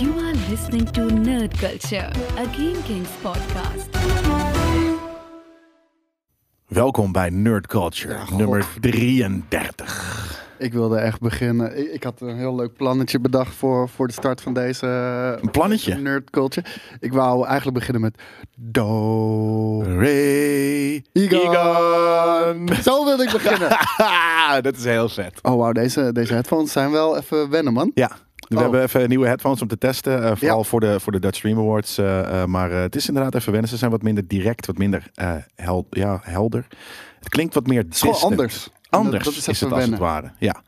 You are listening to Nerd Culture, a Game Kings podcast. Welkom bij Nerd Culture, Ja, god. nummer 33. Ik wilde echt beginnen. Ik, ik had een heel leuk plannetje bedacht voor, voor de start van deze eh, Een plannetje. nerd culture. Ik wou eigenlijk beginnen met do. Ray Egon. Egon. Zo wilde ik beginnen. Dat is heel vet. Oh wauw, deze, deze headphones zijn wel even wennen man. Ja. We Oh. hebben even nieuwe headphones om te testen. eh, vooral Ja. voor, de, voor de Dutch Stream Awards. eh, eh, maar eh, het is inderdaad even wennen. Ze zijn wat minder direct, wat minder eh, hel ja, helder. Het klinkt wat meer Het is gewoon distant. anders. Anders Dat- dat is, is het even als het wennen. ware. Ja.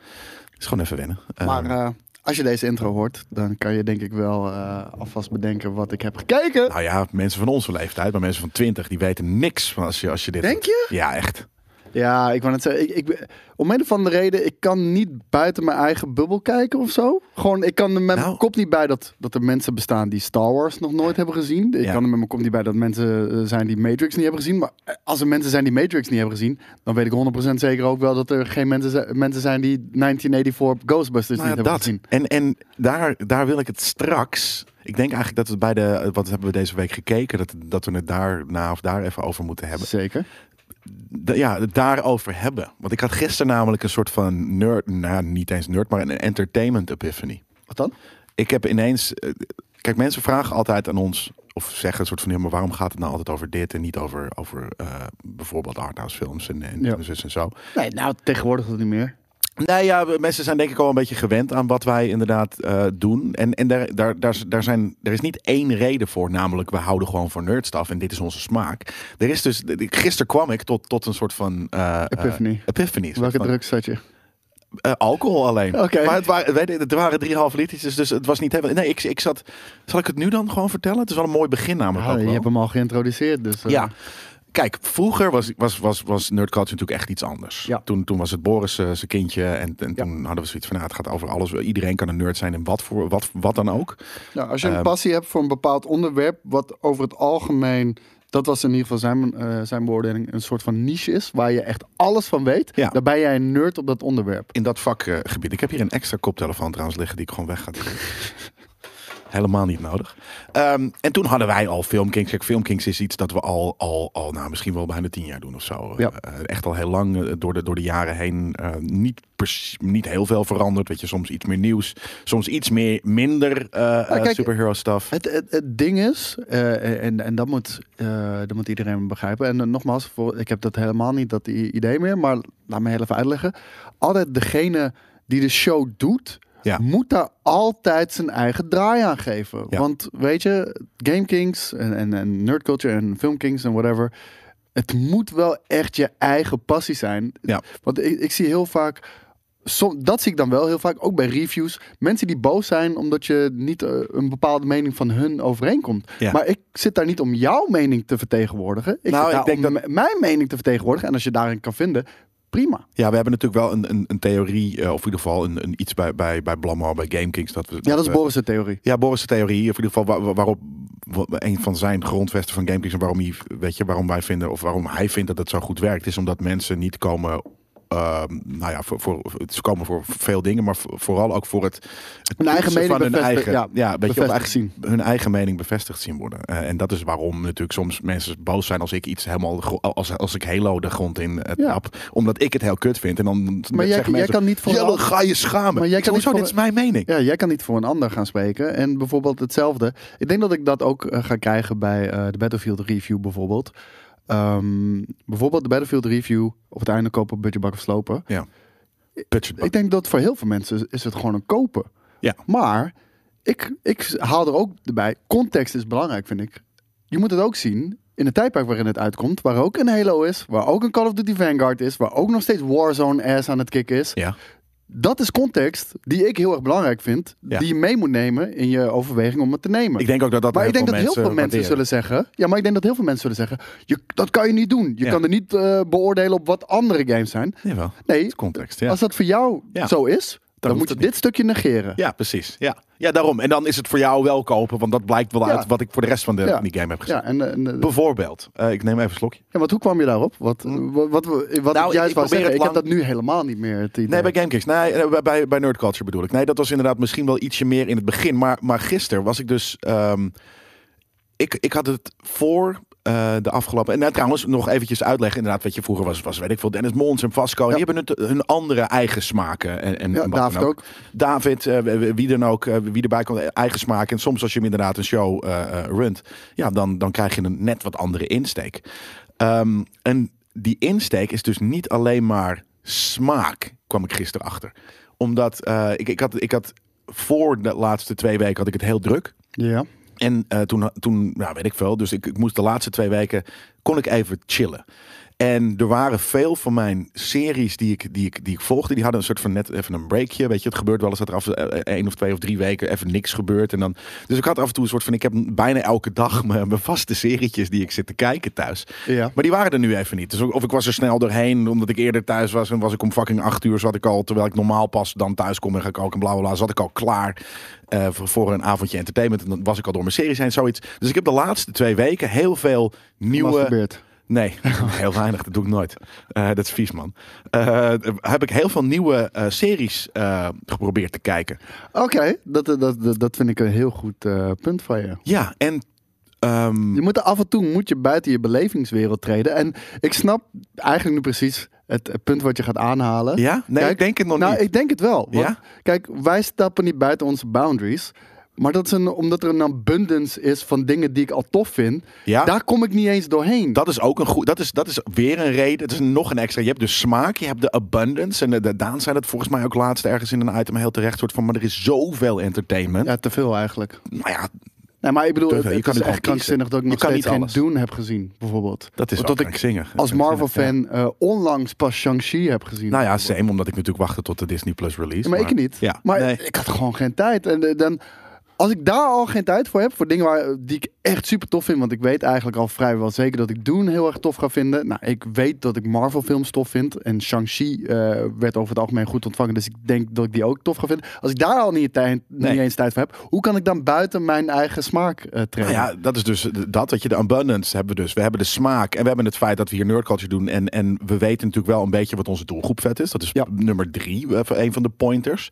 Het is gewoon even wennen. Eh, Maar eh, als je deze intro hoort, dan kan je denk ik wel eh, alvast bedenken wat ik heb gekeken. nou ja, mensen van onze leeftijd, maar mensen van 20, die weten niks van als je, als je dit... Denk je? Ja, echt. Ja, ik wou net zeggen, ik, ik, ben- om een of andere reden, ik kan niet buiten mijn eigen bubbel kijken of zo. Gewoon, ik kan er met Nou. mijn kop niet bij dat, dat er mensen bestaan die Star Wars nog nooit hebben gezien. Ik Ja. kan er met mijn kop niet bij dat mensen eh, zijn die Matrix niet hebben gezien. Maar eh, als er mensen zijn die Matrix niet hebben gezien, dan weet ik 100% zeker ook wel dat er geen mensen, zi- mensen zijn die 1984 Ghostbusters Nou ja, niet hebben dat. En, gezien. en daar, daar wil ik het straks. Ik denk eigenlijk dat we bij de. Wat hebben we deze week gekeken? Dat, dat we het daarna of daar even over moeten hebben. Zeker. D- ja, het daarover hebben. Want ik had gisteren namelijk een soort van nerd. Nou, niet eens nerd, maar een entertainment epiphany. Wat dan? Ik heb ineens. eh, Kijk, mensen vragen altijd aan ons. Of zeggen een soort van, ja, maar waarom gaat het nou altijd over dit en niet over, over eh, bijvoorbeeld arthouse films en, en, Ja. en zus en zo. Nee, nou tegenwoordig dat niet meer. Nou ja, we- mensen zijn denk ik al een beetje gewend aan wat wij inderdaad eh, doen. En, en daar, daar, daar, daar, zijn, er is niet één reden voor, namelijk we houden gewoon van nerdstaf en dit is onze smaak. Er is dus, gisteren kwam ik tot, tot een soort van... eh, eh, Epiphany. epiphany. Een soort Welke van, drugs had je? eh, alcohol alleen. Oké. Maar het waren, weet je, het waren drie half literjes, dus het was niet helemaal... Nee, ik, ik zat... Zal ik het nu dan gewoon vertellen? Het is wel een mooi begin namelijk Ah, ook je wel. hebt hem al geïntroduceerd, dus... eh, Ja. Kijk, vroeger was, was, was, was nerd culture natuurlijk echt iets anders. Ja. Toen, toen was het Boris eh, zijn kindje en, en Ja. toen hadden we zoiets van, nou, het gaat over alles. Iedereen kan een nerd zijn en wat, voor, wat, wat dan ook. Nou, als je een passie hebt voor een bepaald onderwerp, wat over het algemeen, dat was in ieder geval zijn, eh, zijn beoordeling, een soort van niche is, waar je echt alles van weet, Ja. dan ben jij een nerd op dat onderwerp. In dat vakgebied. ik heb hier een extra koptelefoon trouwens liggen die ik gewoon weg ga doen. Helemaal niet nodig. Ehm, en toen hadden wij al Filmkings. Kijk, Filmkings is iets dat we al, al, al nou, misschien wel bijna tien jaar doen of zo. Ja. Eh, echt al heel lang eh, door de, door de jaren heen eh, niet, pers- niet heel veel veranderd. Weet je, soms iets meer nieuws, soms iets meer, minder eh eh, kijk, superhero stuff. Het, het, het ding is, eh, en, en dat, moet, eh, dat moet iedereen begrijpen. En eh, nogmaals, voor, ik heb dat helemaal niet, dat i- idee meer. Maar laat me heel even uitleggen. Altijd degene die de show doet, Ja. moet daar altijd zijn eigen draai aan geven. Ja. Want weet je, Game Kings en, en, en Nerd Culture en Film Kings en whatever. Het moet wel echt je eigen passie zijn. Ja. Want ik, ik zie heel vaak. som- dat zie ik dan wel heel vaak, ook bij reviews. Mensen die boos zijn omdat je niet eh, een bepaalde mening van hun overeenkomt. Ja. Maar ik zit daar niet om jouw mening te vertegenwoordigen. Ik Nou, zit ik daar denk om m- mijn mening te vertegenwoordigen. En als je daarin kan vinden, prima. Ja, we hebben natuurlijk wel een, een, een theorie, eh, of in ieder geval een, een iets bij, bij, bij Blammo, bij Gamekings. Dat we, Ja, dat we- is Boris' theorie. Ja, Boris' theorie, of in ieder geval waar- waarop wa- een van zijn grondvesten van GameKings en waarom, hij, weet je, waarom wij vinden, of waarom hij vindt dat het zo goed werkt, is omdat mensen niet komen. ehm, nou ja, voor, voor, ze komen voor veel dingen, maar voor- vooral ook voor het, het Hun eigen toetsen mening van hun bevestigen, eigen, ja, ja, ja, weet je, of bevestigd eigen, zien. hun eigen mening bevestigd zien worden. Eh, en dat is waarom natuurlijk soms mensen boos zijn als ik iets helemaal, de gro- als, als ik Halo de grond in eh, Ja. tap, omdat ik het heel kut vind. En dan zeggen jij- jij mensen, kan niet voor- "Jelle, ga je schamen. Maar jij Ik kan zeg, niet "Hoezo? voor- dit is mijn mening. Ja, jij kan niet voor een ander gaan spreken. En bijvoorbeeld hetzelfde. Ik denk dat ik dat ook eh, ga krijgen bij eh, de Battlefield Review bijvoorbeeld. Ehm, bijvoorbeeld de Battlefield Review op het einde kopen, budgetbak of slopen. Ja. Budget Ik denk dat voor heel veel mensen is het gewoon een kopen. Ja. Maar ik, ik haal er ook bij. Context is belangrijk, vind ik. Je moet het ook zien in het tijdperk waarin het uitkomt. Waar ook een Halo is. Waar ook een Call of Duty Vanguard is. Waar ook nog steeds Warzone-ass aan het kicken is. ja. Dat is context die ik heel erg belangrijk vind. Ja. Die je mee moet nemen in je overweging om het te nemen. Ik denk ook dat dat maar ik denk dat heel veel mensen waarderen. zullen zeggen. Ja, maar ik denk dat heel veel mensen zullen zeggen. Je, dat kan je niet doen. Je Ja. kan er niet eh, beoordelen op wat andere games zijn. Jawel. Nee, Het is context, ja. als dat voor jou Ja. zo is, Dan moet hoeft je het dit stukje negeren. Ja, precies. Ja. ja, daarom. En dan is het voor jou wel kopen, want dat blijkt wel Ja. uit wat ik voor de rest van de, Ja. die game heb gezien. Ja, en, eh, en, eh, Bijvoorbeeld, eh, ik neem even een slokje. ja, want hoe kwam je daarop? Wat, wat, wat, wat ik Mm. Nou, ik juist probeer wou zeggen, het ik lang- heb dat nu helemaal niet meer. het idee. Nee, bij Gamekicks. Nee, eh, bij- bij, bij Nerd Culture bedoel ik. Nee, dat was inderdaad misschien wel ietsje meer in het begin. Maar, maar gisteren was ik dus... ehm, ik, ik had het voor eh, de afgelopen... En nou, trouwens, nog eventjes uitleggen. Inderdaad, wat je vroeger was, was weet ik veel, Dennis Mons en Vasco. Ja. Die hebben het, eh, hun andere eigen smaken. En, en, Ja, en wat dan David ook. David, eh, wie- wie dan ook, eh, wie erbij komt, eigen smaak. En soms als je hem inderdaad een show eh, eh, runt, ja, dan, dan krijg je een net wat andere insteek. Ehm, en die insteek is dus niet alleen maar smaak, kwam ik gisteren achter. Omdat eh, ik, ik, had, ik had voor de laatste twee weken had ik het heel druk. Ja. En eh, toen, toen nou, weet ik veel, dus ik, ik moest de laatste twee weken, kon ik even chillen. En er waren veel van mijn series die ik, die ik, die ik volgde, die hadden een soort van net even een breakje. Weet je, het gebeurt wel eens dat er af eh, één of twee of drie weken even niks gebeurt. En dan, dus ik had af en toe een soort van, ik heb bijna elke dag mijn, mijn vaste serietjes die ik zit te kijken thuis. Ja. Maar die waren er nu even niet. Dus ook- of ik was er snel doorheen, omdat ik eerder thuis was. En was ik om fucking acht uur, zat ik al, terwijl ik normaal pas dan thuis kom en ga koken en bla bla bla. Zat ik al klaar eh, voor, voor een avondje entertainment. En dan was ik al door mijn serie zijn, zoiets. Dus ik heb de laatste twee weken heel veel nieuwe... Masturbeert. Nee, heel weinig. Dat doe ik nooit. Eh, dat is vies, man. Eh, heb ik heel veel nieuwe eh, series eh, geprobeerd te kijken. Oké, dat, eh, dat, dat, dat vind ik een heel goed eh, punt van je. Ja, en... ehm, Je moet er af en toe moet je buiten je belevingswereld treden. En ik snap eigenlijk nu precies het eh, punt wat je gaat aanhalen. ja? Nee, Kijk, ik denk het nog nou, niet. ik denk het wel. Want, Ja? Kijk, wij stappen niet buiten onze boundaries. Maar dat is een, omdat er een abundance is van dingen die ik al tof vind. Ja. Daar kom ik niet eens doorheen. Dat is ook een goed. Dat is, dat is weer een reden. Het is nog een extra. Je hebt dus smaak, je hebt de abundance. En de, de Daan zei dat volgens mij ook laatst ergens in een item heel terecht. Soort van, maar er is zoveel entertainment. ja, te veel eigenlijk. Nou ja, Nee, maar ik bedoel, Te het, veel. Je het kan is nu echt gewoon kiezen. krankzinnig dat ik Je nog kan steeds niet geen alles. Dune heb gezien, bijvoorbeeld. dat is Omdat wel ik krankzinnig. als Krankzinnig, Marvel-fan ja. eh, onlangs pas Shang-Chi heb gezien. Nou ja, same, omdat ik natuurlijk wachtte tot de Disney Plus release. maar, ik niet. Ja, Maar nee. ik had gewoon geen tijd. En eh, dan, als ik daar al geen tijd voor heb, voor dingen waar, die ik echt super tof vind, want ik weet eigenlijk al vrijwel zeker dat ik Dune heel erg tof ga vinden. Nou, ik weet dat ik Marvel films tof vind en Shang-Chi eh, werd over het algemeen goed ontvangen, dus ik denk dat ik die ook tof ga vinden. Als ik daar al niet, tijd, Nee. niet eens tijd voor heb, hoe kan ik dan buiten mijn eigen smaak eh Nou trainen? ja, dat is dus dat, dat je de abundance hebben we dus. We hebben de smaak en we hebben het feit dat we hier nerdculture doen. En, en we weten natuurlijk wel een beetje wat onze doelgroep vet is. Dat is Ja. nummer drie, eh, een van de pointers.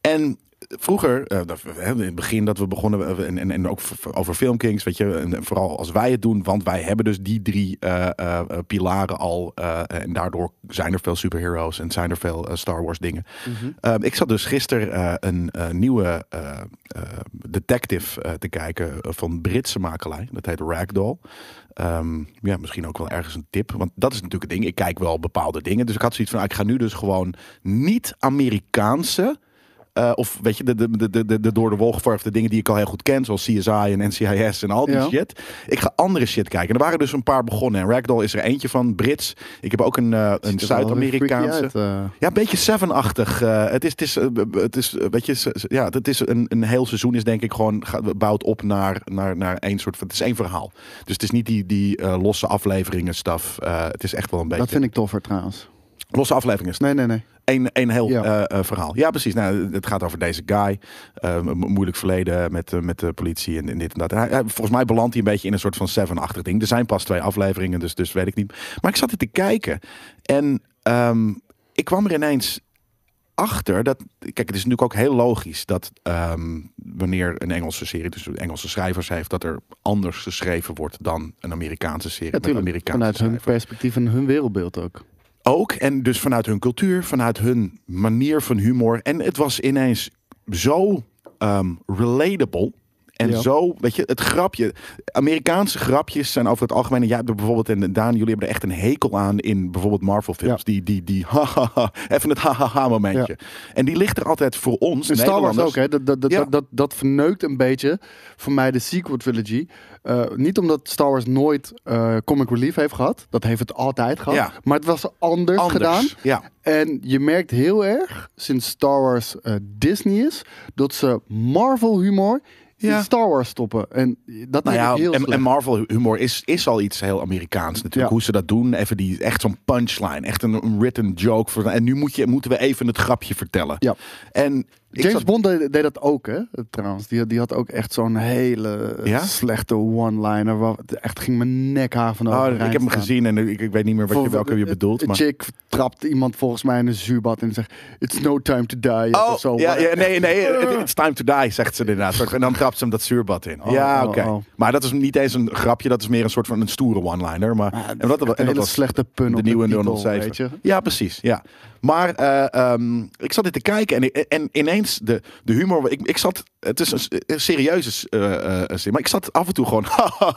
En vroeger, eh, dat we- hè, in het begin dat we begonnen, eh, en, en, en ook v- v- over Filmkings, weet je. En vooral als wij het doen, want wij hebben dus die drie eh, eh, eh, pilaren al. eh, en daardoor zijn er veel superheroes en zijn er veel eh, Star Wars dingen. Ehm, ik zat dus gisteren een eh, nieuwe eh, eh, detective eh, te kijken eh, van Britse makelij. Dat heet Ragdoll. Ehm, ja, misschien ook wel ergens een tip. Want dat is natuurlijk het ding. Ik kijk wel bepaalde dingen. Dus ik had zoiets van, ah, ik ga nu dus gewoon niet-Amerikaanse... eh, of weet je, de, de, de, de, de- de door de wol geverfde dingen die ik al heel goed ken. Zoals CSI en NCIS en al die Ja. shit. Ik ga andere shit kijken. En er waren dus een paar begonnen. En Ragdoll is er eentje van, Brits. Ik heb ook een, eh, een Zuid-Amerikaanse. Ja, een beetje Seven-achtig. Eh, het is, het is, eh, b- b- het is eh, weet je, ze- ze- ja, het is een, een heel seizoen is denk ik gewoon gaat- bouwt op naar, naar, naar één soort van, het is één verhaal. Dus het is niet die, die eh, losse afleveringen stuff. Eh, het is echt wel een beetje Dat vind ik toffer trouwens. losse afleveringen. Nee, nee, nee. Eén één heel Ja. eh, eh, verhaal. Ja, precies. Nou, het gaat over deze guy. Eh, mo- moeilijk verleden met, eh, met de politie en, en dit en dat. En hij- hij- volgens mij belandt hij een beetje in een soort van Seven-achtig ding. Er zijn pas twee afleveringen, dus, dus weet ik niet. Maar ik zat er te kijken. En ehm, ik kwam er ineens achter dat... Kijk, het is natuurlijk ook heel logisch dat ehm, wanneer een Engelse serie... dus Engelse schrijvers heeft, dat er anders geschreven wordt dan een Amerikaanse serie. Ja, met een tuurlijk. Amerikaanse Vanuit hun schrijver. perspectief en hun wereldbeeld ook. Ook, en dus vanuit hun cultuur, vanuit hun manier van humor. En het was ineens zo ehm, relatable. En Ja. zo, weet je, het grapje. Amerikaanse grapjes zijn over het algemeen. en Jij hebt er bijvoorbeeld, en Daan, jullie hebben er echt een hekel aan in bijvoorbeeld Marvel-films. Ja. Die, die, die, ha, ha, ha, even het ha, ha, ha momentje. En die ligt er altijd voor ons. In Star Wars Nederlanders. ook, hè? Dat, dat, dat, Ja. dat, dat, dat verneukt een beetje voor mij de sequel trilogy. Eh, niet omdat Star Wars nooit eh, comic relief heeft gehad. Dat heeft het altijd gehad. Ja. Maar het was anders, gedaan. Ja, En je merkt heel erg, sinds Star Wars eh, Disney is, dat ze Marvel humor Ja. in Star Wars stoppen. En dat Nou vind ik ja, heel en, slecht. en Marvel humor is, is al iets heel Amerikaans natuurlijk. Ja. Hoe ze dat doen, even die, echt zo'n punchline, echt een, een written joke. Voor, en nu moet je, moeten we even het grapje vertellen. Ja. En ik James zat- Bond deed, deed dat ook, hè? Trouwens, die, die had ook echt zo'n hele Ja? slechte one-liner. waar het Echt ging mijn nekhaar van Oh, overeind ik heb hem staan. gezien en ik, ik weet niet meer wat je, Voor- welke je bedoelt. Een Maar... chick trapt iemand volgens mij in een zuurbad en zegt... It's no time to die. yet," of zo. Oh, ja, ja, nee, nee, Eh. it's time to die, zegt ze inderdaad. En dan trapt ze hem dat zuurbad in. Oh, ja, oh, oké. oh. Maar dat is niet eens een grapje, dat is meer een soort van een stoere one-liner. Maar, Ah, en dat, en Een dat hele was slechte pun op de nieuwe titel, 007. weet je. Ja, precies. Ja. Maar eh, ehm, ik zat dit te kijken en, en ineens de, de humor. Ik, ik zat, het is een, s- een serieuze eh, eh, zin, maar ik zat af en toe gewoon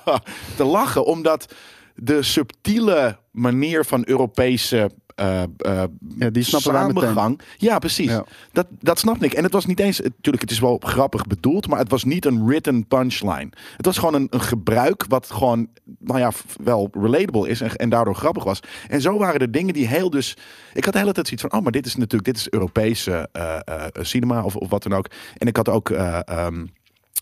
te lachen, omdat de subtiele manier van Europese. eh, eh, Ja, die snappen wij meteen. samengang. Ja, precies. Ja. Dat, dat snap ik. En het was niet eens, natuurlijk, het is wel grappig bedoeld, maar het was niet een written punchline. Het was gewoon een, een gebruik wat gewoon, nou ja, f- wel relatable is en, en daardoor grappig was. En zo waren er dingen die heel dus. Ik had de hele tijd zoiets van, oh, maar dit is natuurlijk, dit is Europese eh, eh, cinema of, of wat dan ook. En ik had ook. eh, ehm,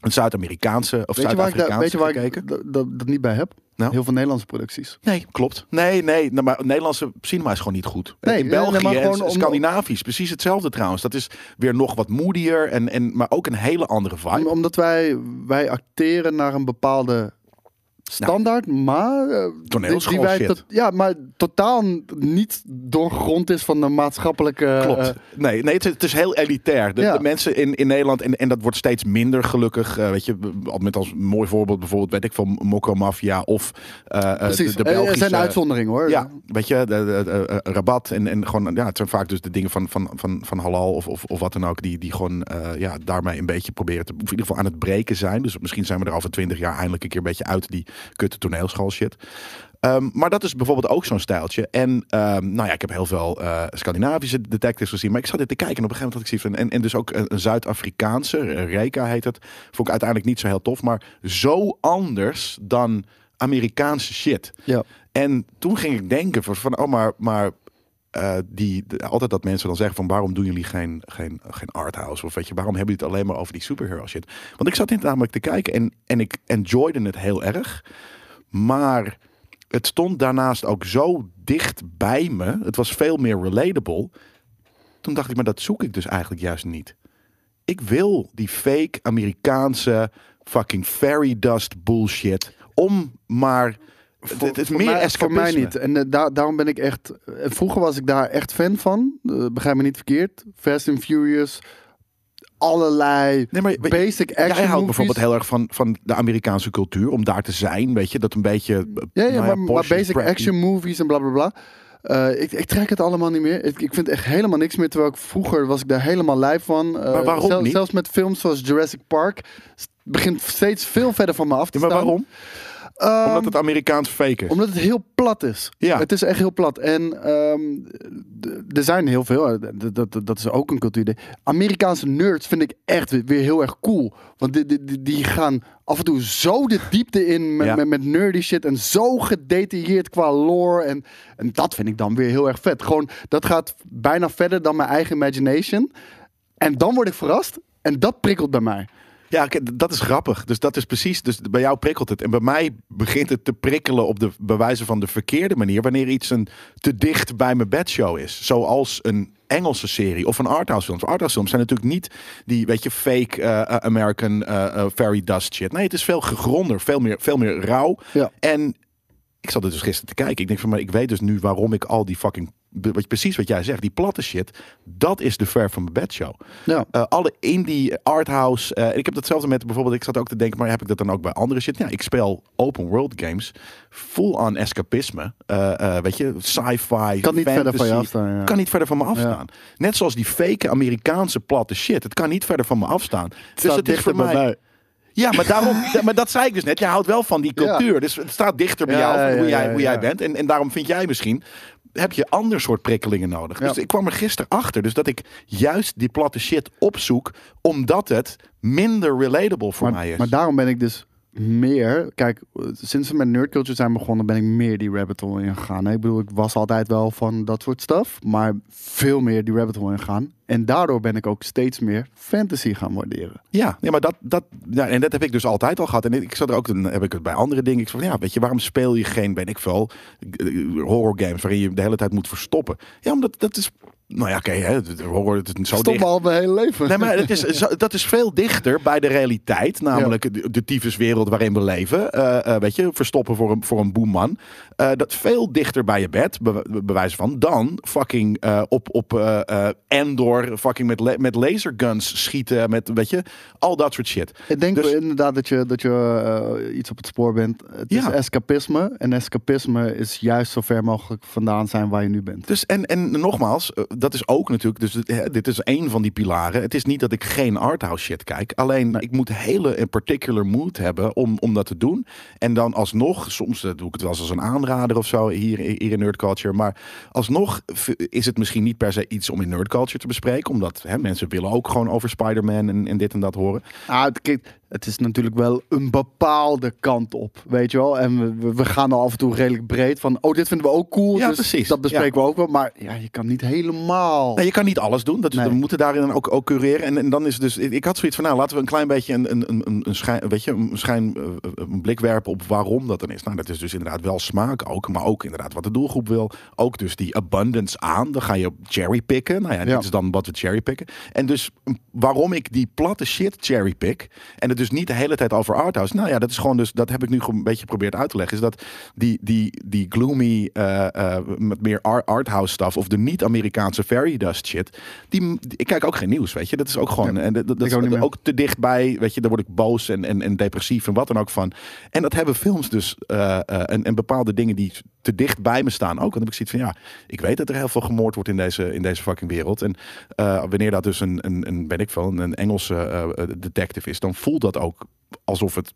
een Zuid-Amerikaanse of Weet je waar ik, daar- Zuid-Afrikaanse weet je waar gekeken. ik dat, dat, dat niet bij heb? Nou? Heel veel Nederlandse producties. Nee, klopt. Nee, nee, nou, maar Nederlandse cinema is gewoon niet goed. Nee, in nee, nee, België maar en gewoon om- Scandinavisch, precies hetzelfde trouwens. Dat is weer nog wat moedier, en, en, maar ook een hele andere vibe. Om- omdat wij, wij acteren naar een bepaalde standaard, maar... eh, Nou. Toneelschool shit. tot- ja, maar totaal niet doorgrond is van de maatschappelijke... Klopt. eh, nee, nee het, is- het is heel elitair. De, Ja. de mensen in, in Nederland, en, en dat wordt steeds minder gelukkig. eh, weet je, b- al met als mooi voorbeeld bijvoorbeeld, weet ik van Mokko Mafia of eh, eh, precies. de, de Eh, Er zijn Belgische... uitzonderingen hoor. ja, weet je, de, de- de, eh, rabat en, en gewoon, ja, het zijn vaak dus de dingen van, van, van, van halal of, of, of wat dan ook, die, die gewoon eh, ja, daarmee een beetje proberen te, of in ieder geval aan het breken zijn. Dus misschien zijn we er over twintig jaar eindelijk een keer een beetje uit die kutte toneelschool shit. Ehm, maar dat is bijvoorbeeld ook zo'n stijltje. En ehm, nou ja, ik heb heel veel eh, Scandinavische detectives gezien. Maar ik zat dit te kijken en op een gegeven moment had ik zoiets van... En, en dus ook een, een Zuid-Afrikaanse, eh, Reka heet het. Vond ik uiteindelijk niet zo heel tof. Maar zo anders dan Amerikaanse shit. Ja. En toen ging ik denken van, van oh, maar, maar eh, die, de- altijd dat mensen dan zeggen van waarom doen jullie geen, geen, geen arthouse? Of weet je, waarom hebben jullie het alleen maar over die superhero shit? Want ik zat dit namelijk te kijken en, en ik enjoyde het heel erg. Maar het stond daarnaast ook zo dicht bij me. Het was veel meer relatable. Toen dacht ik, maar dat zoek ik dus eigenlijk juist niet. Ik wil die fake Amerikaanse fucking fairy dust bullshit. Om maar... Het, het is Voor meer mij, voor escapisme. mij niet. En eh, daar- daarom ben ik echt. eh, vroeger was ik daar echt fan van. Eh, begrijp me niet verkeerd. Fast and Furious. Allerlei Nee, maar basic action. Jij houdt movies. bijvoorbeeld heel erg van, van de Amerikaanse cultuur, om daar te zijn, weet je, dat een beetje. Ja, ja, nou maar, maar posh en basic preppy. action movies en bla bla bla. Eh, ik, ik trek het allemaal niet meer. Ik, ik vind echt helemaal niks meer. Terwijl ik vroeger was ik daar helemaal lijf van. Eh, Maar waarom zelfs- niet? Zelfs met films zoals Jurassic Park. s- Begint steeds veel verder van me af te Ja, maar staan. waarom? Ehm, Omdat het Amerikaans fake is. Omdat het heel plat is. Ja. Het is echt heel plat. En ehm, d- er zijn heel veel, eh, d- dat, dat, dat is ook een cultuur. Amerikaanse nerds vind ik echt weer- weer heel erg cool. Want die, die- die, die gaan af en toe zo de diepte in met, Ja. met, met nerdy shit. En zo gedetailleerd qua lore. En, en dat vind ik dan weer heel erg vet. Gewoon, dat gaat bijna verder dan mijn eigen imagination. En dan word ik verrast. En dat prikkelt bij mij. Ja, k- dat is grappig. Dus dat is precies. Dus bij jou prikkelt het. En bij mij begint het te prikkelen op de bewijzen van de verkeerde manier. Wanneer iets een te dicht bij mijn bedshow is. Zoals een Engelse serie of een arthouse films. Arthouse films zijn natuurlijk niet die, weet je, fake eh, eh, American eh, eh, fairy dust shit. Nee, het is veel gegronder, veel meer, veel meer rauw. Ja. En ik zat er dus gisteren te kijken. Ik denk van, maar ik weet dus nu waarom ik al die fucking... Wat, je- precies wat jij zegt, die platte shit. Dat is de ver van mijn bedshow. Ja. Eh, alle indie eh, arthouse. eh, en ik heb datzelfde met bijvoorbeeld. Ik zat ook te denken, maar heb ik dat dan ook bij andere shit? Ja, ik speel open world games. Full on escapisme. Eh, eh, weet je, sci-fi. Kan niet verder van je afstaan, ja. Kan niet verder van me afstaan. Net zoals die fake Amerikaanse platte shit. Het kan niet verder van me afstaan. dus Staat het is dichter voor mij. Ja, maar daarom. ja, maar dat zei ik dus net. Jij houdt wel van die cultuur. Dus het staat dichter bij Ja, jou. van hoe, ja, jij, ja, hoe jij ja. bent. En, en daarom vind jij misschien. Heb je ander soort prikkelingen nodig? Dus Ja. ik kwam er gisteren achter. Dus dat ik juist die platte shit opzoek. Omdat het minder relatable voor mij is. Maar daarom ben ik dus meer... Kijk, sinds we met nerd culture zijn begonnen... ben ik meer die rabbit hole ingegaan. Ik bedoel, ik was altijd wel van dat soort stuff... maar veel meer die rabbit hole ingegaan. En daardoor ben ik ook steeds meer fantasy gaan waarderen. Ja, nee, maar dat, dat, ja, en dat heb ik dus altijd al gehad. En ik zat er ook, dan heb ik het bij andere dingen. Ik zei van, ja, weet je, waarom speel je geen, ben ik veel, eh, horror games waarin je de hele tijd moet verstoppen? Ja, omdat dat is, nou ja, oké, hè, het- het horror, het is zo Stop dicht. me al mijn hele leven. Oh, Nee, maar het is, zo- dat is veel dichter bij de realiteit. Namelijk de, de tyfuswereld waarin we leven. Eh, eh, weet je, verstoppen voor een, voor een boeman. Eh, dat veel dichter bij je bed, be- be- bij wijze van, dan fucking eh, op, op eh, eh, Endor fucking met, la- met laserguns schieten. Met, weet je, al dat soort shit. Ik denk Dus- inderdaad dat je, dat je eh, iets op het spoor bent. Het Ja. is escapisme. En escapisme is juist zo ver mogelijk vandaan zijn waar je nu bent. Dus en, en nogmaals, eh, dat is ook natuurlijk. Dus het- hè, dit is één van die pilaren. Het is niet dat ik geen arthouse shit kijk. Alleen ik moet hele een particular mood hebben om, om dat te doen. En dan alsnog, soms eh, doe ik het wel eens als een aanrader of zo hier, hier in Nerd Culture. Maar alsnog v- is het misschien niet per se iets om in Nerd Culture te bespreken. Omdat hè, mensen willen ook gewoon over Spider-Man en, en dit en dat horen. Ah, het, kijk, het is natuurlijk wel een bepaalde kant op, weet je wel. En we- we, we gaan er af en toe redelijk breed van, oh, dit vinden we ook cool. Ja, dus precies. Dat bespreken we ook wel. Maar ja, je kan niet helemaal... Nee, je kan niet alles doen. Dat, Nee. We moeten daarin dan ook, ook cureren. En, en dan is het dus. Ik, ik had zoiets van, nou, laten we een klein beetje een, een, een, een schijn, weet je, een, schijn, eh, een blik werpen op waarom dat dan is. Nou, dat is dus inderdaad wel smaak ook, maar ook inderdaad wat de doelgroep wil. Ook dus die abundance aan. Dan ga je cherrypicken. Nou ja, Ja. dit is dan wat we cherrypicken. En dus mm, waarom ik die platte shit cherrypick en het dus niet de hele tijd over arthouse. Nou ja, dat is gewoon dus dat heb ik nu gewoon een beetje geprobeerd uit te leggen. Is dat die, die, die gloomy eh, eh, met meer ar- arthouse stuff of de niet-Amerikaanse fairy dust shit. Die, die- ik kijk ook geen nieuws, weet je. Dat is ook gewoon en dat, dat, ik ook niet is meer. ook te dichtbij, weet je. Daar word ik boos en, en, en depressief en wat dan ook van. En dat hebben films dus eh, eh, en, en bepaalde dingen die te dicht bij me staan ook. Want dan heb ik zoiets van ja, ik weet dat er heel veel gemoord wordt in deze, in deze fucking wereld. En eh, wanneer dat dus een, een, een ben ik veel, een- een Engelse eh, eh, detective is, dan voelt dat ook alsof het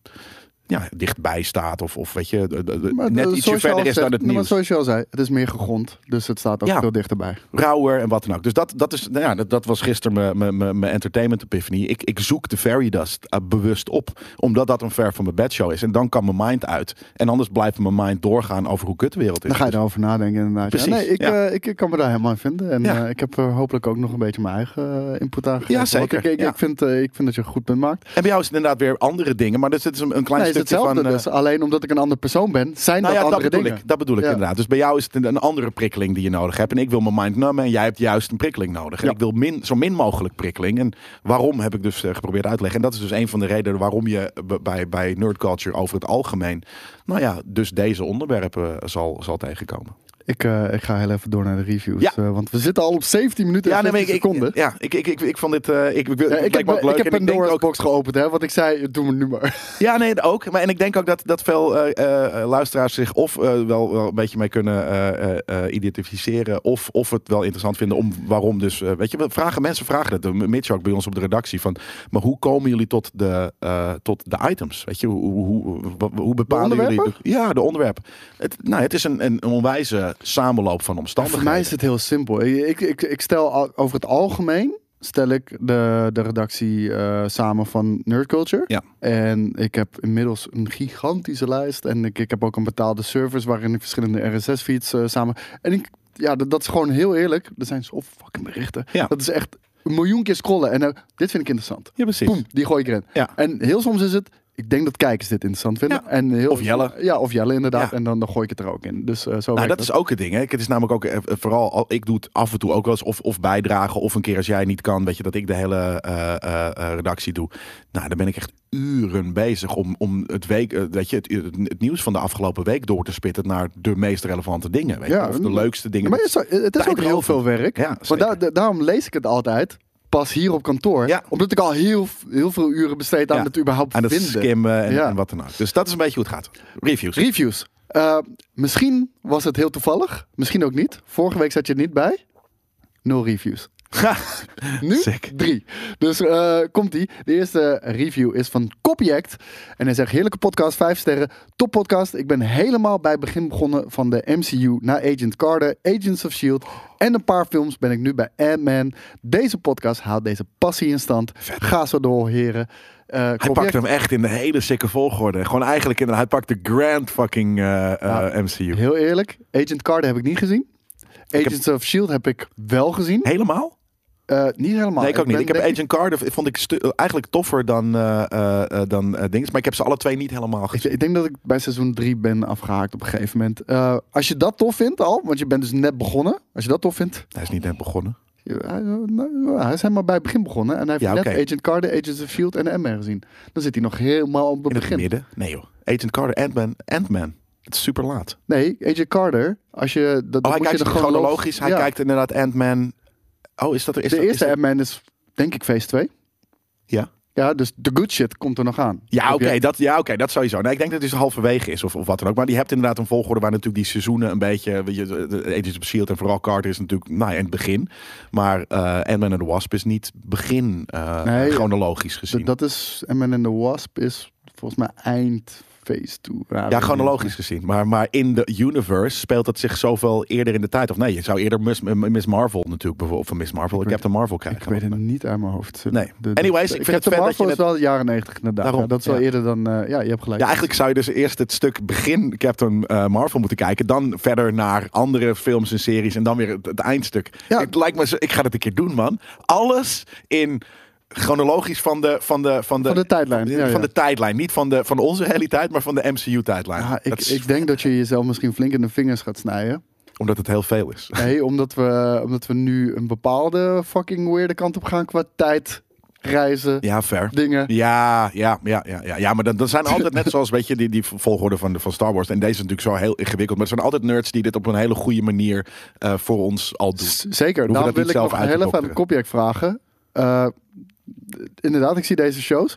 ja, dichtbij staat. Of, of weet je, de- de- de- Maar, net eh, ietsje zoals je verder al is dan zegt- het nee, Maar nieuws. zoals je al zei, het is meer gegrond. Dus het staat ook Ja. veel dichterbij. Rauwer en wat dan ook. Dus dat, dat, is, nou ja, dat, dat was gisteren mijn- mijn- mijn- mijn entertainment epiphany. Ik, ik zoek de fairy dust eh, bewust op. Omdat dat een ver van mijn bedshow is. En dan kan mijn mind uit. En anders blijft mijn mind doorgaan over hoe kut de wereld is. Dan ga je erover nadenken inderdaad. Ja, Precies, nee, ik, ja. eh, ik, ik kan me daar helemaal in vinden. En Ja. eh, ik heb er hopelijk ook nog een beetje mijn eigen eh, input aan gegeven. Want zeker, Ik, ik, ja. ik, vind, eh, ik vind dat je een goed punt maakt. En bij jou is het inderdaad weer andere dingen. Maar dus dit is een, een klein Nee, het is stukje hetzelfde van... eh, dus. Alleen omdat ik een ander persoon ben, zijn Nou ja, dat dat andere bedoel dingen. ik. Dat bedoel ik Ja. inderdaad. Dus bij jou is het een, een andere prikkeling die je nodig hebt. En ik wil mijn mind nummen en jij hebt juist een prikkeling nodig. En Ja. ik wil min, zo min mogelijk prikkeling. En waarom heb ik dus eh, geprobeerd uit te leggen. En dat is dus een van de redenen waarom je b- bij, bij nerd culture over het algemeen... nou ja, dus deze onderwerpen eh, zal, zal tegenkomen. Ik, eh, ik ga heel even door naar de reviews. Ja. eh, want we zitten al op 17 minuten en Ja, nee, maar 15 ik, ik, seconden. ja ik, ik, ik, ik vond dit... eh, ik, ik, Ja, ik, leek heb, me ook leuk ik heb en ik denk Pandora's ook- box geopend, hè, want ik zei, doe me nu maar. Ja, nee, ook. Maar, en ik denk ook dat, dat veel eh, eh, luisteraars zich of eh, wel, wel een beetje mee kunnen eh, eh, eh, identificeren. Of, of het wel interessant vinden om waarom dus. eh, weet je, we vragen, mensen vragen het. M- Mitch ook bij ons op de redactie. Van, maar hoe komen jullie tot de, eh, tot de items? Weet je, hoe, hoe, hoe, hoe bepalen jullie... onderwerpen? de- ja, de onderwerpen. Het, nou, het is een, een onwijze samenloop van omstandigheden. Voor mij is het heel simpel. Ik, ik, ik, ik stel al- over het algemeen stel ik de, de redactie eh, samen van Nerd Culture. Ja. En ik heb inmiddels een gigantische lijst. En ik, ik heb ook een betaalde service waarin ik verschillende RSS-feeds eh, samen... En ik, ja, dat, dat is gewoon heel eerlijk. Er zijn zo fucking berichten. Ja. Dat is echt een miljoen keer scrollen. En eh, dit vind ik interessant. Ja, precies. Boom, die gooi ik erin. Ja. En heel soms is het... Ik denk dat kijkers dit interessant vinden. Ja. En heel, Of Jelle. Ja, of Jelle inderdaad. Ja. En dan, dan gooi ik het er ook in. Dus eh, zo Nou, werkt dat is ook het ding. Hè. Het is namelijk ook eh, vooral, al- ik doe het af en toe ook wel eens of, of bijdragen. Of een keer als jij niet kan, weet je, dat ik de hele eh, eh, eh, redactie doe. Nou, dan ben ik echt uren bezig om, om het, week, eh, weet je, het, het, het nieuws van de afgelopen week door te spitten naar de meest relevante dingen. Weet je, Ja, of de mm. leukste dingen. Ja, maar het is, het is ook heel tijdrovend. veel werk. Ja, maar zeker. da- da- daarom lees ik het altijd pas hier op kantoor. Ja. Omdat ik al heel, v- heel veel uren besteed aan Ja, het überhaupt aan het vinden. skimmen en, Ja. en wat dan ook. Dus dat is een beetje hoe het gaat. Reviews. Reviews. Eh, misschien was het heel toevallig. Misschien ook niet. Vorige week zat je er niet bij. Nul reviews. Nu Sick. drie. Dus eh, komt die. De eerste review is van Copyact. En hij zegt, heerlijke podcast, vijf sterren, top podcast. Ik ben helemaal bij het begin begonnen van de MCU na Agent Carter, Agents of S.H.I.E.L.D. E En een paar films ben ik nu bij Ant-Man. Deze podcast houdt deze passie in stand. Ga zo door, heren. Eh, Hij Copyact- pakte hem echt in de hele sikke volgorde. Gewoon eigenlijk in hij pakt de grand fucking eh, eh, MCU. Heel eerlijk, Agent Carter heb ik niet gezien. Agents of S.H.I.E.L.D. E heb ik wel gezien. Helemaal? Eh, niet helemaal. Nee, ik ook niet. ben Ik heb denk Agent Carter, vond ik stu- eigenlijk toffer dan, eh eh, eh, dan eh, Dings. Maar ik heb ze alle twee niet helemaal Ik, gezien. ik denk dat ik bij seizoen 3 ben afgehaakt op een gegeven moment. Eh, als je dat tof vindt al, want je bent dus net begonnen. Als je dat tof vindt. Hij is niet net begonnen. je- Hij, nou, hij is helemaal bij het begin begonnen. En hij heeft Ja, net oké. Agent Carter, Agents of S.H.I.E.L.D. E en de MR gezien. Dan zit hij nog helemaal op het In het begin. midden? Nee joh. Agent Carter, Ant-Man. Ant-Man. Het is super laat. Nee, Agent Carter, als je... Dat, dat Oh, hij moet je kijkt de chronologisch. Hij ja. kijkt inderdaad Ant-Man. Oh, is dat er? Is De dat- is eerste dat- Ant-Man is, denk ik, phase 2. Ja. Ja, dus de good shit komt er nog aan. Ja, Heb oké, je- dat, ja, oké, dat sowieso. Nee, ik denk dat het dus halverwege is of, of wat dan ook. Maar die hebt inderdaad een volgorde waar natuurlijk die seizoenen een beetje... Weet je, de- de Agents of S.H.I.E.L.D. E en vooral Carter is natuurlijk nou, ja, in het begin. Maar eh Ant-Man en the Wasp is niet begin eh, Nee, chronologisch gezien. D- Dat is Ant-Man and the Wasp is volgens mij eind phase 2. ja, weet ik niet. chronologisch gezien. Maar, maar in de universe speelt dat zich zoveel eerder in de tijd. Of nee, je zou eerder Miss, Miss Marvel natuurlijk bijvoorbeeld... Of Miss Marvel, weet- Captain Marvel krijgen. Ik weet het niet uit mijn hoofd. Nee. De- de- Anyways, ik vind het Captain vet dat Marvel je is wel de jaren 90 inderdaad. Daarom, Ja, dat is wel ja. eerder dan... eh, ja, je hebt gelijk. Ja, eigenlijk zou je dus eerst het stuk begin Captain eh, Marvel moeten kijken. Dan verder naar andere films en series. En dan weer het, het eindstuk. Ja. Het lijkt me zo, ik ga dat een keer doen, man. Alles in chronologisch van de, van de, van de, Van de tijdlijn, Van, ja, ja. de tijdlijn. Niet van, de, van onze realiteit, maar van de MCU-tijdlijn. Ja, ik, ik denk dat je jezelf misschien flink in de vingers gaat snijden. Omdat het heel veel is. Nee, omdat we, omdat we nu een bepaalde fucking weirde kant op gaan qua tijd, reizen, Ja, fair. dingen. Ja, ja, ja, ja, ja. ja maar dan, dan zijn altijd net zoals weet je, die, die volgorde van, de- van Star Wars. En deze is natuurlijk zo heel ingewikkeld. Maar er zijn altijd nerds die dit op een hele goede manier eh, voor ons al doen. Z- Zeker, hoeven daarom dat niet wil ik zelf nog uit te heel even aan de dokteren. kopjek vragen. Eh, d- inderdaad, ik zie deze shows.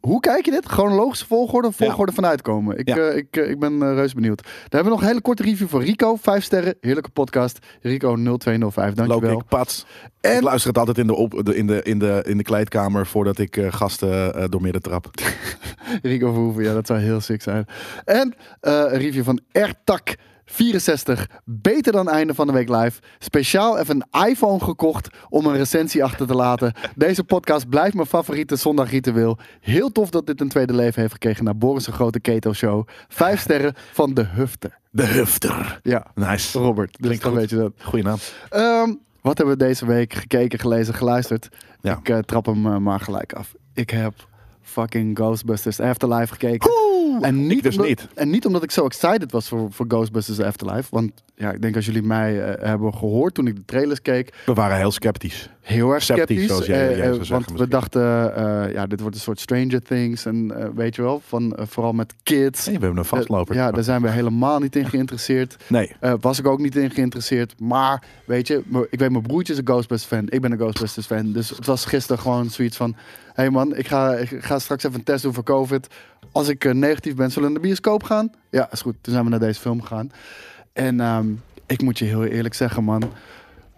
Hoe kijk je dit? Chronologische volgorde, volgorde van uitkomen. Ik, Ja. eh, ik, eh, ik ben eh, reuze benieuwd. Daar hebben we nog een hele korte review van Rico. Vijf sterren, heerlijke podcast. Rico 0205, Loop dankjewel. ik pats. En- Ik luister het altijd in de, op, de, in de, in de, in de kleedkamer voordat ik eh, gasten eh, door midden trap. Rico Verhoeven, ja, dat zou heel sick zijn. En eh, een review van Ertak. 64, beter dan einde van de week live. Speciaal even een iPhone gekocht om een recensie achter te laten. Deze podcast blijft mijn favoriete zondagritueel. Heel tof dat dit een tweede leven heeft gekregen na Boris' grote keto-show. Vijf sterren van de Hufter. De Hufter. Ja, Nice. Robert, dus Klinkt dan goed. weet je dat. Goeie naam. Ehm, wat hebben we deze week gekeken, gelezen, geluisterd? Ja. Ik eh, trap hem eh, maar gelijk af. Ik heb fucking Ghostbusters Afterlife gekeken. en niet ik dus omdat, niet. En niet omdat ik zo excited was voor, voor Ghostbusters Afterlife. Want ja, ik denk als jullie mij eh, hebben gehoord toen ik de trailers keek, We waren heel sceptisch. heel erg Sceptisch, sceptisch. zoals jij- eh, jij zou eh, zeggen want we misschien. dachten, eh, ja, dit wordt een soort Stranger Things. En eh, weet je wel, van, eh, vooral met kids. Hey, we hebben een vastloper. Eh, ja, daar zijn we helemaal niet in geïnteresseerd. Nee. Eh, was ik ook niet in geïnteresseerd. Maar weet je, m- ik weet, mijn broertje is een Ghostbusters fan. Ik ben een Ghostbusters fan. Dus het was gisteren gewoon zoiets van: hé hey man, ik ga, ik ga straks even een test doen voor COVID. Als ik eh, negatief ben, zullen we naar de bioscoop gaan? Ja, is goed. Toen zijn we naar deze film gegaan. En ehm, ik moet je heel eerlijk zeggen, man.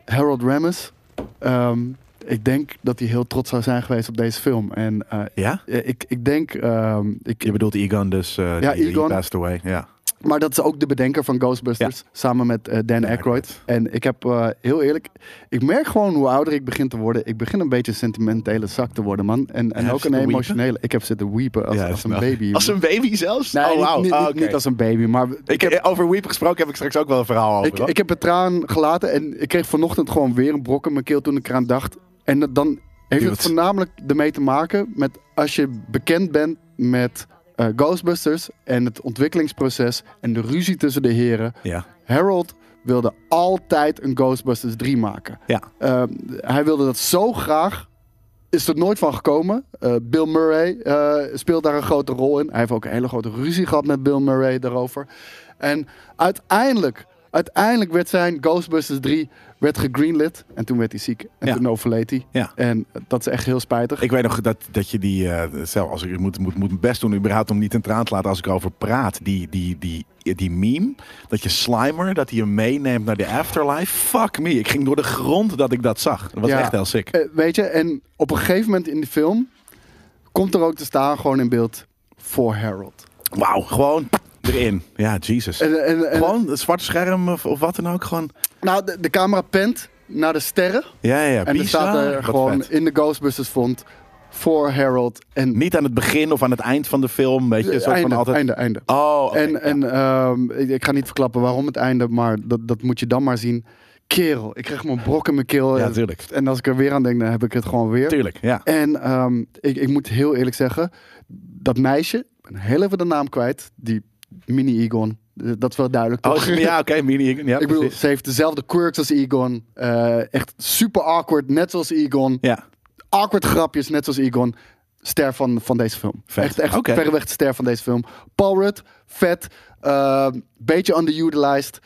Harold Ramis, ehm, ik denk dat hij heel trots zou zijn geweest op deze film. En eh, Ja? ik, ik denk, ehm, ik, Je bedoelt Egon dus. eh Ja, die, die Egon. passed away. Ja. maar dat is ook de bedenker van Ghostbusters. Samen met eh, Dan Aykroyd. En ik heb eh, heel eerlijk. Ik merk gewoon hoe ouder ik begin te worden. Ik begin een beetje een sentimentele zak te worden, man. En, en Ja, ook zitten een weepen? emotionele. Ik heb zitten weepen als, ja, als een snap. baby. Als een baby zelfs? Nee, oh, niet- wauw. niet, Ah, niet, oké. niet als een baby. Maar ik heb, over Weep gesproken heb ik straks ook wel een verhaal over. ik, hoor. ik heb een traan gelaten. En ik kreeg vanochtend gewoon weer een brok in mijn keel toen ik eraan dacht. En dat- dan heeft het Dude. voornamelijk ermee te maken met als je bekend bent met eh, Ghostbusters. En het ontwikkelingsproces. En de ruzie tussen de heren. ja. Harold wilde altijd een Ghostbusters 3 maken. Ja. Ehm, hij wilde dat zo graag. Is er nooit van gekomen. Eh, Bill Murray eh, speelt daar een grote rol in. Hij heeft ook een hele grote ruzie gehad met Bill Murray daarover. En uiteindelijk, Uiteindelijk werd zijn Ghostbusters 3 werd gegreenlit. En toen werd hij ziek. En Ja. toen overleed hij. Ja. En dat is echt heel spijtig. Ik weet nog dat, dat je die, eh zelf als ik ik moet, moet, moet mijn best doen, überhaupt om niet in traan te laten als ik erover praat. Die, die, die, die meme, dat je Slimer, dat hij hem meeneemt naar de afterlife. Fuck me, ik ging door de grond dat ik dat zag. Dat was Ja. echt heel sick. Eh, weet je, en op een gegeven moment in de film komt er ook te staan gewoon in beeld voor Harold. Wauw, gewoon erin. Ja, Jesus. En, en, en- gewoon een zwart scherm of, of wat dan ook. Gewoon, nou, de, de camera pent naar de sterren. ja, ja, En er bizar. staat er Wat gewoon vet. in de Ghostbusters font voor Harold. En Niet aan het begin of aan het eind van de film, weet je. een soort einde, van altijd... einde, einde. Oh, oké, en ja. en ehm, ik, ik ga niet verklappen waarom het einde, maar dat, dat moet je dan maar zien. Kerel, ik krijg mijn brok in mijn keel. Ja, tuurlijk. En als ik er weer aan denk, dan heb ik het gewoon weer. Tuurlijk, ja. En ehm, ik, ik moet heel eerlijk zeggen, dat meisje, ik ben heel even de naam kwijt, die mini Egon, eh, dat is wel duidelijk Oh, toch? ja, oké, mini. Ja, ik bedoel, precies. ze heeft dezelfde quirks als Egon. eh, echt super awkward, net zoals Egon. Ja. Awkward grapjes, net zoals Egon. Ster van, van deze film. Vet. Echt, echt Oké. verreweg de ster van deze film. Paul Rudd, vet. eh, beetje underutilized.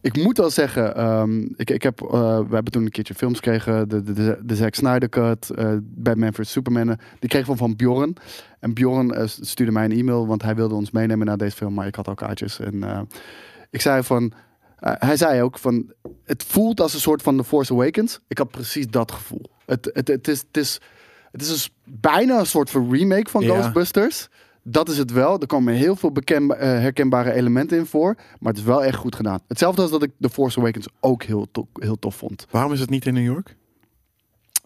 Ik moet wel zeggen, ehm, ik, ik heb, eh, we hebben toen een keertje films gekregen. De, de, de, de Zack Snyder Cut, eh, Batman vs. Superman. eh, Die kregen we van Bjorn. En Bjorn eh, stuurde mij een e-mail, want hij wilde ons meenemen naar deze film. Maar ik had ook kaartjes. En eh, ik zei van... eh, hij zei ook van, het voelt als een soort van The Force Awakens. Ik had precies dat gevoel. Het, het, het is, het is, het is een s- bijna een soort van remake van Ja. Ghostbusters. Dat is het wel. Er komen heel veel bekend, eh, herkenbare elementen in voor. Maar het is wel echt goed gedaan. Hetzelfde als dat ik The Force Awakens ook heel, to- heel tof vond. Waarom is het niet in New York?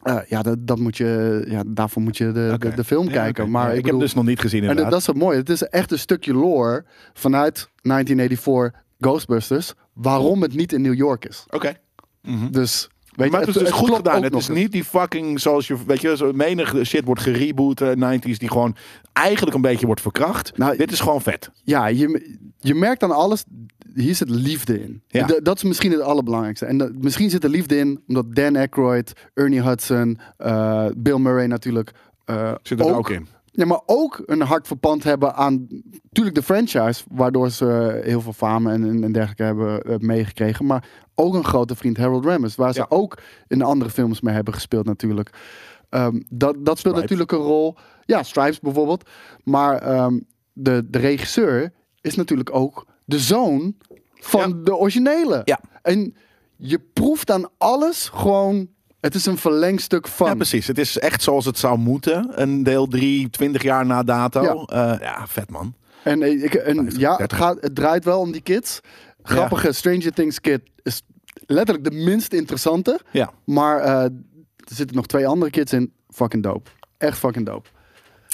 Eh, ja, dat, dat moet je, ja, daarvoor moet je de, Oké. de, de film Ja, kijken. oké. Maar Ja, ik, ik bedoel- heb dus nog niet gezien en inderdaad. dat, dat is het mooie. Het is echt een stukje lore vanuit 1984 Ghostbusters. Waarom het niet in New York is. Oké. Dus weet je, Mhm. Maar het, is dus goed klopt gedaan. ook Het nog is eens. niet die fucking, zoals je, weet je, zo menig shit wordt gereboot, eh, 90s, die gewoon eigenlijk een beetje wordt verkracht. Nou, Dit is gewoon vet. Ja, je, je merkt aan alles, hier zit liefde in. Ja. D- dat is misschien het allerbelangrijkste. En dat- misschien zit er liefde in, omdat Dan Aykroyd, Ernie Hudson, eh, Bill Murray natuurlijk... eh, Zit er ook, in. Ja, maar ook een hart verpand hebben aan natuurlijk de franchise, waardoor ze eh, heel veel fame en, en, en dergelijke hebben eh, meegekregen. Maar ook een grote vriend Harold Ramis, waar ze Ja. ook in andere films mee hebben gespeeld natuurlijk. Ehm, dat, dat speelt Stripes. natuurlijk een rol. Ja, Stripes bijvoorbeeld. Maar ehm, de, de regisseur is natuurlijk ook de zoon van Ja. de originele. Ja. En je proeft aan alles gewoon, het is een verlengstuk van. Ja, precies. Het is echt zoals het zou moeten. Een deel 3, 20 jaar na dato. Ja. Ja, ja vet man. En, eh, ik, en 50, ja, het, 30. gaat, het draait wel om die kids. Grappige Stranger Things kid is letterlijk de minst interessante. Ja. Maar eh, er zitten nog twee andere kids in. Fucking dope. Echt fucking dope.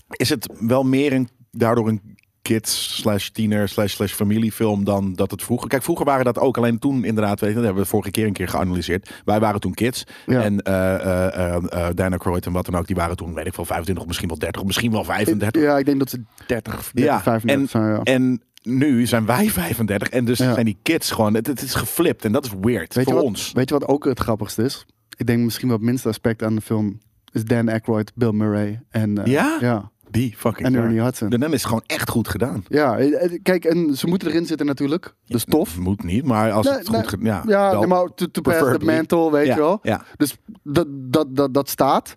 Is het wel meer een, daardoor een kids slash tiener slash slash familiefilm dan dat het vroeger... Kijk, vroeger waren dat ook, alleen toen inderdaad, weet je, dat hebben we vorige keer een keer geanalyseerd. Wij waren toen kids Ja. en eh eh eh eh, Dan Aykroyd en wat dan ook, die waren toen, weet ik veel, 25, of misschien wel 30, of misschien wel 35. Ja, ik denk dat ze 30, 30 Ja, 35 en- zijn. Ja. En nu zijn wij 35 en dus Ja. zijn die kids gewoon, het, het is geflipt en dat is weird weet, voor je wat, ons. weet je wat ook het grappigste is? Ik denk misschien wel het minste aspect aan de film is Dan Aykroyd, Bill Murray en, eh, Ja? ja, Die fucking en guy. Ernie Hudson. Dan is het gewoon echt goed gedaan. Ja, eh, eh, kijk, en ze moeten erin zitten natuurlijk. Dus tof. Moet niet, maar als Nee, het goed nee, gedaan ja, Ja, wel. nee, maar to, to pass the preferably. mantle, weet Ja, je wel. ja. Dus dat, dat, dat, dat staat.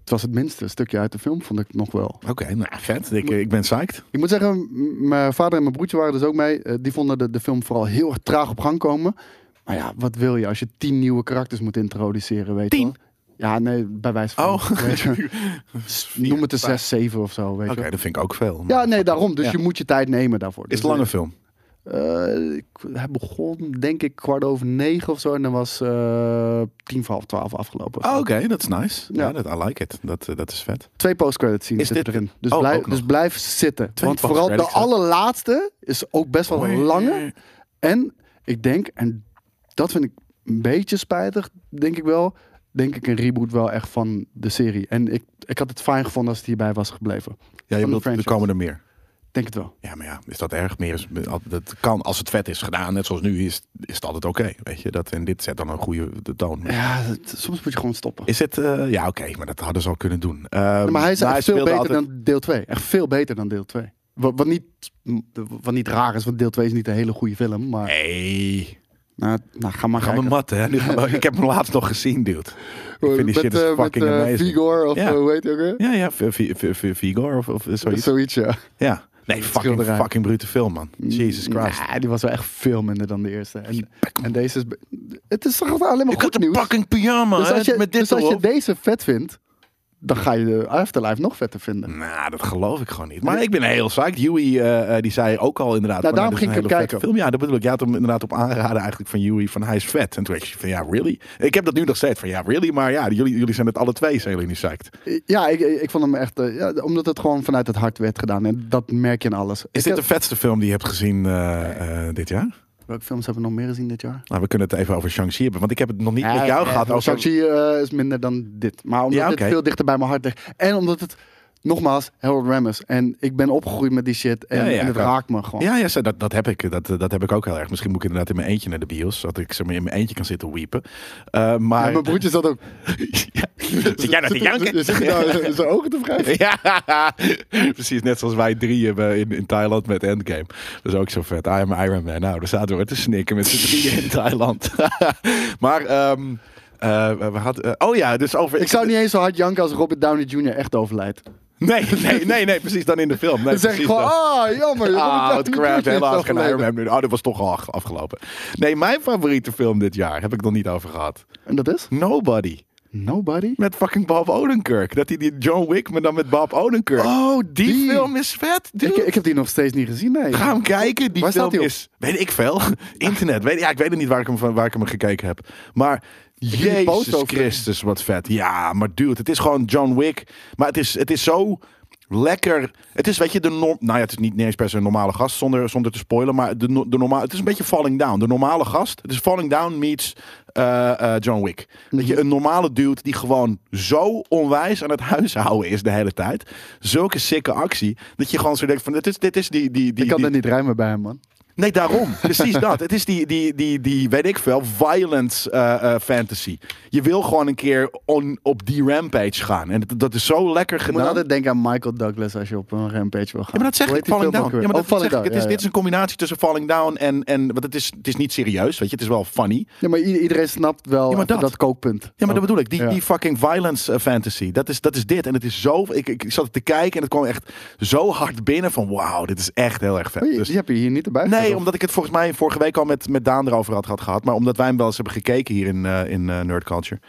Het was het minste stukje uit de film, vond ik nog wel. Oké, nou vet. Ik, ik ben psyched. Ik moet zeggen, m- mijn vader en mijn broertje waren dus ook mee. Eh, die vonden de, de film vooral heel erg traag op gang komen. Maar ja, wat wil je als je tien nieuwe karakters moet introduceren, weet je Tien? wel? Ja, nee, bij wijze van. Oh. weet je. Noem het een zes, zeven of zo, weet Oké, je. dat vind ik ook veel. wel. Ja, nee, daarom. Dus Ja. je moet je tijd nemen daarvoor. Is het Dus, een lange film? eh, ik, hij begon denk ik kwart over negen of zo. En dan was eh, tien voor half twaalf afgelopen. Oh, oké, dat is nice. Ja. Ja, dat I like it. Dat, eh, dat is vet. Twee postcredits zien Is zitten dit- erin. Dus, Oh, blijf, ook nog. dus blijf zitten. Twee Want vooral de postcredits. allerlaatste is ook best wel een lange. Hoi. En ik denk, en dat vind ik een beetje spijtig, denk ik wel. Denk ik een reboot wel echt van de serie. En ik, ik had het fijn gevonden als het hierbij was gebleven. Ja, je Van de bedoelt, er franchise. komen er meer. Denk het wel. Ja, maar ja, is dat erg? Meer is, dat kan, als het vet is gedaan, net zoals nu, is, is het altijd oké. Weet je, dat, en dit zet dan een goede de toon. Ja, het- soms moet je gewoon stoppen. Is het, eh, ja oké, maar dat hadden ze al kunnen doen. Ehm, maar hij is echt veel speelde beter altijd- dan deel 2. Echt veel beter dan deel 2. Wat, wat, niet, wat niet raar is, want deel 2 is niet een hele goede film. Maar Nee, Nou, nou, ga maar Gaan we kijken. mat, hè? Nu gaan we- ik heb hem laatst nog gezien, dude. Ik vind die met, shit is eh, met, fucking eh, amazing. Vigor of Ja. eh, hoe heet die ook weer? Ja, ja, V- V- V- V- Vigor of, of zoiets. Zoiets, ja. Mm, ja. Nee, fucking, schilderij. fucking brute film, man. Jesus Christ. Nee, die was wel echt veel minder dan de eerste. En, en deze is... be- Het is toch alleen maar Je goed kunt een nieuws? fucking pyjama, dus hè, als je, met dit dus als je erop. deze vet vindt, dan ga je de Afterlife nog vetter vinden. Nou, dat geloof ik gewoon niet. Maar ik ben heel psyched. Yui, eh, eh, die zei ook al inderdaad... Nou, van, daarom dit is ging een ik hem hele vette kijken. Film. Ja, dat bedoel ik. Je had hem inderdaad op aanraden eigenlijk van Yui van hij is vet. En toen dacht je van ja, really? Ik heb dat nu nog steeds van ja, really? Maar ja, jullie, jullie zijn het alle twee, zijn jullie niet psyched. Ja, ik, ik vond hem echt... eh, ja, omdat het gewoon vanuit het hart werd gedaan. En dat merk je in alles. Is Ik dit heb- de vetste film die je hebt gezien eh, eh, dit jaar? Welke films hebben we nog meer gezien dit jaar? Nou, we kunnen het even over Shang-Chi hebben. Want ik heb het nog niet met jou gehad. over- Shang-Chi eh, is minder dan dit. Maar omdat Ja, dit oké. veel dichter bij mijn hart ligt. En omdat het, nogmaals, Harold Ramis. En ik ben opgegroeid met die shit. En, Ja, ja, en het ja. raakt me gewoon. Ja, ja zo, dat, dat, heb ik, dat, dat heb ik ook heel erg. Misschien moet ik inderdaad in mijn eentje naar de bios. Zodat ik zeg maar, in mijn eentje kan zitten weepen. Eh, maar... Ja, mijn broertje zat ook. Zit jij nou te janken? Zit hij nou zijn ogen te wrijven? Ja, precies. Net zoals wij drie hebben in, in Thailand met Endgame. Dat is ook zo vet. I am Iron Man. Nou, daar zaten we te snikken met z'n drieën in Thailand. maar, ehm, eh, we hadden... eh, oh ja, dus over... Ik zou niet eens zo hard janken als Robert Downey Jr. echt overlijdt. Nee, nee, nee, nee, precies dan in de film. Nee, Dan zeg ik precies gewoon, dan. ah, jammer. Ah, Robert wat Downey Jr. crap. heeft Helaas geen overleden. Iron Man meer. Oh, dat was toch al af- afgelopen. Nee, mijn favoriete film dit jaar heb ik nog niet over gehad. En dat is? Nobody. Nobody. Met fucking Bob Odenkirk. Dat hij die John Wick, maar dan met Bob Odenkirk. Oh, die. film is vet, dude. Ik, ik heb die nog steeds niet gezien, nee. Ga hem kijken. Die Waar film staat die op? is, weet ik veel, internet. Weet, ja, ik weet het niet waar ik hem, van- waar ik hem gekeken heb. Maar heb die poster Jezus over- Christus, wat vet. Ja, maar dude, het is gewoon John Wick. Maar het is, het is zo lekker. Het is, weet je, de norm... Nou ja, het is niet, niet eens per se een normale gast, zonder, zonder te spoilen. Maar de, no- de normaal, het is een beetje Falling Down. De normale gast. Het is Falling Down meets eh, eh, John Wick. Dat Mhm. je een normale dude die gewoon zo onwijs aan het huishouden is de hele tijd. Zulke sikke actie. Dat je gewoon zo denkt van, dit is, dit is die... die, die Ik kan die- dat niet rijmen bij hem, man. Nee, daarom. Precies dat. Het is die, die, die, die weet ik veel, violence eh, eh, fantasy. Je wil gewoon een keer on, op die rampage gaan. En dat, dat is zo lekker Je moet gedaan. altijd denken aan Michael Douglas als je op een rampage wil gaan. Ja, maar dat zeg ik, Falling Down. Ja, maar dat zeg ik, het is, Oh, ja, Dit is een combinatie tussen Falling Down en... en want het is, het is niet serieus, weet je. Het is wel funny. ja. Ja, maar i- iedereen snapt wel Ja, maar even dat. dat. kookpunt. Ja, maar dat bedoel ik. Die, Oh. Ja. die fucking violence eh, fantasy. Dat is, dat is dit. En het is zo... Ik, ik, ik zat te kijken en het kwam echt zo hard binnen van... Wauw, dit is echt heel erg vet. Maar je, Dus- die heb je hier niet erbij. gezet, Nee, of- omdat ik het volgens mij vorige week al met, met Daan erover had, had gehad. Maar omdat wij hem wel eens hebben gekeken hier in, eh, in eh, Nerd Culture.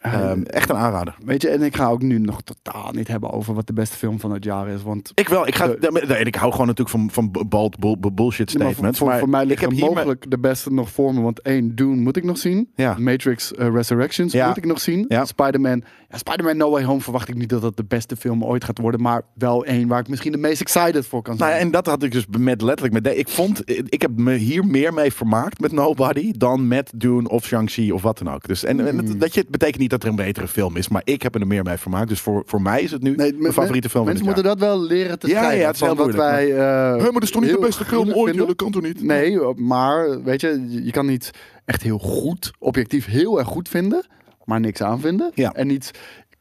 Ah, Ehm, echt een aanrader. Weet je, en ik ga ook nu nog totaal niet hebben over wat de beste film van het jaar is. Want Ik wel. Ik, ga, nee, ik hou gewoon natuurlijk van, van bold bull- bull- bullshit Ja, maar statements. voor, voor, maar voor mij ik ligt heb er hier mijn- mogelijk de beste nog voor me. Want één, Dune moet ik nog zien. Ja. Matrix eh, Resurrections Ja. moet ik nog zien. Ja. Spider-Man. Ja, Spider-Man No Way Home verwacht ik niet dat dat de beste film ooit gaat worden. Maar wel één waar ik misschien de meest excited voor kan zijn. Nou ja, en dat had ik dus met letterlijk met. de- Ik vond, ik heb me hier meer mee vermaakt met Nobody dan met Dune of Shang-Chi of wat dan ook. Dus en, en Hmm. dat, weet je, het betekent niet dat er een betere film is, maar ik heb er meer mee vermaakt. Dus voor, voor mij is het nu me- mijn favoriete me- film van Mensen het jaar. moeten dat wel leren te Ja, scheiden. ja, het is van heel wat moeilijk, wij. eh, Hé, maar dat is toch niet de heel beste film gruwelijk ooit? vinden? Jullie kan toch niet? Nee, maar weet je, je- je kan niet echt heel goed, objectief heel erg goed vinden, maar niks aanvinden. Ja. En iets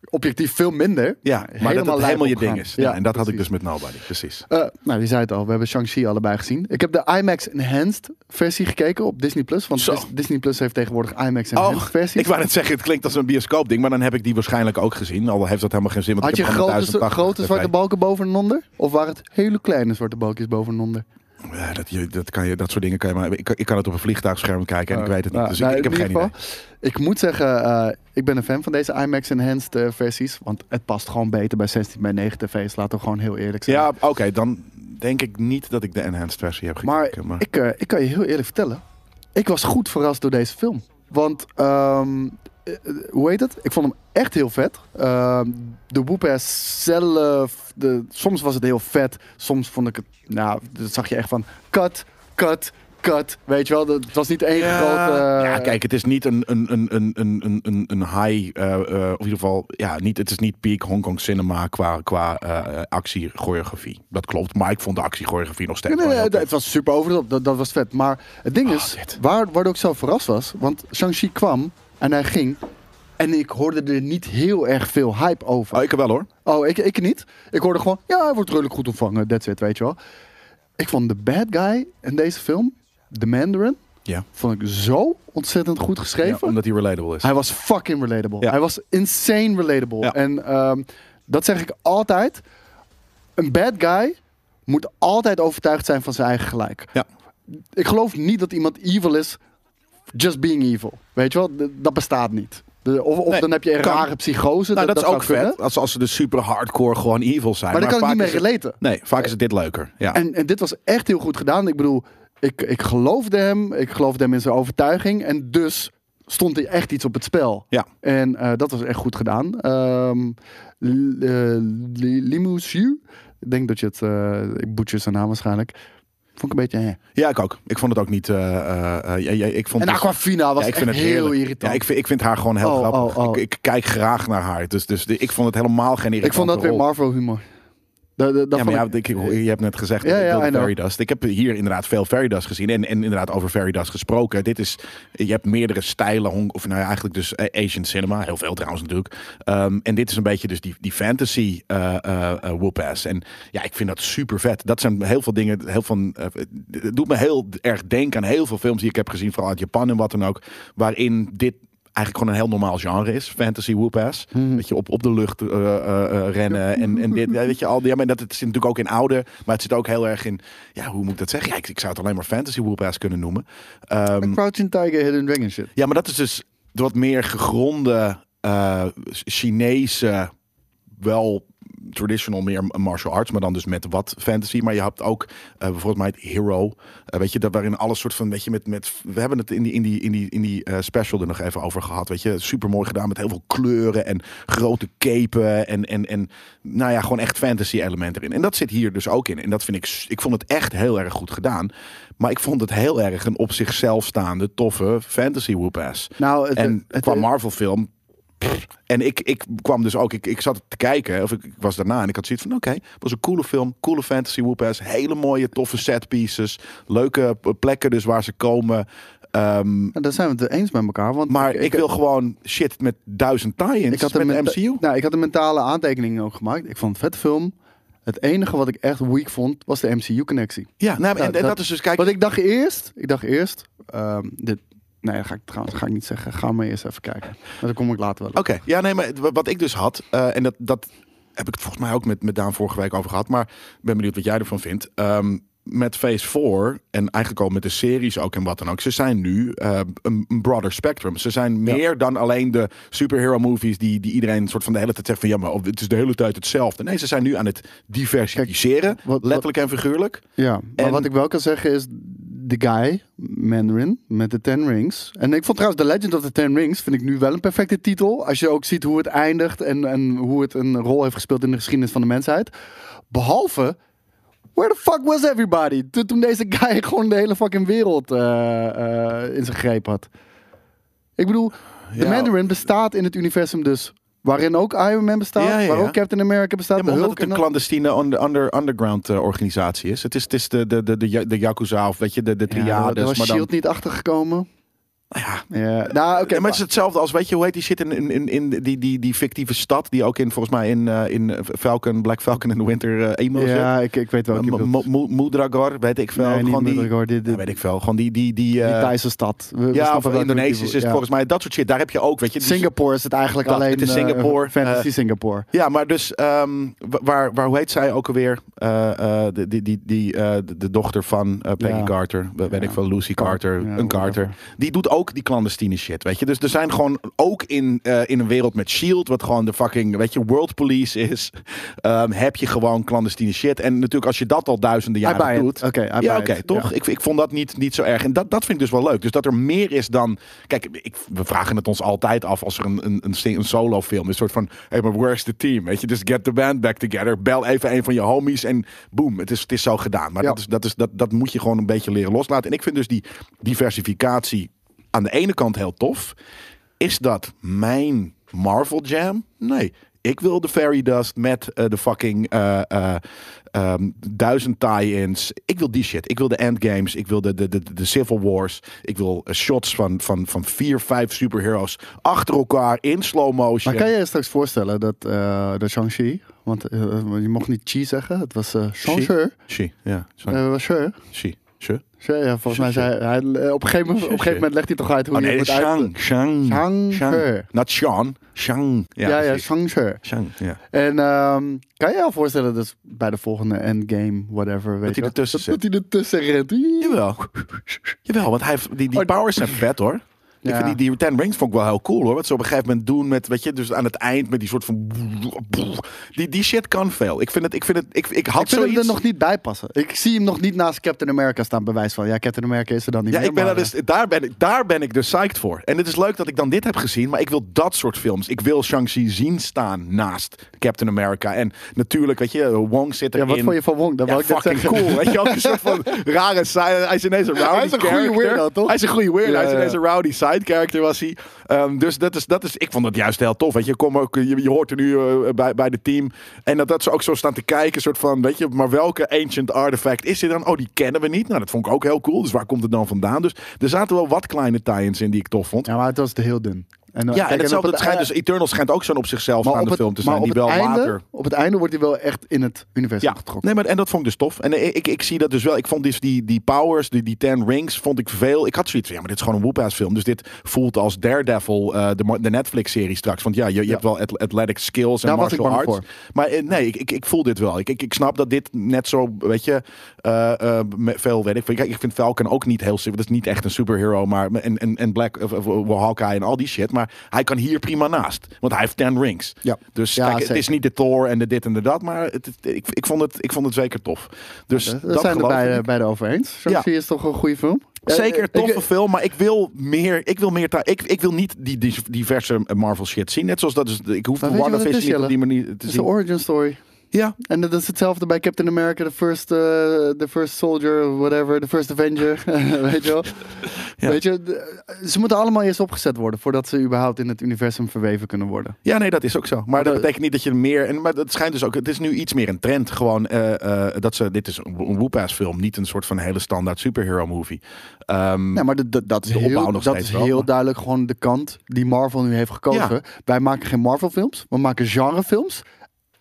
objectief veel minder. Ja, maar dat lijp het helemaal je opgaan. ding is. Ja, en dat had ik precies. dus met Nobody, precies. Eh, nou, je zei het al, we hebben Shang-Chi allebei gezien. Ik heb de IMAX Enhanced versie gekeken op Disney Plus. Want Zo. Dis- Disney Plus heeft tegenwoordig IMAX Enhanced Oh, versie. ik wou net zeggen, het klinkt als een bioscoopding, maar dan heb ik die waarschijnlijk ook gezien. Al heeft dat helemaal geen zin. Want Had ik je heb gewoon grote, 1080p grote tv. zwarte balken boven en onder? Of waren het hele kleine zwarte balkjes boven en onder? Ja, dat, je- dat, kan je, dat soort dingen kan je maar. Ik, kan- ik kan het op een vliegtuigscherm kijken en ik weet het niet. Nou, dus nou, ik, ik in heb geen ieder idee. geval, Ik moet zeggen, eh, ik ben een fan van deze IMAX Enhanced eh, versies. Want het past gewoon beter bij 16 bij 9 tv's. Laten we gewoon heel eerlijk zijn. Ja, oké, dan denk ik niet dat ik de enhanced versie heb maar gekeken. Maar, ik, eh, ik kan je heel eerlijk vertellen. Ik was goed verrast door deze film. Want, ehm, eh, eh, hoe heet het? Ik vond hem echt heel vet. Ehm, de Whoopers zelf, de, soms was het heel vet. Soms vond ik het, nou, dat zag je echt van cut, cut, cut. Weet je wel, dat- het was niet één grote... eh, ja, kijk, het is niet een, een, een, een, een, een- een, een high, eh, eh, of in ieder geval, ja, niet, het is niet peak Hongkong cinema qua, qua eh, actiechoreografie. Dat klopt, maar ik vond de actiechoreografie nog steeds Nee, nee, wel nee, heel het, tof. het was super over de top. Dat, dat was vet. Maar het ding Ah, is, dit. waar, waardoor ik zo verrast was. Want Shang-Chi kwam en hij ging. En ik hoorde er niet heel erg veel hype over. Oh, ik wel hoor. Oh, ik, ik niet. Ik hoorde gewoon, ja, hij wordt redelijk goed ontvangen. That's it, weet je wel. Ik vond de bad guy in deze film, de Mandarin, Ja. Vond ik zo ontzettend goed Ja, geschreven. omdat hij relatable is. Hij was fucking relatable. Ja. Hij was insane relatable. Ja. En ehm, dat zeg ik altijd. Een bad guy moet altijd overtuigd zijn van zijn eigen gelijk. Ja. Ik geloof niet dat iemand evil is just being evil. Weet je wel? D- dat bestaat niet. De- of of Nee, dan heb je een kan. rare psychose. nou, dat, is zou ook vet. kunnen. Als, als ze dus super hardcore gewoon evil zijn. Maar, daar kan ik vaak niet is mee relaten. het- Nee, vaak is het dit leuker. Ja. En, en dit was echt heel goed gedaan. Ik bedoel, ik, ik geloofde hem. Ik geloofde hem in zijn overtuiging. En dus stond er echt iets op het spel. Ja. En eh, dat was echt goed gedaan. Ehm L- eh, Li- Limousin? Ik denk dat je het... eh ik boetje zijn naam waarschijnlijk. Vond ik een beetje... hè. ja, ik ook. Ik vond het ook niet... eh, eh, eh, ja, ja, ik vond En dus- Aquafina was ja, ik echt vind het heel heerlijk. irritant. Ja, ik, vind, ik vind haar gewoon heel Oh, grappig. oh, oh. Ik, ik kijk graag naar haar. Dus, dus de- ik vond het helemaal geen ik irritante vond dat weer rol. Marvel humor. Dat, dat, dat ja, maar ja, vond ik- ik, je hebt net gezegd, Ja, ik ja, wilde I know. Fairy Dust. Ik heb hier inderdaad veel Fairy Dust gezien en, en inderdaad over Fairy Dust gesproken. Dit is, je hebt meerdere stijlen, hong- of nou ja, eigenlijk dus eh, Asian cinema, heel veel trouwens natuurlijk. Ehm, en dit is een beetje dus die, die fantasy eh eh eh, whoop-ass. En ja, ik vind dat super vet. Dat zijn heel veel dingen, heel van, eh, het doet me heel erg denken aan heel veel films die ik heb gezien, vooral uit Japan en wat dan ook, waarin dit eigenlijk gewoon een heel normaal genre is. Fantasy whoop-ass. Dat je op, op de lucht eh, eh, eh, rennen en, en dit. Ja, weet je, al, die- ja, maar dat het zit natuurlijk ook in oude, maar het zit ook heel erg in, ja, hoe moet ik dat zeggen? Ja, ik, ik zou het alleen maar fantasy whoop-ass kunnen noemen. Ehm, Crouching Tiger, Hidden Dragon shit. ja, maar dat is dus de wat meer gegronde eh, Chinese, wel traditional meer martial arts, maar dan dus met wat fantasy. Maar je hebt ook eh, bijvoorbeeld mij het Hero, eh, weet je, dat waarin alles soort van, weet je, met, met we hebben het in die, in die, in die, in die eh, special er nog even over gehad, weet je, super mooi gedaan met heel veel kleuren en grote capen en, en, en nou ja, gewoon echt fantasy elementen erin. En dat zit hier dus ook in. En dat vind ik, s- ik vond het echt heel erg goed gedaan, maar ik vond het heel erg een op zichzelf staande toffe fantasy whoop-ass. Nou, het, En het- qua Marvel-film. pff, En ik, ik kwam dus ook, ik, ik zat te kijken, of ik, ik was daarna en ik had zoiets van: oké, het was een coole film, coole fantasy whoop-ass, hele mooie, toffe set pieces, leuke eh, plekken dus waar ze komen. Ehm, daar zijn we het eens met elkaar. Want maar ik, wil gewoon shit met duizend tie-ins Ik had met een de menta- MCU. Nou, ik had een mentale aantekening ook gemaakt. Ik vond het vet film. Het enige wat ik echt weak vond, was de MCU-connectie. Ja, nou, en, en dat, dat- is dus, kijk, Want ik dacht eerst, ik dacht eerst, ehm, dit, nee, dat ga ik trouwens ga ik niet zeggen. Ga maar eerst even kijken. Maar dan kom ik later wel. op. Oké, ja, nee, maar wa- wat ik dus had, eh, en dat, dat heb ik het volgens mij ook met, met Daan vorige week over gehad, maar ik ben benieuwd wat jij ervan vindt. Ehm, met Phase 4 en eigenlijk al met de series ook en wat dan ook, ze zijn nu eh, een, een broader spectrum. Ze zijn meer dan alleen de superhero movies die, die iedereen soort van de hele tijd zegt van ja, maar oh, het is de hele tijd hetzelfde. Nee, ze zijn nu aan het diversificeren, wat- letterlijk en figuurlijk. Ja, maar En- wat ik wel kan zeggen is, de guy, Mandarin, met de Ten Rings. En ik vond trouwens The Legend of the Ten Rings, vind ik nu wel een perfecte titel. Als je ook ziet hoe het eindigt en, en hoe het een rol heeft gespeeld in de geschiedenis van de mensheid. Behalve, where the fuck was everybody? Toen, toen deze guy gewoon de hele fucking wereld eh, eh, in zijn greep had. Ik bedoel, de Ja. Mandarin bestaat in het universum dus. Waarin ook Iron Man bestaat, Ja, ja, waar ja. ook Captain America bestaat. Ja, maar de omdat Hulk het een en- clandestine under, under- underground eh, organisatie is. Het is, het is de, de, de, de, ja- de Yakuza of weet je, de, de ja, daar triades. was dus maar dan, S.H.I.E.L.D. niet achtergekomen. ja, Ja, nou oké. Ja, maar het is hetzelfde als, weet je, hoe heet die shit in, in, in, in die, die, die fictieve stad die ook in, volgens mij, in, eh, in Falcon, Black Falcon in the Winter eh emo zit. ja, ik, ik weet wel. M- Die Mo- Mo- Mudragor, weet ik veel. Nee, niet gewoon die, Mudragor, die- die- Ja, weet ik veel. Gewoon die, die, die, eh, die Thaise stad. We- ja, we snappen of welke Indonesisch bedoel- is het ja. volgens mij. Dat soort shit, daar heb je ook, weet je. die- Singapore is het eigenlijk Ja, alleen. het is eh, Singapore, fantasy eh, Singapore. Ja, maar dus, ehm, wa- waar, waar, hoe heet zij ook alweer? Eh, eh, de, die, die, die, eh, de- de dochter van eh, Peggy Ja. Carter, we- weet Ja. Oh, ik veel, Lucy Carter, Ja, een Carter. Die doet ook die clandestine shit, weet je. Dus er zijn gewoon ook in, eh, in een wereld met S.H.I.E.L.D., wat gewoon de fucking, weet je, world police is, ehm, heb je gewoon clandestine shit. En natuurlijk als je dat al duizenden I buy jaren it. doet... Oké, I Ja, buy oké, it. toch? Ja. Ik, ik vond dat niet, niet zo erg. En dat, dat vind ik dus wel leuk. Dus dat er meer is dan... Kijk, ik, we vragen het ons altijd af als er een, een, een, sing- een solo film is. Een soort van, hey, maar where's the team? Weet je, dus get the band back together. Bel even een van je homies en boom, het is, het is zo gedaan. Maar Ja. dat, is, dat, is, dat, dat moet je gewoon een beetje leren loslaten. En ik vind dus die diversificatie aan de ene kant heel tof. Is dat mijn Marvel Jam? Nee. Ik wil de Fairy Dust met eh, de fucking eh, eh, ehm, duizend tie-ins. Ik wil die shit. Ik wil de Endgames. Ik wil de, de, de, de Civil Wars. Ik wil eh, shots van, van, van vier, vijf superheroes achter elkaar in slow motion. Maar kan je je straks voorstellen dat, eh dat Shang-Chi, want eh, je mocht niet Chi zeggen, het was eh, Shang-Chi. She. Ja, sorry. Eh, was Shi. She. Tje? Ja, ja, volgens mij zei hij... eh, Op een gegeven moment, op een gegeven moment legt hij toch uit hoe Oh je nee, het moet Shang. uiten. Shang. Shang He. Not Sean. Shang. Ja, Ja, ja, precies. Shang Tsung. Shang. Ja. En ehm, kan je je al voorstellen, dus bij de volgende endgame, whatever, weet hij je wel, ertussen dat, dat hij ertussen rent. Wie- Jawel. Jawel, want hij heeft, die, die Oh, powers zijn vet hoor. Ik Ja. vind die, die Ten Rings vond ik wel heel cool hoor. Wat ze op een gegeven moment doen met, weet je, dus aan het eind met die soort van... Die, die shit kan veel. Ik vind het, ik vind het, ik, ik had Ik vind hem er zoiets... nog niet bij passen. Ik zie hem nog niet naast Captain America staan, bewijs van. Ja, Captain America is er dan niet Ja, meer. ik ben daar, maar, eh, dus, daar, ben ik, daar ben ik dus psyched voor. En het is leuk dat ik dan dit heb gezien, maar ik wil dat soort films. Ik wil Shang-Chi zien staan naast Captain America. En natuurlijk, weet je, Wong zit eh, Ja, erin. wat vond je van Wong? Dat Ja, wou ik net fucking zeggen. cool. Weet je, ook een soort van rare side. Hij is ineens een rowdy Hij is een goede character. weirdo, toch? Hij is een goede weirdo. Ja, hij is ja. ineens een rowdy side character was hij. Ehm, dus dat is, dat is, ik vond dat juist heel tof. Weet je, kom ook, je, je hoort er nu eh, bij, bij de team. En dat, dat ze ook zo staan te kijken. soort van, weet je, maar welke ancient artifact is dit dan? Oh, die kennen we niet. Nou, dat vond ik ook heel cool. Dus waar komt het dan vandaan? Dus er zaten wel wat kleine tie-ins in die ik tof vond. Ja, Ja, maar het was te heel dun. En, dan- kijk, en op hetzelfde, het schijnt eh, dus Eternal schijnt ook zo'n op zichzelf maar op staande het- film te maar zijn. Die op wel het einde, later... Op het einde wordt hij wel echt in het universum Ja, getrokken. nee, maar en dat vond ik dus tof. En eh, ik, ik zie dat dus wel. Ik vond dus die, die powers, die, die ten rings, vond ik veel. Ik had zoiets van, ja, maar dit is gewoon een whoop-ass film. Dus dit voelt als Daredevil, eh, de, mo- de Netflix-serie straks. Want ja, je, je hebt wel at- athletic skills en Daar was ik martial arts. bang Maar eh, nee, ik, ik, ik voel dit wel. Ik, ik, ik snap dat dit net zo, weet je, eh, eh, me- veel weet ik. veel. Kijk, ik vind Falcon ook niet heel... super- Dat is niet echt een superhero, maar... En, en, en Black of, of- of Hawkeye en al die shit. Maar hij kan hier prima naast. Want hij heeft ten rings. Ja. Dus Ja, kijk, het zeker. is niet de Thor en de dit en de dat, maar het, het- ik, ik, vond het, ik vond het zeker tof. Dus We dat zijn er geloof bij, ik. eh, bij de over eens. Shang-Chi is toch een goede film? Eh, Zeker eh, toffe ik- film, maar ik wil meer. Ik wil meer. ta- Ik, ik wil niet die, die diverse Marvel shit zien. Net zoals dat is. Ik hoef Maar weet je wat het WandaVision is, niet op Jelle? die manier te Het is een zien. origin story. Ja, En dat is hetzelfde bij Captain America, The First, eh, the first Soldier, whatever, The First Avenger. Weet je wel? Ja. Weet je, de- eh, ze moeten allemaal eerst opgezet worden voordat ze überhaupt in het universum verweven kunnen worden. ja, nee, dat is ook zo. Maar dat dat- betekent niet dat je meer. En, maar het schijnt dus ook. Het is nu iets meer een trend. Gewoon eh, eh, dat ze. Dit is een een whoop-ass film, niet een soort van hele standaard superhero movie. Ehm, Nee, maar de- de- dat is, De opbouw heel, nog dat steeds is wel, heel maar- duidelijk gewoon de kant die Marvel nu heeft gekozen. Ja. Wij maken geen Marvel films, we maken genrefilms.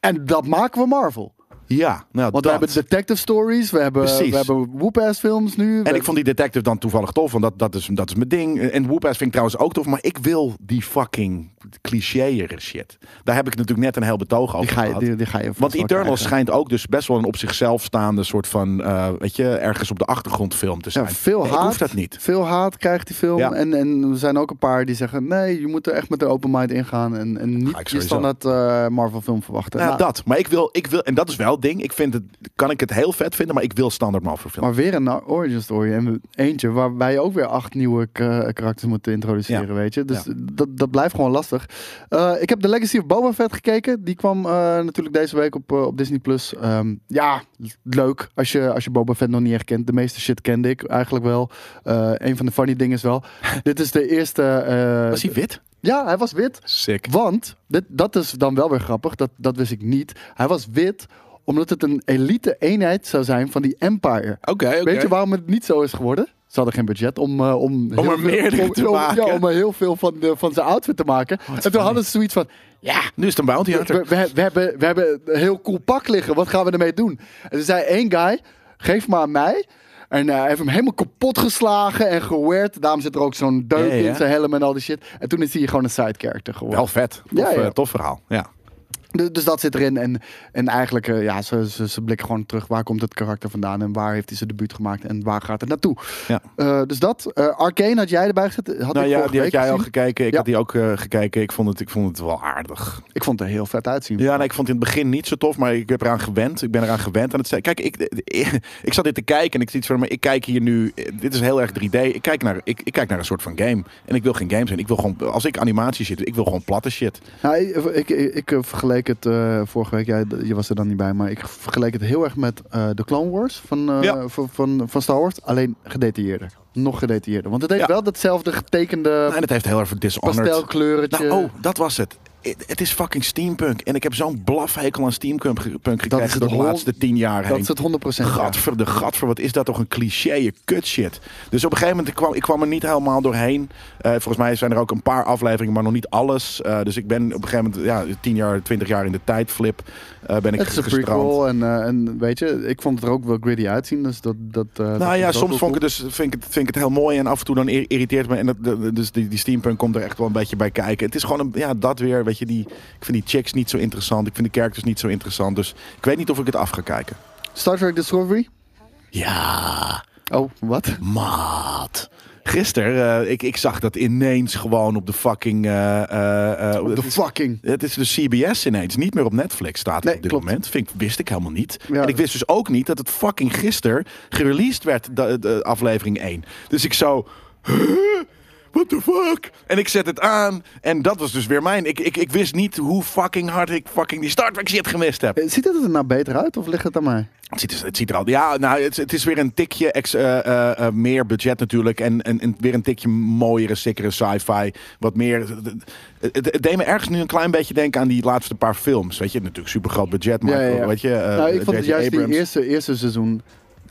En dat maken we Marvel. ja, nou Want dat. we hebben detective stories, we hebben, Precies. we hebben whoop-ass films nu. En ik vond die detective dan toevallig tof, want dat, dat, is, dat is mijn ding. En Whoop-ass vind ik trouwens ook tof, maar ik wil die fucking clichéere shit. Daar heb ik natuurlijk net een heel betoog over die ga je, gehad. die, die ga je want vast wel Eternal krijgen. schijnt ook dus best wel een op zichzelf staande soort van, eh, weet je, ergens op de achtergrond film te zijn. Ja, veel Nee, haat. Ik hoef dat niet. Veel haat krijgt die film. Ja. En, en er zijn ook een paar die zeggen: nee, je moet er echt met de open mind ingaan. En, en Ga ik niet je sowieso. standaard eh, Marvel-film verwachten. Ja, Nou, dat. Maar ik wil, ik wil, en dat is wel het ding. Ik vind het, kan ik het heel vet vinden, maar ik wil standaard Marvel film. Maar weer een origin story. En eentje waarbij je ook weer acht nieuwe k- karakters moet introduceren, Ja. weet je. Dus dat, dat blijft gewoon lastig. Eh, ik heb The Legacy of Boba Fett gekeken. Die kwam eh, natuurlijk deze week op, eh, op Disney+. Plus. Ehm, ja, leuk. Als je, als je Boba Fett nog niet echt kent. De meeste shit kende ik eigenlijk wel. Eh, een van de funny dingen is wel... dit is de eerste... eh, Was hij wit? Ja, hij was wit. Sick. Want, dit, dat is dan wel weer grappig, dat, dat wist ik niet. Hij was wit omdat het een elite eenheid zou zijn van die Empire. Oké, oké. Weet je waarom het niet zo is geworden? Ze hadden geen budget om, eh, om, heel er meerdere om- te om- maken. Ja, om er heel veel van, de, van zijn outfit te maken. en toen hadden ze zoiets van, ja, Nu is het een bounty hunter. we, we, we hebben, we hebben een heel cool pak liggen. Wat gaan we ermee doen? En er zei één guy, geef maar aan mij. En eh, hij heeft hem helemaal kapot geslagen en geweerd. Daarom zit er ook zo'n deuk Ja, ja. in zijn helm en al die shit. En toen is hij gewoon een side character geworden. Wel vet. Tof, Ja, ja. eh, tof verhaal. Ja. Dus, dus dat zit erin. En, en eigenlijk, eh, ja, ze, ze, ze blikken gewoon terug. Waar komt het karakter vandaan? En waar heeft hij zijn debuut gemaakt? En waar gaat het naartoe? Ja. Eh, dus dat. eh Arcane had jij erbij gezet. Had Nou ik ja, vorige die had week jij al gezien. gekeken. Ik Ja. had die ook eh, gekeken. Ik vond, het, ik vond het wel aardig. Ik vond het er heel vet uitzien. Ja, nee, ik vond het in het begin niet zo tof, maar ik heb eraan gewend. Ik ben eraan gewend aan het st- Kijk, ik, ik, ik zat dit te kijken en ik zie iets van, maar ik kijk hier nu. eh, Dit is heel erg 3D. Ik kijk naar, ik, ik kijk naar een soort van game. En ik wil geen game zijn. Ik wil gewoon, als ik animatie zit, ik wil gewoon platte shit. Nou, ik, ik, ik eh, vergeleek het eh, vorige week. Jij, je was er dan niet bij. Maar ik vergeleek het heel erg met eh de Clone Wars van, eh, Ja. van, van, van Star Wars. Alleen gedetailleerder. Nog gedetailleerder. Want het heeft Ja. wel datzelfde getekende En het heeft heel erg voor Dishonored. pastelkleuretje. Nou, oh, dat was het. het- het is fucking steampunk. En ik heb zo'n blafhekel aan steampunk ge- punk is gekregen het de hol- laatste tien jaar Dat heen. is het 100%. ja. Gadver de gadver, wat is dat toch een cliché kut shit. Dus op een gegeven moment ik kwam ik kwam er niet helemaal doorheen. Eh, volgens mij zijn er ook een paar afleveringen, maar nog niet alles. Eh, dus ik ben op een gegeven moment, ja, tien jaar, twintig jaar in de tijdflip eh ben ik Het is een gestrand. prequel en, eh, en weet je, ik vond het er ook wel gritty uitzien. Dus dat, dat, eh, dat Nou is ja, ook soms wel vond ik, het dus, vind, ik het, vind ik het heel mooi en af en toe dan ir- irriteert me. En dat, de- de- dus die, die steampunk komt er echt wel een beetje bij kijken. Het is gewoon een, ja, dat weer, weet je, die, ik vind die chicks niet zo interessant. Ik vind de characters niet zo interessant. Dus ik weet niet of ik het af ga kijken. cool. Star Trek Discovery? Ja, Oh, wat? maat. Gisteren, eh, ik, ik zag dat ineens gewoon op de fucking... eh, eh, eh, De het is- fucking. het is dus CBS ineens, niet meer op Netflix staat Nee, op dit klopt. moment. Vind, ik- wist ik helemaal niet. Ja. En ik wist dus ook niet dat het fucking gisteren gereleased werd, de, de aflevering 1. Dus ik zo... "Huh? What the fuck? En ik zet het aan. En dat was dus weer mijn... Ik, ik, ik wist niet hoe fucking hard ik fucking die Star Trek shit gemist heb. Eh, Ziet het er nou beter uit of ligt het aan mij? Het ziet, er- het ziet er al. Ja, nou, het, het is weer een tikje ex, eh, eh, eh, meer budget natuurlijk. En, en, en weer een tikje mooiere, sikkere sci-fi. Wat meer. Het, het- het deed me ergens nu een klein beetje denken aan die laatste paar films. Weet je, natuurlijk super groot budget. Maar Ja, ja, ja. weet je, eh, nou, ik vond het J.J. juist Abrams. die eerste, eerste seizoen.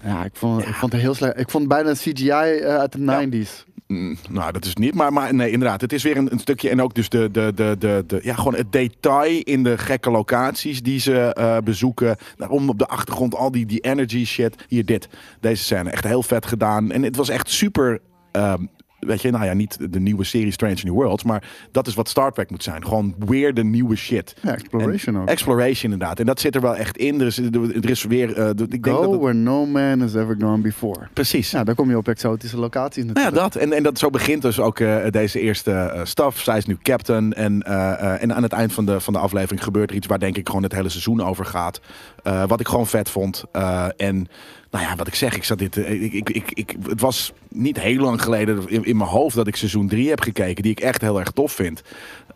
Ja, ik vond, ik vond het heel slecht. Ik vond het bijna CGI eh, uit de 90s. Mm, nou, dat is niet. Maar, maar nee, inderdaad. Het is weer een, een stukje. En ook dus de, de, de, de, de- ja, gewoon het detail in de gekke locaties die ze eh, bezoeken. Daarom op de achtergrond al die, die energy shit. Hier dit. Deze scène. Echt heel vet gedaan. En het was echt super. ehm, Weet je, nou ja, niet de nieuwe serie Strange New Worlds, maar dat is wat Star Trek moet zijn. Gewoon weer de nieuwe shit. Ja, exploration En- ook. Exploration, inderdaad. En dat zit er wel echt in. Er is, er is weer. eh, ik denk Go dat het- where no man has ever gone before. precies. Ja, dan kom je op exotische locaties Nou ja, natuurlijk. dat. En, en dat, zo begint dus ook eh, deze eerste eh, staf. Zij is nu captain. En, eh, eh, en aan het eind van de, van de aflevering gebeurt er iets waar denk ik gewoon het hele seizoen over gaat. Eh, wat ik gewoon vet vond. Eh, en nou ja, wat ik zeg, ik zat dit. eh, ik, ik, ik, ik, het was niet heel lang geleden in, in mijn hoofd dat ik seizoen 3 heb gekeken, die ik echt heel erg tof vind.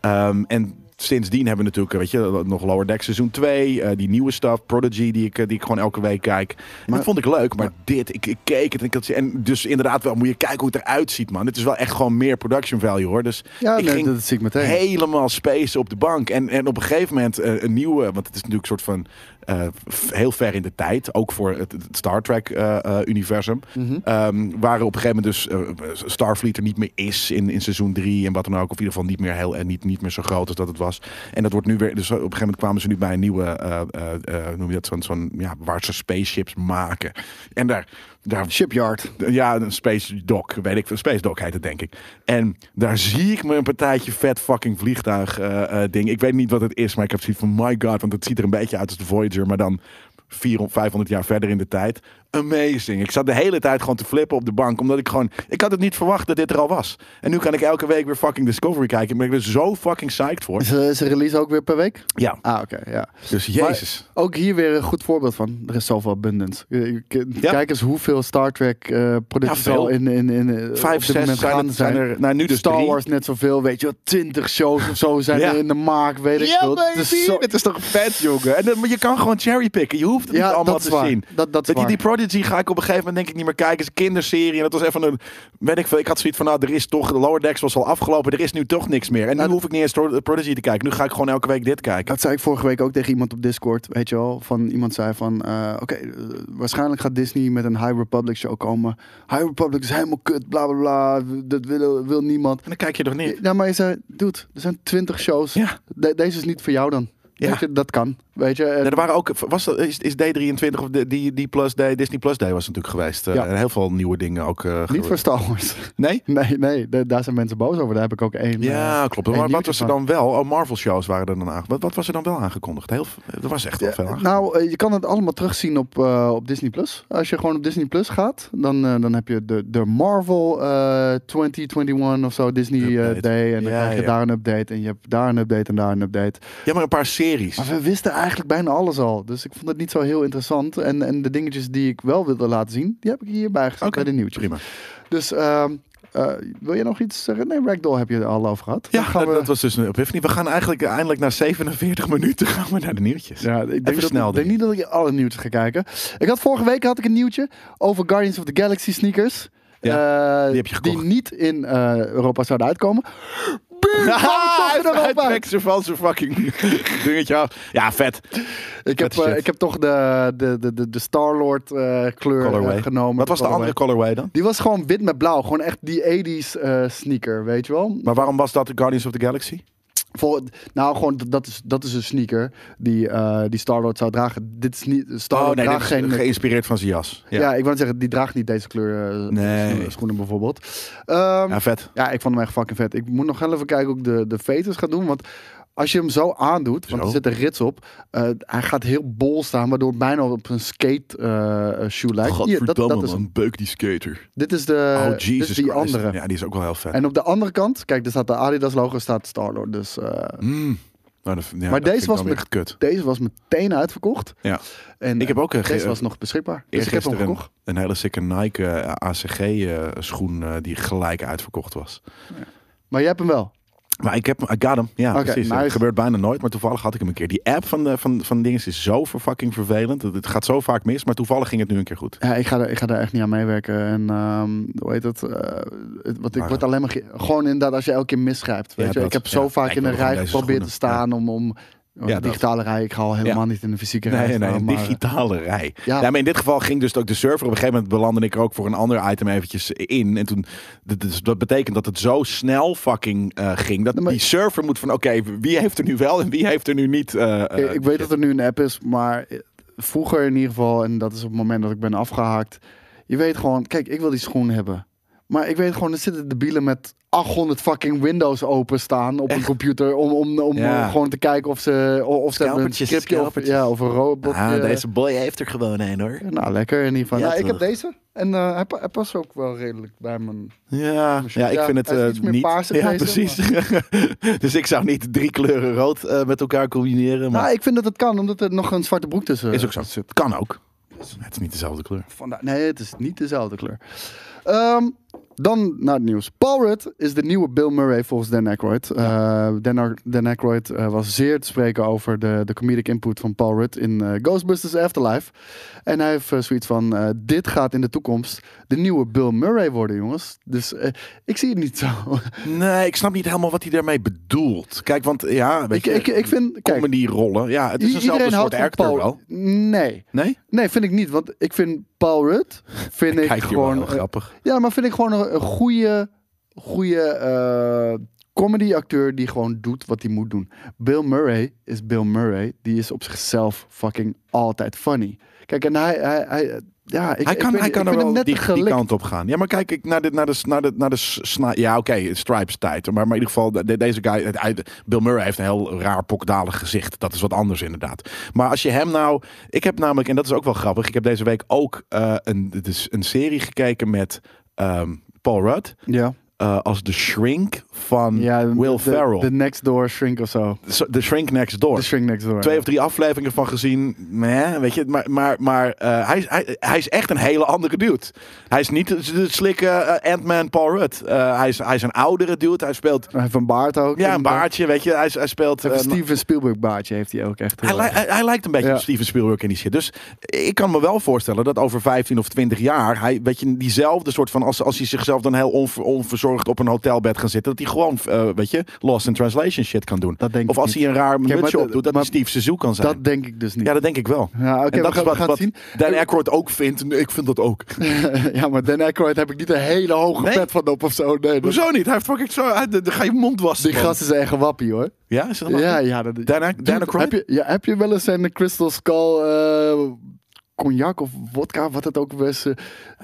Ehm, en sindsdien hebben we natuurlijk, eh, weet je, nog Lower Deck seizoen 2, eh, die nieuwe stuff, Prodigy, die ik, eh, die ik gewoon elke week kijk. dat vond ik leuk, maar, dit, ik, ik keek het en, ik had, en dus inderdaad wel, moet je kijken hoe het eruit ziet, man. Dit is wel echt gewoon meer production value, hoor. Dus Ja, ik nee, ging dat zie ik meteen. helemaal space op de bank. En, en op een gegeven moment eh, een nieuwe, want het is natuurlijk een soort van eh, f- heel ver in de tijd, ook voor het, het Star eh, Trek-universum. waar op een gegeven moment dus eh, Starfleet er niet meer is in, in seizoen 3 en wat dan ook. Of in ieder geval niet meer, heel, en niet, niet meer zo groot als dat het was. En dat wordt nu weer, dus op een gegeven moment kwamen ze nu bij een nieuwe, eh, eh, eh, hoe noem je dat, zo'n, zo'n ja, waar ze spaceships maken. En daar, daar Shipyard. ja, een Space Dock, weet ik veel. Space Dock heet het, denk ik. En daar zie ik me een partijtje vet fucking vliegtuig eh, eh, ding. Ik weet niet wat het is, maar ik heb zoiets van, my god. Want het ziet er een beetje uit als de Voyager, maar dan 400, 500 jaar verder in de tijd. Amazing. Ik zat de hele tijd gewoon te flippen op de bank, omdat ik gewoon... Ik had het niet verwacht dat dit er al was. En nu kan ik elke week weer fucking Discovery kijken. Ik ben er zo fucking psyched voor. Is, eh, is de release ook weer per week? Ja, Ah, oké, ja. dus jezus. Maar ook hier weer een goed voorbeeld van. Er is zoveel abundance. Eh, k- Ja. Kijk eens hoeveel Star Trek eh, producties Ja, veel. al in, in, in eh, Vijf, op dit zes moment zijn, gaande het- zijn er... Nou, nu dus Star drie. Wars net zoveel, weet je wel. Twintig shows of zo zijn Ja. er in de maak, weet ik Ja, veel. Het baby, is zo- dit is toch vet, jongen. En, dan- maar je kan gewoon cherrypicken. Je hoeft het niet Ja, allemaal dat is te waar. zien. Dat, dat Weet is je, waar. die Prodigy ga ik op een gegeven moment denk ik niet meer kijken. Het is een kinderserie. En dat was even een... Weet ik, veel, ik had zoiets van, nou, er is toch... De Lower Decks was al afgelopen. Er is nu toch niks meer. En nu Nou, hoef ik niet eens Pro- Prodigy te kijken. Nu ga ik gewoon elke week dit kijken. Dat zei ik vorige week ook tegen iemand op Discord, weet je wel. Van iemand zei van, eh, oké, eh, waarschijnlijk gaat Disney met een High Republic show komen. High Republic is helemaal kut, bla bla bla. Dat wil, wil niemand. En dan kijk je toch niet. Ja, maar je zei, dude, er zijn twintig shows. Ja. De- deze is niet voor jou dan. Ja. Weet je, dat kan. Weet je, eh, en- Nee, er waren ook, was dat, is, is D23 of de- die, die Plus Day, Disney Plus Day was natuurlijk geweest. Eh, Ja. en heel veel nieuwe dingen ook. eh, niet gebeurd. voor Star Wars. Nee? nee, nee, da- daar zijn mensen boos over. Daar heb ik ook één. eh, Ja, klopt. één Maar wat nieuwtje was er dan van. wel? Oh, Marvel-shows waren er dan aangekondigd. Wat, wat was er dan wel aangekondigd? Heel, veel- er was echt wel veel aangekondigd. Nou, eh, je kan het allemaal terugzien op, eh, op Disney Plus. Als je gewoon op Disney Plus gaat, dan, eh, dan heb je de, de Marvel eh 2021 of zo, Disney eh, Update. Day. En dan Ja, krijg je ja. daar een update. En je hebt daar een update en daar een update. Ja, maar een paar series. Maar we wisten eigenlijk bijna alles al. Dus ik vond het niet zo heel interessant. En, en de dingetjes die ik wel wilde laten zien, die heb ik hierbij gezet Oké, bij de nieuwtjes. Prima. Dus ehm, eh, wil je nog iets zeggen? Nee, Ragdoll heb je er al over gehad. Ja, Dan gaan dat, we... dat was dus een epiphany. We gaan eigenlijk eindelijk na 47 minuten gaan we naar de nieuwtjes. Ja, ik denk, dat, snel ik denk doen. niet dat ik alle nieuwtjes ga kijken. Ik had vorige week had ik een nieuwtje over Guardians of the Galaxy sneakers. Ja, Eh, die heb je gekocht. niet in eh, Europa zouden uitkomen. buurt Ja, hij- van toch hij Europa. trekt ze van zijn fucking dingetje af. Ja, vet. Ik heb, Vette eh, shit. ik heb toch de, de, de, de, de Star-Lord eh, kleur eh, Colorway. genomen. Wat was de Colorway. andere colorway dan? Die was gewoon wit met blauw. Gewoon echt die 80s eh, sneaker, weet je wel? Maar waarom was dat de Guardians of the Galaxy? Vol- nou, gewoon, d- dat is, dat is een sneaker die, eh die Star-Lord zou dragen. Dit is niet... Star-Lord Oh, dit draagt is geen... geïnspireerd van zijn jas. Ja, ja. ik wou net zeggen, die draagt niet deze kleur eh, Nee. schoenen, schoenen bijvoorbeeld. Ehm, Ja, vet. Ja, ik vond hem echt fucking vet. Ik moet nog heel even kijken hoe ik de, de veters ga doen. Want als je hem zo aandoet, want Zo. er zit een rits op. eh, hij gaat heel bol staan, waardoor het bijna op een skate eh, eh, shoe lijkt. Hier, dat, dat is, hem. man. Beuk die skater. dit is de oh, dit is Jesus die Christ. andere. Ja, die is ook wel heel vet. En op de andere kant, kijk, daar staat de Adidas logo, staat Starlord. Dus eh, Mm. Nou, dat- ja, Maar dat deze vind ik was dan met- weer echt kut. deze was meteen uitverkocht. Ja. En Ik heb ook eh, een deze was nog beschikbaar. Dus ik heb hem Eergisteren een, gekocht. een hele sikke Nike eh, ACG eh, schoen eh, die gelijk uitverkocht was. Maar jij hebt hem wel. Maar ik heb hem, I got hem. Ja, Oké, precies. nice. Het gebeurt bijna nooit, maar toevallig had ik hem een keer. Die app van, de, van, van dingen is zo ver fucking vervelend. Het- Het gaat zo vaak mis, maar toevallig ging het nu een keer goed. Ja, ik ga, er, ik ga daar echt niet aan meewerken. En ehm, hoe heet dat? eh, het- want ik Maar- word alleen maar... ge- Gewoon inderdaad als je elke keer misgrijpt. Weet Ja, je? dat, ik heb zo ja. vaak Ik in wil een gewoon rij deze geprobeerd te schoenen, staan om... om want Ja, de dat. digitale rij, ik hou helemaal niet in de fysieke rij. Nee, nee, staan, een maar- digitale rij. Ja. Ja. maar in dit geval ging dus ook de server. Op een gegeven moment belandde ik er ook voor een ander item eventjes in. En toen, dat- dat- dat betekent dat het zo snel fucking eh, ging. Dat Nee, maar- die server moet van, oké, wie heeft er nu wel en wie heeft er nu niet? eh, eh, ik, ik weet dat er nu een app is, maar eh, vroeger in ieder geval... en dat is op het moment dat ik ben afgehaakt... je weet gewoon, kijk, ik wil die schoen hebben. Maar ik weet gewoon, er zitten debielen met 800 fucking windows openstaan op een computer... om, om, om Ja. eh, gewoon te kijken of ze, of, of ze hebben een Scalpertjes, scriptje of, scalpertjes. ja, of een robot. Ah, deze boy heeft er gewoon een hoor. Nou, lekker in ieder geval. Ja, Ja, ik terug. heb deze. En eh, hij, pa- hij past ook wel redelijk bij mijn... Ja, ja ik Ja, vind het hij is eh, iets meer niet. paars ja, geweest, precies. dus ik zou niet drie kleuren rood eh, met elkaar combineren. Maar Nou, ik vind dat het kan, omdat er nog een zwarte broek tussen is ook zo. zit. Kan ook. Het is niet dezelfde kleur. Vandaar- Nee, het is niet dezelfde kleur. Ehm, dan naar het nieuws. Paul Rudd is de nieuwe Bill Murray volgens Dan Aykroyd. Eh, Dan, Ar- Dan Aykroyd eh, was zeer te spreken over de, de comedic input van Paul Rudd in eh, Ghostbusters Afterlife. En hij heeft eh, zoiets van, eh, dit gaat in de toekomst de nieuwe Bill Murray worden, jongens. Dus eh, ik zie het niet zo. Nee, ik snap niet helemaal wat hij daarmee bedoelt. Kijk, want ja, weet ik, je, ik, ik vind, kijk, comedy rollen. Ja, het is eenzelfde soort actor wel. Nee. Nee? Nee, vind ik niet. Want ik vind Paul Rudd, vind ik Kijk, hier wel gewoon... heel eh, grappig. ja, maar vind ik gewoon een, een goede, goede eh, comedy-acteur die gewoon doet wat hij moet doen. Bill Murray is Bill Murray. Die is op zichzelf fucking altijd funny. Kijk, en hij... hij, hij ja, ik, hij ik kan, weet hij kan niet, ik er vind wel hem net die, te die gelikt. kant op gaan. Ja, maar kijk ik naar de, naar de, naar de, naar de sna- Ja, oké, Stripes tijd. Maar, maar in ieder geval, de- deze guy... het- hij- Bill Murray heeft een heel raar, pokdalig gezicht. Dat is wat anders inderdaad. Maar als je hem nou... Ik heb namelijk, en dat is ook wel grappig... Ik heb deze week ook eh, een, dus een serie gekeken met ehm, Paul Rudd... Ja, eh, als de shrink van ja de- Mm. Will de- Ferrell. De De, next door shrink of zo. shrink next door De shrink next door. twee of drie afleveringen van gezien. Meh, weet je, maar, maar, maar eh, hij, is- hij, hij is echt een hele andere dude. Hij is niet de, de slikke eh, Ant-Man Paul Rudd. Eh, hij, is, hij is een oudere dude. Hij speelt Hij heeft een baard ook. ja, een baardje, weet je. Hij, is- hij speelt... Even eh, Steven Spielberg baardje heeft hij ook echt. eh, hij, heel erg. li- hij, hij lijkt een beetje Ja. op Steven Spielberg in die shit. Dus ik kan me wel voorstellen dat over 15 of 20 jaar... Hij, weet je, diezelfde soort van... Als, als hij zichzelf dan heel onver- onverzorgd op een hotelbed gaat zitten... dat hij gewoon, eh, weet je, lost in translation shit kan doen. Dat denk ik of als niet. hij een raar maar mutsje de- opdoet... dat hij maar Steve Seizoen kan zijn. Dat denk ik dus niet. Ja, dat denk ik wel. Ja, oké, En dat we gaan- is we wat, gaan wat het Dan Aykroyd ook vindt. En ik vind dat ook. ja, maar Dan Aykroyd heb ik niet een hele hoge Nee? pet van op of zo. Nee, dat- Hoezo niet? Hij heeft fucking zo... hij- Dan ga je mond wassen. die gast is echt een wappie hoor. Ja, is dat hem? Ja, ja. Dat, Dan Ay- Dan Dude, Aykroyd? heb, je, ja, heb je wel eens een Crystal Skull eh, cognac of vodka, wat het ook was? eh,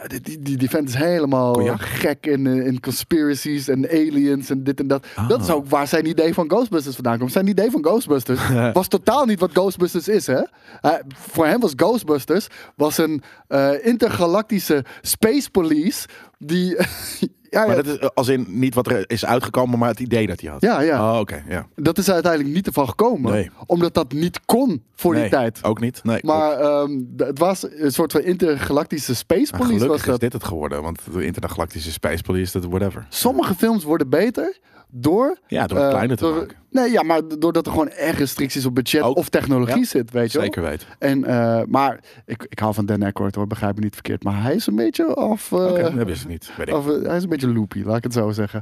die, die, die, die vent is helemaal Cognac? gek in, eh, in conspiracies en aliens en dit en dat. Ah. Dat is ook waar zijn idee van Ghostbusters vandaan komt. Zijn idee van Ghostbusters was totaal niet wat Ghostbusters is, hè? Hij- voor hem was Ghostbusters was een eh, intergalactische space police die... ja, ja, Maar dat is eh, als in niet wat er is uitgekomen, maar het idee dat hij had. ja, ja. Oh, oké. ja. Dat is uiteindelijk niet ervan gekomen. Nee. Omdat dat niet kon voor Nee, die tijd. Ook niet. Nee, klopt. Maar ehm, d- het was een soort van intergalactische space Maar police was gelukkig is dat. dit het geworden. Want de intergalactische space police, dat whatever. Sommige films worden beter door... Ja, door het eh, kleiner te door- maken. Nee, ja, maar d- doordat er gewoon echt restricties op budget Ook. of technologie Ja, zit, weet je wel. Zeker weten. En, eh, maar ik, ik hou van Dan Aykroyd hoor, begrijp me niet verkeerd. Maar hij is een beetje af... eh, Oké, dat wist ik niet. Weet ik. af- hij is een beetje loopy, laat ik het zo zeggen.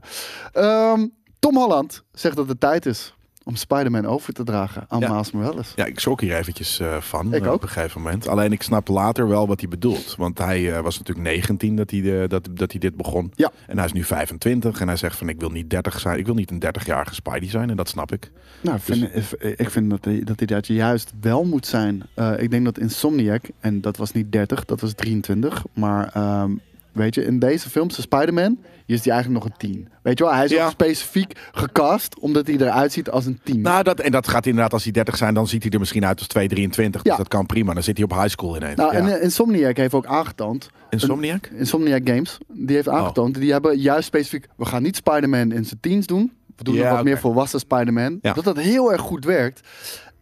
Ehm, Tom Holland zegt dat het tijd is om Spider-Man over te dragen aan Ja. Maas Miles Morales. Ja, ik schrok hier eventjes eh, van Ik eh, ook. op een gegeven moment. Alleen ik snap later wel wat hij bedoelt. Want hij eh, was natuurlijk 19 dat hij, de- dat, dat hij dit begon. Ja. En hij is nu 25 en hij zegt van ik wil niet 30 zijn. Ik wil niet een 30-jarige Spidey zijn en dat snap ik. Nou, ik vind, ik- ik vind dat, die- dat die dat je juist wel moet zijn. Eh, ik denk dat Insomniac, en dat was niet 30, dat was 23. Maar ehm, weet je, in deze films, de Spider-Man, hier is die eigenlijk nog een 10. Weet je wel, hij is Ja. ook specifiek gecast omdat hij eruit ziet als een 10. Nou, dat, en dat gaat inderdaad als hij 30 zijn, dan ziet hij er misschien uit als 2, 23. Ja. Dus dat kan prima. Dan zit hij op high school ineens. Nou, ja. en eh, Insomniac heeft ook aangetoond. Insomniac? een- Insomniac Games, die Oh. heeft aangetoond. Die hebben juist specifiek, we gaan niet Spider-Man in zijn teens doen. We doen Ja, nog wat oké. meer volwassen Spider-Man. Ja. Dat dat heel erg goed werkt.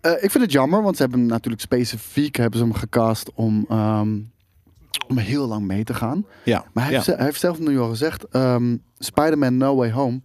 Eh, ik vind het jammer, want ze hebben hem natuurlijk specifiek hebben ze hem gecast om, ehm, om heel lang mee te gaan. ja. Maar hij, ja. heeft, ze- hij heeft zelf nu al gezegd, ehm, Spider-Man No Way Home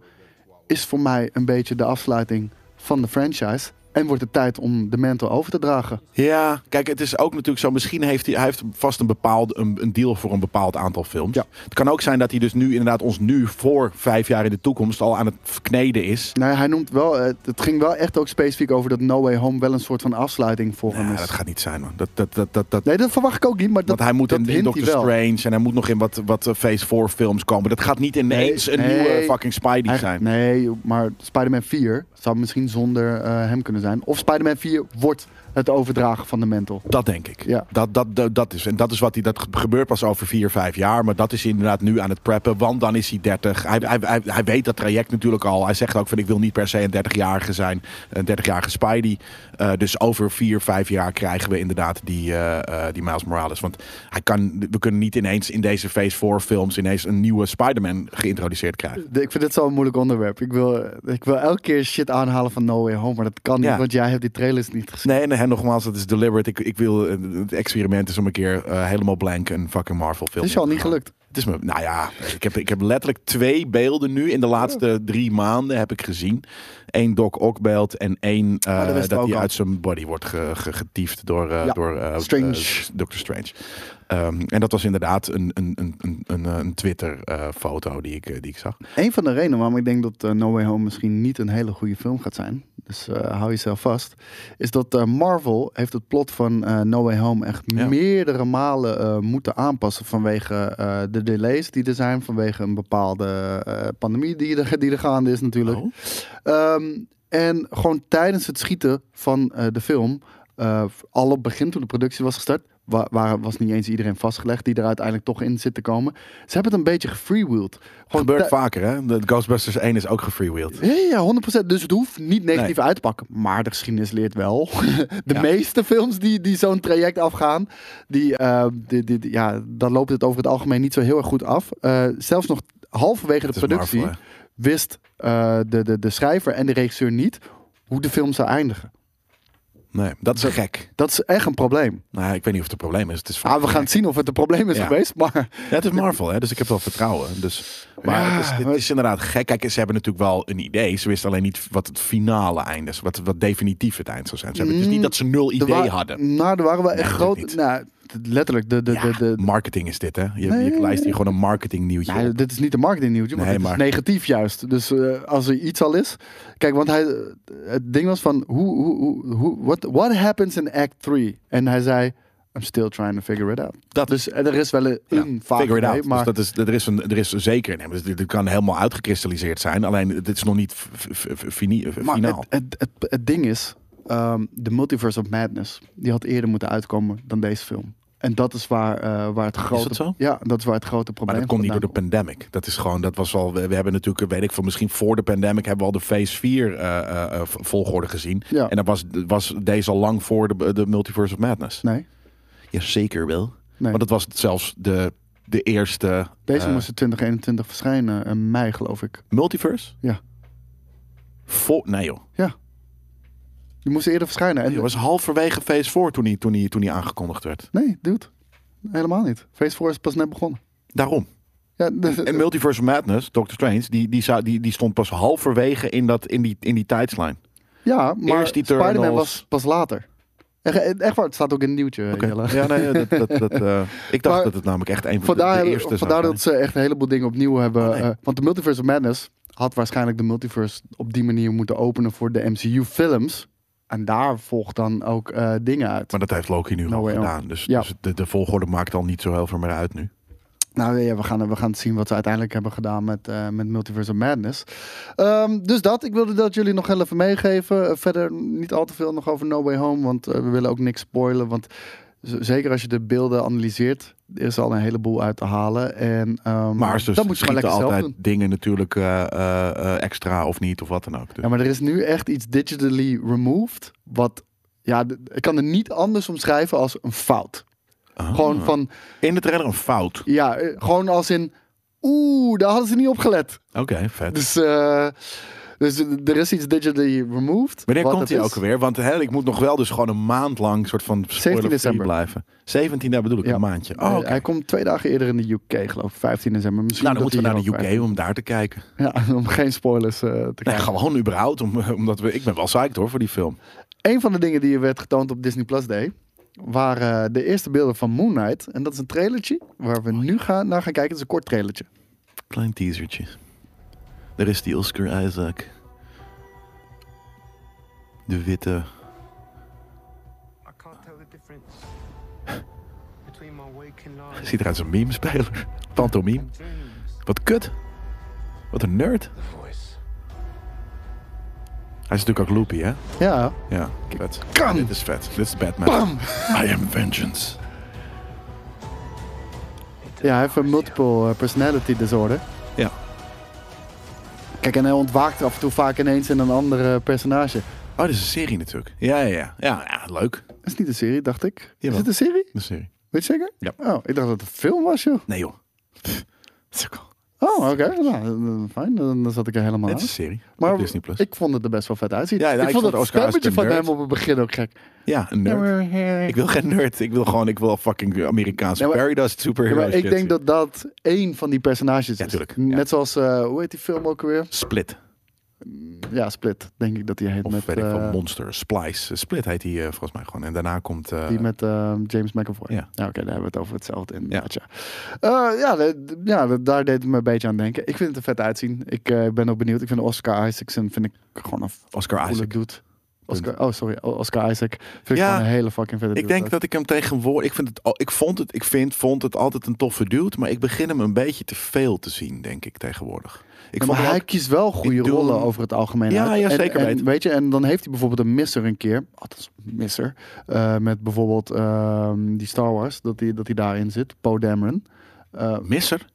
is voor mij een beetje de afsluiting van de franchise. En wordt het tijd om de mantel over te dragen. Ja, kijk, het is ook natuurlijk zo. Misschien heeft hij, hij heeft vast een, bepaald, een, een deal voor een bepaald aantal films. Ja. Het kan ook zijn dat hij dus nu inderdaad ons nu voor vijf jaar in de toekomst al aan het verkneden is. Nou, ja, hij noemt wel, eh, het ging wel echt ook specifiek over dat No Way Home wel een soort van afsluiting voor hem Ja, is. dat gaat niet zijn, man. Dat, dat, dat, dat, dat, Nee, dat verwacht ik ook niet, maar dat, want hij moet dat in, in hint Doctor hij wel. Strange en hij moet nog in wat, wat eh, Phase 4 films komen. Dat gaat niet ineens een nee. nieuwe fucking Spidey Hij- zijn. Nee, maar Spider-Man 4 zou misschien zonder eh, hem kunnen zijn. Of Spider-Man 4 wordt het overdragen van de mental. Dat denk ik. Ja. Dat, dat, dat, dat is. En dat is wat hij. Dat gebeurt pas over vier, vijf jaar. Maar dat is hij inderdaad nu aan het preppen. Want dan is hij 30. Hij, hij, hij, hij weet dat traject natuurlijk al. Hij zegt ook van ik wil niet per se een 30-jarige zijn. Een 30-jarige Spidey. Eh, dus over vier, vijf jaar krijgen we inderdaad die, eh, eh, die Miles Morales. Want hij kan, we kunnen niet ineens in deze Phase 4 films ineens een nieuwe Spider-Man geïntroduceerd krijgen. Ik vind dit zo'n moeilijk onderwerp. Ik wil, ik wil elke keer shit aanhalen van No Way Home, maar dat kan niet, Ja. want jij hebt die trailers niet gezien. Nee, nee, hè, nogmaals, dat is deliberate. Ik, ik wil, eh, het experiment is om een keer eh, helemaal blank een fucking Marvel film. Het is je al in te niet gaan. gelukt. Het is me, nou ja, ik heb, ik heb letterlijk twee beelden nu in de laatste Oh. drie maanden heb ik gezien. Eén Doc Ock beeld en één eh, dat wisten we dat ook hij al. uit zijn body wordt ge, ge- getiefd door, eh Ja, door eh, Strange. eh, Dr. Strange. Ehm, en dat was inderdaad een, een, een, een, een, eh, een Twitter eh, foto die ik, eh, die ik zag. Een van de redenen waarom ik denk dat eh, No Way Home misschien niet een hele goede film gaat zijn, dus eh, hou jezelf vast, is dat eh, Marvel heeft het plot van eh, No Way Home echt Ja. meerdere malen eh, moeten aanpassen vanwege eh, de delays die er zijn, vanwege een bepaalde eh, pandemie die er, die er gaande is natuurlijk. Oh. Ehm, en gewoon tijdens het schieten van eh, de film, eh, al op begin toen de productie was gestart, wa- waar was niet eens iedereen vastgelegd die er uiteindelijk toch in zit te komen. Ze hebben het een beetje gefreewheeled. Gewoon Gebeurt tij- vaker, hè? De Ghostbusters 1 is ook gefreewheeled. ja, ja, ja, 100%. Dus het hoeft niet negatief uit te pakken. Maar de geschiedenis leert wel. De Ja. meeste films die, die zo'n traject afgaan, die, eh, die, die, die- ja, dan loopt het over het algemeen niet zo heel erg goed af. Eh, zelfs nog halverwege de Het is productie Marvel, wist eh, de, de, de schrijver en de regisseur niet hoe de film zou eindigen. Nee, dat is gek. Dat is echt een probleem. Nou, ik weet niet of het een probleem is. Het is Ah, we gaan het zien of het een probleem is Ja. geweest, maar Ja, het is Marvel, hè? dus ik heb wel vertrouwen. Dus, maar Ja, het, is, het maar- is inderdaad gek. Kijk, ze hebben natuurlijk wel een idee. Ze wisten alleen niet wat het finale eind is. Wat, wat definitief het eind zou zijn. Ze hebben, het is niet dat ze nul Mm, er, idee wa- hadden. Nou, er waren wel echt natuurlijk grote... niet. Nou, letterlijk, de, de, Ja, de, de, marketing is dit, hè? Je, Nee. je lijst hier gewoon een marketing nieuwtje Nee, dit is niet de marketingnieuwtje, want Nee, dit maar- is negatief juist. Dus eh, als er iets al is... Kijk, want hij, het ding was van... Hoe, hoe, hoe, hoe- what, what happens in act 3? En hij zei... I'm still trying to figure it out. Dat- dus eh, er is wel een Ja, een vaag figure it idee, out. maar Dus dat is, er, is een, er is een zeker. Nee, maar dit, dit kan helemaal uitgekristalliseerd zijn. Alleen dit is nog niet f- f- f- fini- f- maar finaal. het, het, het, het ding is... ehm, de Multiverse of Madness... die had eerder moeten uitkomen dan deze film. En dat is waar, eh, waar het grote... dat zo? Ja, dat is waar het grote Maar probleem dat komt niet door de vandaan pandemic. Dat is gewoon, dat was al. We, we hebben natuurlijk, weet ik veel, misschien voor de pandemic hebben we al de Phase 4 eh, eh, eh, volgorde gezien. Ja. En dat was, was deze al lang voor de, de Multiverse of Madness. komt. Nee, Jazeker wel. nee. Want dat was zelfs de, de eerste. Deze eh, moest in 2021 verschijnen. In mei, geloof ik. Multiverse? Ja. Vol, nee joh. Die moest eerder verschijnen. En Het was halverwege Phase 4 toen hij, toen, hij, toen hij aangekondigd werd. Nee, dude. Helemaal niet. Phase 4 is pas net begonnen. Daarom. Ja, de- En Multiverse of Madness, Doctor Strange, die, die, zou- die, die stond pas halverwege in, dat, in, die, in die tijdslijn. ja maar Eerst die Eternals. Spider-Man was pas later. Echt, echt waar, het staat ook in het nieuwtje, Jelle. Ja, nee, dat, dat, dat, eh, ik dacht Maar dat het namelijk echt een van de- Vandaar, de eerste zou vandaar zijn. dat ze echt een heleboel dingen opnieuw hebben. Oh, nee. eh, want de Multiverse of Madness had waarschijnlijk de multiverse op die manier moeten openen voor de MCU-films. En daar volgt dan ook eh, dingen uit. Maar dat heeft Loki nu No al way out. gedaan. Dus, Ja. dus de, de volgorde maakt al niet zo heel veel meer uit nu. Nou ja, we gaan, we gaan zien wat ze uiteindelijk hebben gedaan met, eh, met Multiverse of Madness. Ehm, dus dat, ik wilde dat jullie nog heel even meegeven. Eh, verder niet al te veel nog over No Way Home, want eh, we willen ook niks spoilen. Want z- zeker als je de beelden analyseert, is er al een heleboel uit te halen. En, ehm, Maar ze dat moet je schieten maar lekker zelf altijd doen. dingen natuurlijk eh, eh, eh, extra of niet of wat dan ook. Dus- Ja, maar er is nu echt iets digitally removed, wat... Ja, d- ik kan het niet anders omschrijven als een fout. Ah. Gewoon van, In de trailer een fout. ja, eh, gewoon als in... Oeh, daar hadden ze niet op gelet. Oké, vet. Dus, eh, dus er is iets digitally removed. Wanneer Wat komt het hij is. ook weer? Want hè, ik moet nog wel dus gewoon een maand lang soort van spoiler december. blijven. 17 daar bedoel ik, Ja. een maandje. Oh, Hij- oké. Eh, Hij komt twee dagen eerder in de UK, geloof ik. 15 december. Misschien Nou, dan dat moeten we naar hij de UK hier om daar te kijken. ook bij- Ja, om geen spoilers eh, te Nee, krijgen. gewoon überhaupt, om, omdat we, ik ben wel psyched hoor voor die film. Een van de dingen die je werd getoond op Disney Plus Day waren eh, de eerste beelden van Moon Knight. En dat is een trailertje waar we nu gaan, naar gaan kijken. Het is een kort trailertje. Klein teasertje. Daar is die Oscar Isaac. De witte. I can't tell the difference between my waking life Ziet eruit als een meme-speler. Pantomime. and dreams. Wat kut. Wat een nerd. The voice. Hij is natuurlijk ook loopy, hè? Ja, Ja, vet. Kan. Dit is vet. Dit is Batman. Bam! I am vengeance. ja hij heeft een multiple eh, personality disorder. Ja. Kijk, en hij ontwaakt af en toe vaak ineens in een andere personage. Oh, dit is een serie natuurlijk. Ja, ja, ja. Ja, ja leuk. Dat is niet een serie, dacht ik. Jawel. Is het een serie? Een serie. Weet je zeker? Ja. Oh, ik dacht dat het een film was, joh. Nee, joh. Pff, dat is ook al- Oh, oké. Nou, eh, fijn. Dan dan zat ik er helemaal Dit is een aan. serie. Maar op Disney Plus. ik vond het er best wel vet uitzien. Ja, ja, ik, vond het Oscar Isaac stemmetje een van nerd. hem op het begin ook gek. eh, ja, een nerd. Ik wil geen nerd. Ik wil gewoon, ik wil fucking Amerikaanse Ja, maar- Paradise Ja, superhero maar ik shit denk zien. dat dat één van die personages is. tuurlijk. Ja. Net zoals, eh, hoe heet die film ook weer? Split. Ja, Split, denk ik dat die heet. Of met, weet ik eh, veel, Monster. Splice. Eh, Split heet die eh, volgens mij gewoon. En daarna komt... eh, Die met eh, James McAvoy. Ja. Ja. Oké, daar hebben we het over hetzelfde inderdaad. Ja, Eh, ja, de- ja de- daar deed het me een beetje aan denken. Ik vind het er vet uitzien. Ik eh, ben ook benieuwd. Ik vind Oscar Isaacson vind ik gewoon een Oscar coole Isaac. dude. Oscar, oh, sorry. O- Oscar Isaac. Vind ik Ja, gewoon een hele fucking vette Ik dude. denk dat ik hem tegenwoordig. Ik, vind het, al- ik, vond het, ik vind, vond het altijd een toffe dude. Maar ik begin hem een beetje te veel te zien, denk ik, tegenwoordig. Ik Maar vond hem hij ook- kiest wel goede Ik doe rollen hem- over het algemeen. Ja, uit. ja, En- zeker en, weten. Weet je, en dan heeft hij bijvoorbeeld een misser een keer. Althans, misser. eh, met bijvoorbeeld ehm, die Star Wars, dat hij dat die daarin zit. Poe Dameron. Eh, Misser?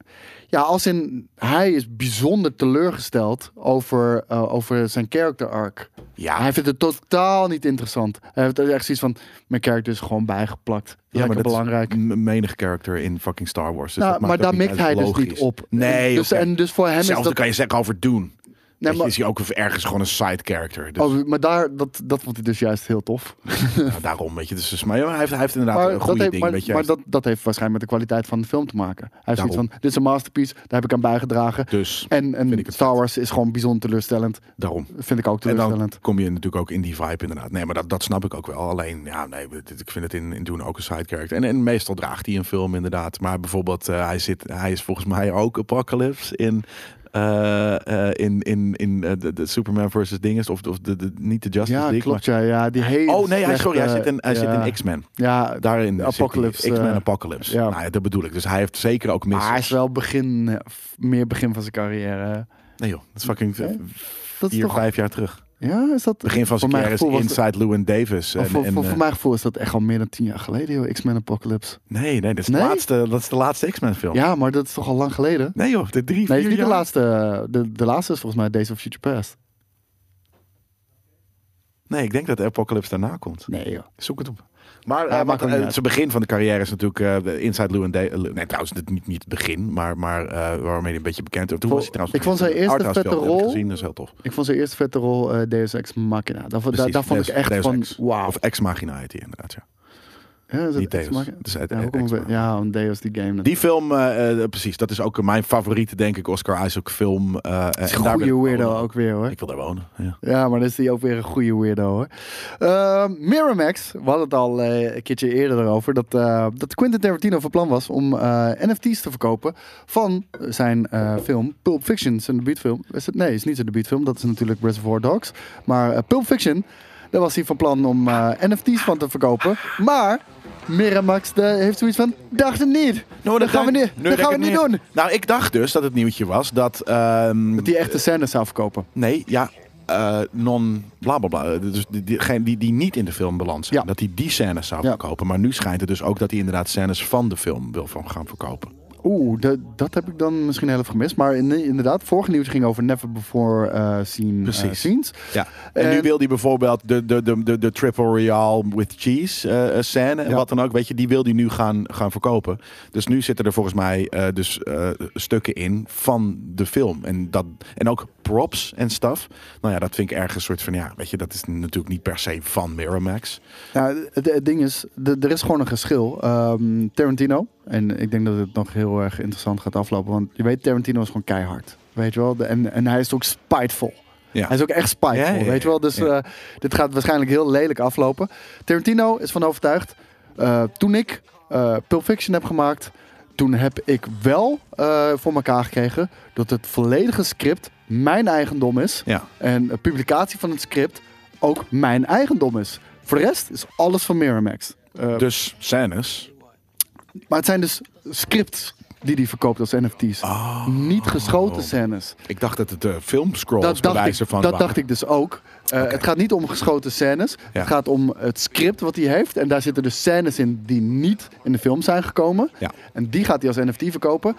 Ja, als in hij is bijzonder teleurgesteld over, eh, over zijn character arc. Ja, Hij vindt het totaal niet interessant. Hij heeft echt zoiets van: mijn character is gewoon bijgeplakt. Ja, maar dat is belangrijk. m- menig character in fucking Star Wars. Dus Nou, dat maakt maar ook daar niet mikt uit, hij dus logisch. niet op. Nee, dus, oké. en dus voor hem is Hetzelfde dat. kan je zeggen over Doen. Nee, Weet je, maar- Is hij ook ergens gewoon een side character. Dus Oh, maar daar, dat, dat vond hij dus juist heel tof. nou, daarom, weet je. Dus, is- maar ja, hij, heeft, hij heeft inderdaad maar een dat, goede heeft, ding. maar, weet je, maar hij dat, dat heeft waarschijnlijk met de kwaliteit van de film te maken. Hij heeft zoiets Daarom. van, dit is een masterpiece, daar heb ik aan bijgedragen. Dus, en en vind ik het Star vet. Wars is gewoon bijzonder teleurstellend. is- daarom. Vind ik ook En dan teleurstellend. kom je natuurlijk ook in die vibe inderdaad. Nee, maar dat, dat snap ik ook wel. Alleen, ja, nee, dit- ik vind het in, in Doen ook een side character. En, en meestal draagt hij een film inderdaad. Maar bijvoorbeeld, eh, hij, zit, hij is volgens mij ook Apocalypse in, eh, eh, in, in, in eh, de, de Superman versus Dinges. Of, of de, de, niet de Justice ja, League. klopt. Ja, ja, die hele maar- oh nee, hij, sorry, hij slechte- zit in, hij ja, zit in X-Men. Ja, Daarin zit hij. Apocalypse, X-Men eh, Apocalypse. ja. Nou ja, dat bedoel ik. Dus hij heeft zeker ook mis. maar hij is wel begin, eh, f- meer begin van zijn carrière. Nee joh, dat is fucking Nee, Dat is vier, toch... vijf jaar terug. Ja, is dat... Begin van Voor zijn mijn carrière gevoel is was- Inside Llewyn Davis. Maar en- voor, en, voor, eh, voor mijn gevoel is dat echt al meer dan tien jaar geleden, joh. X-Men Apocalypse. Nee, nee, dat is, de Nee? laatste, dat is de laatste X-Men film. Ja, maar dat is toch al lang geleden? Nee joh, de drie, Nee, het vier is niet de jaar. laatste. eh, De, de laatste is volgens mij Days of Future Past. Nee, ik denk dat de Apocalypse daarna komt. Nee, joh. Zoek het op. Maar Ja, eh, maakt wat- ook niet eh, uit. zijn begin van de carrière is natuurlijk eh, de Inside Llewyn Davis. Nee, trouwens, dit niet, niet het begin, maar, maar eh, waarmee hij een beetje bekend is. Toen Vol- was hij trouwens ik vond zijn een eerste arthouse vette film, heb ik rol- gezien, dat is heel tof. Ik vond zijn eerste vette rol eh, Deus Ex Machina. Daar, vond- daar, Precies, daar vond ik Deus- echt Deus van, Ex. wauw. Of Ex Machina heet hij inderdaad, ja. Ja, is het- Niet is het Deus. maken- Het is uit- ja, hoe uit- komen we- Ex- ja, want Deus die game. Die film, eh, eh, precies, dat is ook mijn favoriete, denk ik, Oscar Isaac film. eh, en is een daar Oh. ben ik goede weirdo wonen. ook weer hoor. Ik wil daar wonen, ja. Ja, maar dat is die ook weer een goede weirdo hoor. Eh, Miramax, we hadden het al eh, een keertje eerder erover. Dat, eh, dat Quentin Tarantino van plan was om eh, NFT's te verkopen van zijn eh, film Pulp Fiction. Zijn debuutfilm. Is het, nee, is niet zijn debuutfilm. Dat is natuurlijk Reservoir Dogs. Maar eh, Pulp Fiction, daar was hij van plan om eh, NFT's van te verkopen. Maar Miramax eh, heeft zoiets van, dacht het niet. Nou, dat gaan we niet, dat gaan we niet doen. Nou, ik dacht dus dat het nieuwtje was dat... ehm, Dat die echte scènes zou verkopen. Nee, ja. eh, non bla bla bla. Dus die, diegene die, die niet in de film beland zijn. Ja. Dat hij die scènes zou Ja. verkopen. Maar nu schijnt het dus ook dat hij inderdaad scènes van de film wil van gaan verkopen. Oeh, dat, dat heb ik dan misschien heel even gemist. Maar in- inderdaad, vorige nieuws ging over Never Before eh Seen eh, Precies. Scenes. Ja. En, En- nu wil hij bijvoorbeeld de, de, de, de, de Triple Real with Cheese eh, eh, scène. en Ja. Wat dan ook. Weet je, die wil hij nu gaan, gaan verkopen. Dus nu zitten er volgens mij eh, dus eh, stukken in van de film. En, dat, en ook props en stuff. Nou ja, dat vind ik ergens soort van. Ja, weet je, dat is natuurlijk niet per se van Miramax. Nou, het, het ding is, de- er is gewoon een geschil. Ehm, Tarantino, en ik denk dat het nog heel erg interessant gaat aflopen. Want je weet, Tarantino is gewoon keihard. Weet je wel? De- en, en hij is ook spiteful. Ja. Hij is ook echt spiteful, Ja, ja, ja, weet je wel? Dus ja. eh, dit gaat waarschijnlijk heel lelijk aflopen. Tarantino is van overtuigd. eh, toen ik eh Pulp Fiction heb gemaakt, toen heb ik wel eh, voor elkaar gekregen dat het volledige script mijn eigendom is. Ja. En de publicatie van het script ook mijn eigendom is. Voor de rest is alles van Miramax. Eh, Dus scènes. maar het zijn dus scripts die hij verkoopt als NFT's. Oh. Niet geschoten scènes. Ik dacht dat het eh, filmscrolls Dat, dacht ik, bewijzen van dat waren. dacht ik dus ook. Eh, Het gaat niet om geschoten scènes. Ja. Het gaat om het script wat hij heeft. En daar zitten dus scènes in die niet in de film zijn gekomen. Ja. En die gaat hij als NFT verkopen.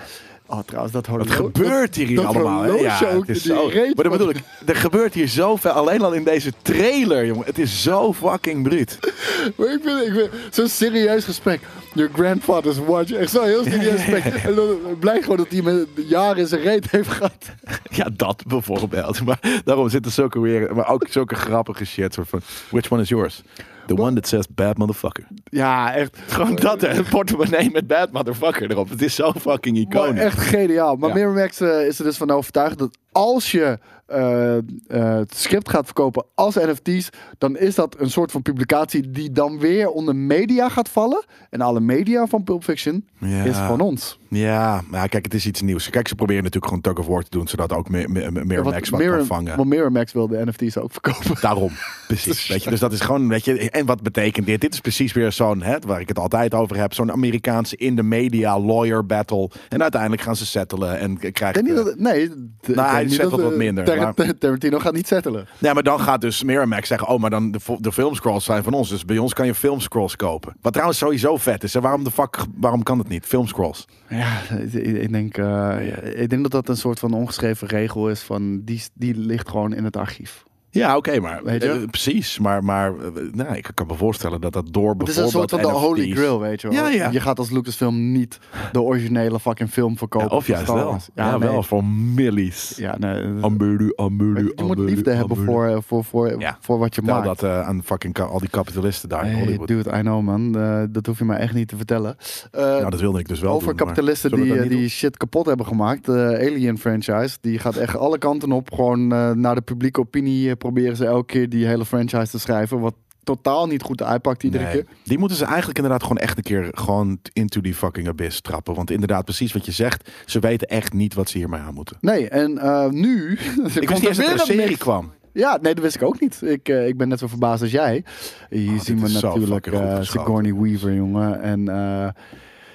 Oh, trouwens, dat horloge. Wat gebeurt hier, dat allemaal? hè? horloge Ja, ook, het is die zo. reet Maar dat van- bedoel ik, er gebeurt hier zoveel. Alleen al in deze trailer, jongen. Het is zo fucking bruut. Maar ik vind, ik vind zo'n serieus gesprek. Your grandfather's watch. Echt zo'n heel serieus gesprek. En dan blijkt gewoon dat hij met jaren in zijn reet heeft gehad. Ja, dat bijvoorbeeld. Maar daarom zitten zulke weer, maar ook zulke grappige shit. Soort van, which one is yours? The one that says bad motherfucker. Ja, echt. Gewoon dat, hè. Een portemonnee met bad motherfucker erop. Het is zo fucking eh. Maar iconisch. echt geniaal. Maar Ja. Miramax eh, is er dus van overtuigd dat als je eh, eh, het script gaat verkopen als NFT's, dan is dat een soort van publicatie die dan weer onder media gaat vallen. En alle media van Pulp Fiction Ja. is van ons. Ja, maar ja, kijk, het is iets nieuws. Kijk, ze proberen natuurlijk gewoon tug of war te doen, zodat ook meer meer meer Want Max wat Mira- kan vangen. Want Miramax wil de NFT's ook verkopen. Daarom, precies. Weet je, dus dat is gewoon, weet je, en wat betekent dit? Dit is precies weer zo'n, hè, waar ik het altijd over heb, zo'n Amerikaanse in de media lawyer battle. En uiteindelijk gaan ze settelen en k- Ik krijgt... denk niet eh, dat, nee, d- ik denk hij niet settelt dat, eh, wat minder, Tar- maar- Tarantino gaat niet settelen. Nee, maar dan gaat dus Miramax zeggen, oh, maar dan de, vo- de filmscrolls zijn van ons, dus bij ons kan je filmscrolls kopen. Wat trouwens sowieso vet is, hè? waarom de fuck, waarom kan dat niet? Filmscrolls. Ja, ik, ik denk, eh, ik denk dat dat een soort van ongeschreven regel is van die, die ligt gewoon in het archief. Ja, oké, maar Weet je? eh, precies, maar, maar eh, nou, ik kan me voorstellen dat dat door Het is een soort van de bijvoorbeeld holy NFT's grail, weet je wel. Ja, ja. Je gaat als Lucasfilm niet de originele fucking film verkopen. Ja, of van juist Star wel. Wars. Ja, nee. wel voor millies. Ja, nee. dat- Ambedu, ambedu, je moet liefde hebben voor, eh, voor, voor, Ja. voor wat je Vertel maakt. dat eh, aan fucking ka- al die kapitalisten daar in Hey, Hollywood. dude, I know man. Eh, dat hoef je mij echt niet te vertellen. Eh, nou, dat wilde ik dus wel over doen, maar kapitalisten zullen we die, dat eh, niet die shit kapot hebben gemaakt. De Alien franchise. Die gaat echt alle kanten op. Gewoon eh, naar de publieke opinie eh, proberen ze elke keer die hele franchise te schrijven. Wat totaal niet goed uitpakt doen? iedere Nee. keer. Die moeten ze eigenlijk inderdaad gewoon echt een keer gewoon into die fucking abyss trappen. Want inderdaad, precies wat je zegt, ze weten echt niet wat ze hiermee aan moeten. Nee, en eh, nu... Ik wist niet eens dat er een serie kwam. Ja, nee, dat wist ik ook niet. Ik, eh, ik ben net zo verbaasd als jij. Hier Ah, dit zien we is zo natuurlijk fucking goed eh, geschoten. Sigourney Weaver, jongen. En eh,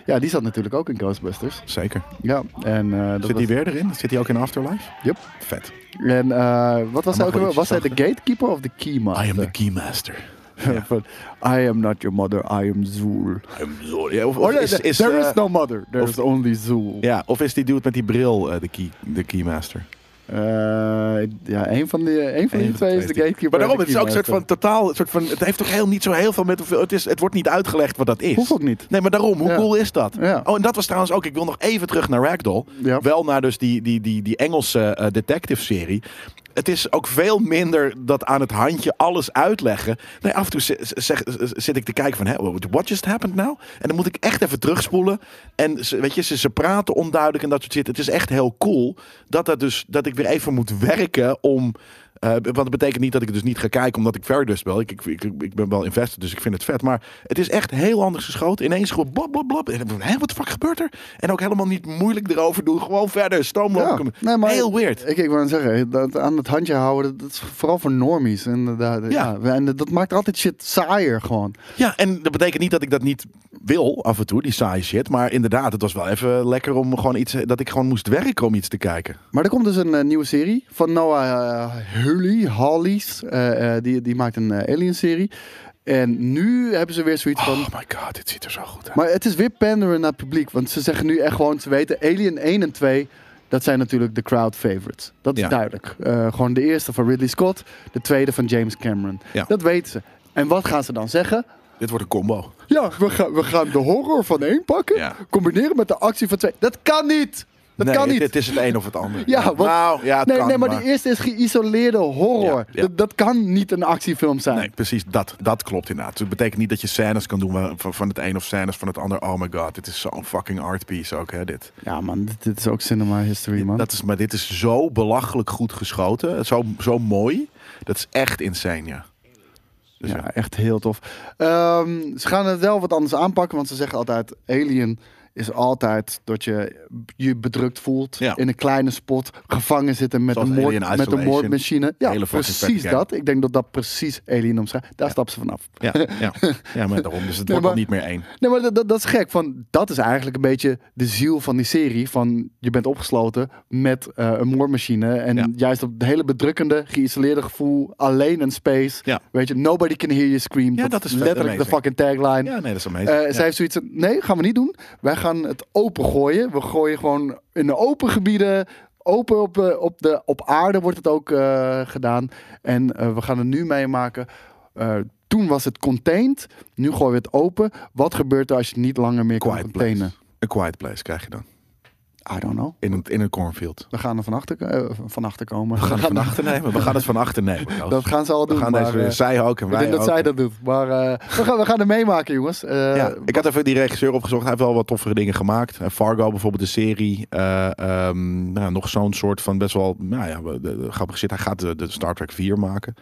ja, die zat natuurlijk ook in Ghostbusters. Zeker. Ja, en eh, dat Zit was- die weer erin? Zit die ook in Afterlife? Yep. Vet. En eh, wat was wel hij ook alweer? iets Was hij de zachter. gatekeeper of de keymaster? I am the keymaster. Van, I am not your mother, I am Zool. I am Zor- Ja, of, of Oh, nee, is, is, there eh, is no mother, there of- is only Zool. ja, of is die dude met die bril eh, de, key, de keymaster? Eh, ja, een van die, een van die twee is de eh, gatekeeper. Maar daarom, en het de is ook een soort van keymaster. totaal. Soort van, het heeft toch heel, niet zo heel veel met hoeveel. Het, is, het wordt niet uitgelegd wat dat is. Hoeft ook niet. Nee, maar daarom, hoe Ja. cool is dat? Ja. Oh, en dat was trouwens ook. Ik wil nog even terug naar Ragdoll. Ja. Wel naar dus die, die, die, die Engelse eh detective serie. het is ook veel minder dat aan het handje alles uitleggen. Nee, af en toe zi- zeg- zit ik te kijken van, hè, what just happened now? En dan moet ik echt even terugspoelen. En ze, weet je, ze, ze praten onduidelijk en dat soort shit. Het is echt heel cool dat, dat, dus, dat ik weer even moet werken om... eh, want het betekent niet dat ik het dus niet ga kijken omdat ik Fairdust wel. Ik, ik, ik, ik ben wel invested, dus ik vind het vet. Maar het is echt heel anders geschoten. Ineens gewoon blab, blab, blab. En dan van, hè, wat de fuck gebeurt er? En ook helemaal niet moeilijk erover doen. Gewoon verder, stoomlopen. nee, maar heel weird. Ik, ik wou net zeggen, dat aan het handje houden, dat, dat is vooral voor normies. Inderdaad. Ja. Ja. en dat maakt altijd shit saaier gewoon. Ja, en dat betekent niet dat ik dat niet wil af en toe, die saaie shit. Maar inderdaad, het was wel even lekker om gewoon iets... eh, Dat ik gewoon moest werken om iets te kijken. Maar er komt dus een eh, nieuwe serie van Noah eh Hawley. Hawley's. Eh, eh, die, die maakt een eh, alien-serie. En nu hebben ze weer zoiets van... Oh my god, dit ziet er zo goed uit. Maar het is weer panderen naar het publiek. Want ze zeggen nu echt gewoon, ze weten, Alien 1 en 2, dat zijn natuurlijk de crowd favorites. Dat is Ja. duidelijk. Eh, gewoon de eerste van Ridley Scott, de tweede van James Cameron. Ja. Dat weten ze. En wat gaan ze dan zeggen? Dit wordt een combo. Ja, we, gaan we gaan de horror van één pakken, Ja. combineren met de actie van twee. Dat kan niet! Dat nee, kan het- niet! Het, is het een of het ander. Ja, want- nou, ja, het nee, kan, nee, maar, die eerste is geïsoleerde horror. Ja, ja. Dat, dat kan niet een actiefilm zijn. Nee, precies, dat, dat klopt inderdaad. Het betekent niet dat je scènes kan doen wa- van, van het een of scènes van het ander. Oh my god, dit is zo'n fucking art piece ook, hè, dit. Ja man, dit, dit is ook cinema history man. Dat is, maar dit is zo belachelijk goed geschoten. Zo, zo mooi. Dat is echt insane, ja. Dus ja. Ja, echt heel tof. Ehm, ze gaan het wel wat anders aanpakken, want ze zeggen altijd: Alien is altijd dat je je bedrukt voelt Ja. in een kleine spot, gevangen zitten met, Zoals een, Alien moord, met een Isolation. moordmachine. Ja, Hele fucking precies vette game. dat. Ik denk dat dat precies Alien omschrijft. Daar stappen ze vanaf. Ja, ja. ja, maar daarom. Dus het Nee, wordt al maar- niet meer één. Nee, maar dat, dat, dat is gek. Van, dat is eigenlijk een beetje de ziel van die serie. Van je bent opgesloten met eh, een moordmachine. En Ja. juist op het hele bedrukkende, geïsoleerde gevoel. Alleen een space. Ja. Weet je, nobody can hear you scream. Ja, dat is vet letterlijk de amazing. fucking tagline. Ja, nee, dat is amazing. Eh, Ja. Zij heeft zoiets van, nee, gaan we niet doen. Wij gaan het open gooien. We gooien gewoon in de open gebieden. Open op, eh, op, de, op aarde wordt het ook eh, gedaan. En eh, we gaan het nu meemaken. Eh, toen was het contained. Nu gooien we het open. Wat gebeurt er als je het niet langer meer kan Quiet place. containen? Een quiet place krijg je dan. I don't know. In een, in een cornfield. We gaan er van achter, eh, van achter komen. We gaan het van achter nemen. We gaan het van achter nemen. Koos. Dat gaan ze al we doen. gaan maar, deze, eh, zij ook en ik wij denk dat ook. zij dat doet. Maar eh, we, gaan, we gaan het meemaken, jongens. Eh, ja, ik had even die regisseur opgezocht. Hij heeft wel wat toffere dingen gemaakt. Eh, Fargo bijvoorbeeld, de serie. Eh, ehm, nou, nog zo'n soort van best wel nou ja, de- de- grappig zit. Hij gaat de, de Star Trek 4 maken.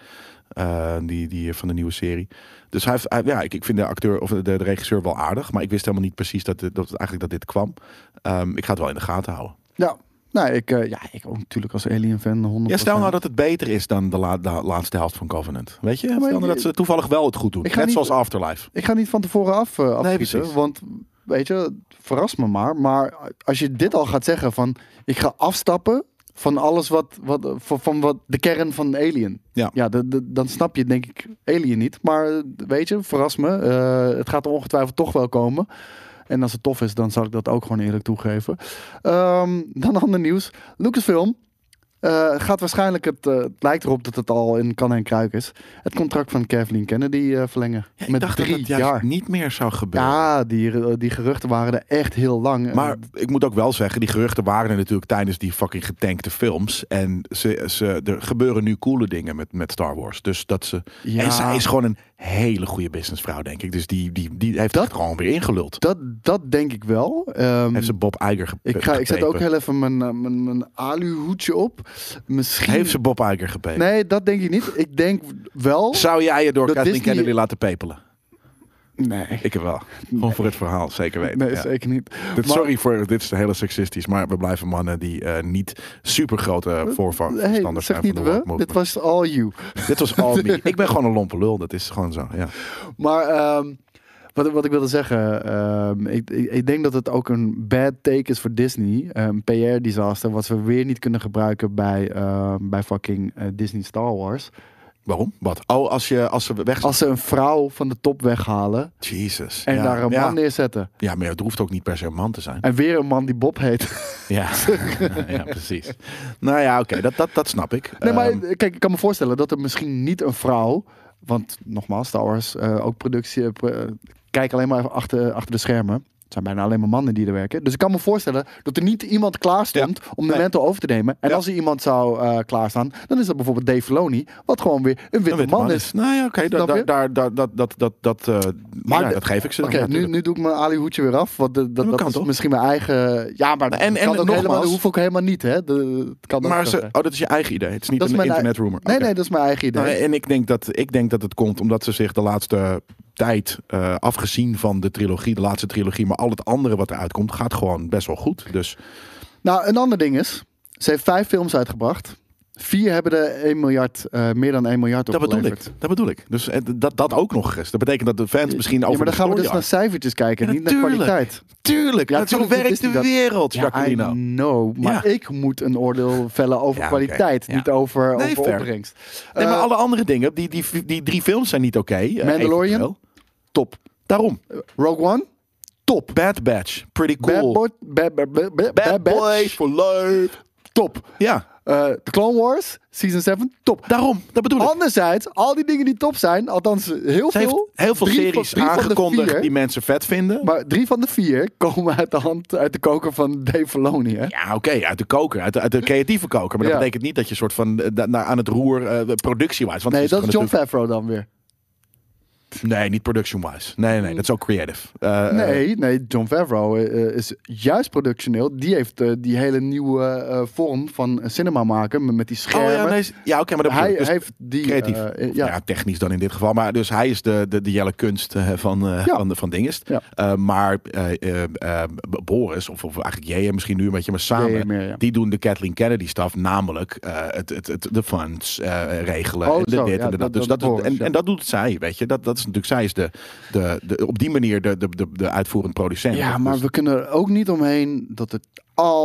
Eh, die, die van de nieuwe serie. Dus hij heeft, hij- ja, ik, ik vind de acteur of de, de regisseur wel aardig. Maar ik wist helemaal niet precies dat, dit- dat, eigenlijk dat dit kwam. Ehm, ik ga het wel in de gaten houden. Ja, nou, ik, eh, ja, ik ook natuurlijk als Alien-fan 100%. Ja, stel nou dat het beter is dan de, la- de laatste helft van Covenant. Weet je? Stel nou ik- dat ze toevallig wel het goed doen. Ik ga Net niet- zoals Afterlife. Ik ga niet van tevoren af, eh afschieten, precies. want weet je, verras me maar. Maar als je dit al gaat zeggen van, ik ga afstappen van alles wat, wat eh, van, van wat de kern van Alien. Ja. ja de- de- dan snap je denk ik Alien niet. Maar eh, weet je, verras me. eh, het gaat er ongetwijfeld toch wel komen. En als het tof is, dan zal ik dat ook gewoon eerlijk toegeven. Ehm, dan ander nieuws. Lucasfilm eh, gaat waarschijnlijk, het, eh, het lijkt erop dat het al in kan en kruik is, het contract van Kathleen Kennedy eh, verlengen. Ja, ik met dacht drie dat het juist jaar. niet meer zou gebeuren. Ja, die, die geruchten waren er echt heel lang. Maar ik moet ook wel zeggen, die geruchten waren er natuurlijk tijdens die fucking getankte films. En ze, ze, er gebeuren nu coole dingen met, met Star Wars. Dus dat ze. Ja. En zij is gewoon een hele goede businessvrouw, denk ik. Dus die, die, die heeft dat Dat- gewoon weer ingeluld. dat, dat denk ik wel. Ehm, Heeft ze Bob Iger gepe- ik, ga, ik zet ook gepepen. heel even mijn, eh, mijn, mijn alu-hoedje op. Misschien... Heeft ze Bob Iger gepepen? Nee, dat denk ik niet. Ik denk wel... Zou jij je door Dat Kathleen Disney- Kennedy laten pepelen? Nee, Ik heb wel. Gewoon voor het verhaal, zeker weten. nee Ja. zeker niet. Dit, Maar- sorry voor, dit is heel seksistisch, maar we blijven mannen die eh, niet super grote Eh, Hey, voorstanders zeg zijn niet van de woke we, movement. dit was all you. Dit was al me. Ik ben gewoon een lompe lul, dat is gewoon zo. Ja. Maar ehm, wat, wat ik wilde zeggen, ehm, ik, ik, ik denk dat het ook een bad take is voor Disney. ehm, Een PR-disaster, wat we weer niet kunnen gebruiken bij, ehm, bij fucking eh, Disney Star Wars. Waarom? Wat? Oh, als, je, als ze weg zijn. Als ze een vrouw van de top weghalen Jezus. en ja. daar een man ja. neerzetten. Ja, maar het hoeft ook niet per se een man te zijn. En weer een man die Bob heet. Ja, ja precies. Nou ja, oké, dat, dat, dat snap ik. nee, maar Ehm, kijk, ik kan me voorstellen dat er misschien niet een vrouw... Want nogmaals, Star Wars, eh, ook productie... eh, pro- eh, kijk alleen maar even achter, achter de schermen. Het zijn bijna alleen maar mannen die er werken. Dus ik kan me voorstellen dat er niet iemand klaar stond om de Nee. mantel over te nemen. En Ja. als er iemand zou eh, klaarstaan, dan is dat bijvoorbeeld Dave Filoni, wat gewoon weer een witte Een man is. Nou ja, oké. da- Snap da- je? daar- da- dat- dat- dat- dat, eh, Maar ja, de- dat geef ik ze. dan, Oké, nu, natuurlijk. nu doe ik mijn alihoedje weer af, want de- dat, maar dat kan is toch? misschien mijn eigen... Ja, en- maar dat en kan ook helemaal, nogmaals- dat hoeft ook helemaal niet, hè? De, het kan ook Maar zo ze, zijn. oh, dat is je eigen idee. Het is niet Dat is een mijn ei- internet rumor. Nee, Oké. nee, dat is mijn eigen idee. Nou, en ik denk, dat, ik denk dat het komt omdat ze zich de laatste tijd, eh, afgezien van de trilogie, de laatste trilogie, maar al het andere wat eruit komt, gaat gewoon best wel goed. Dus Nou, een ander ding is, ze heeft vijf films uitgebracht. Vier hebben de 1 miljard, eh, meer dan 1 miljard dat bedoel ik. opgeleverd. Dat bedoel ik. Dus eh, dat, dat ook nog eens. Dat betekent dat de fans misschien over ja, maar dan de gaan we dus naar story cijfertjes kijken, Ja, niet naar natuurlijk. kwaliteit. arc- Tuurlijk, Ja, dat zo tuurlijk, dat werkt is de niet dat- wereld, I Jacqueline. know, maar Ja. ik moet een oordeel vellen over Ja, oké. kwaliteit, Ja. niet over, Nee, over fair. opbrengst. Nee, maar Eh, alle andere dingen, die, die, die drie films zijn niet oké. eh, Mandalorian? eventueel. Top. Daarom. Rogue One? Top. Bad Batch. Pretty cool. Bad, boy, bad, bad, bad, bad, Bad Batch? Boys for life. Top. Ja, Eh, The Clone Wars? Season 7? Top. daarom. Dat bedoel ik. Anderzijds, al die dingen die top zijn, althans heel Ze veel. heeft heel veel drie van- series drie van de aangekondigd vier- die mensen vet vinden. Maar drie van de vier komen uit de hand, uit de koker van Dave Filoni, hè? Ja, oké, uit de koker, uit de, uit de creatieve koker. Maar dat Ja. betekent niet dat je soort van eh, da- naar- aan het roer eh, productie-wise. want Nee, het dat is John natuurlijk- Favreau dan weer. Nee, niet production-wise. Nee, nee, dat is ook creative. Eh, eh, Hmm. Nee, nee, John Favreau eh, is juist productioneel. Die heeft eh, die hele nieuwe eh, vorm van cinema maken met, met die oh schermen. ja, nee, ja oké, maar dat Hij bedoel ik. Dus heeft die creatief. eh, ja. ja. technisch dan in dit geval. Maar dus hij is de, de, de jelle kunst eh, van, eh Ja. van, de- van Dingest. Ja. Eh, maar eh, eh, eh, Boris, of, of eigenlijk jij misschien nu een beetje, maar samen, J.J. meer, ja. die doen de Kathleen Kennedy-staf, namelijk eh, het, het, het, de funds eh, regelen, Oh, de zo, dit ja, en de dat. dat- Dus dat dat is- Boris, en, ja. en dat doet zij, weet je. Dat, dat is natuurlijk, zij is de, de, de, op die manier de, de, de, de uitvoerend producent. Ja, maar Dus- we kunnen er ook niet omheen dat het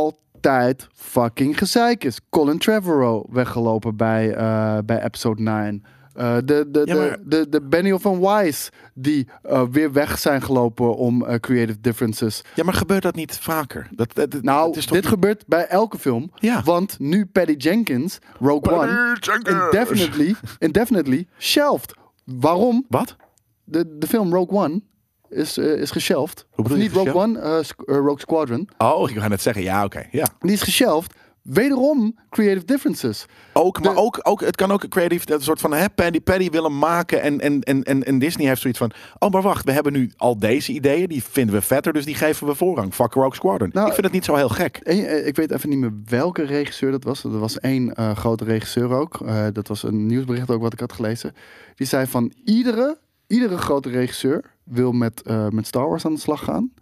altijd fucking gezeik is. Colin Trevorrow weggelopen bij, eh, bij episode 9. Eh, de, de, Ja, maar- de, de, de Benioff en Wise die eh, weer weg zijn gelopen om eh, creative differences. ja, maar gebeurt dat niet vaker? Dat, dat, dat- Nou, het is dit toch niet- gebeurt bij elke film. Ja. Want nu Paddy Jenkins, Rogue Paddy One, Jenkins! indefinitely, indefinitely shelved. Waarom? Wat? De, de film Rogue One is, eh, is geshelved. Hoe bedoel Of je niet Rogue One, eh, Squ- eh, Rogue Squadron. Oh, ik ga net zeggen, ja, oké, ja. Die is geshelved. Wederom creative differences. Ook, maar ook, ook, het kan ook een creative, dat soort van hè, Paddy Paddy willen maken. En, en, en, en, en Disney heeft zoiets van: oh, maar wacht, we hebben nu al deze ideeën, die vinden we vetter, dus die geven we voorrang. Fuck Rogue Squadron. Nou, ik vind het niet zo heel gek. Eén, eh, ik weet even niet meer welke regisseur dat was. Er was één eh, grote regisseur ook. Eh, dat was een nieuwsbericht ook wat ik had gelezen. Die zei van iedere, iedere grote regisseur wil met, eh, met Star Wars aan de slag gaan.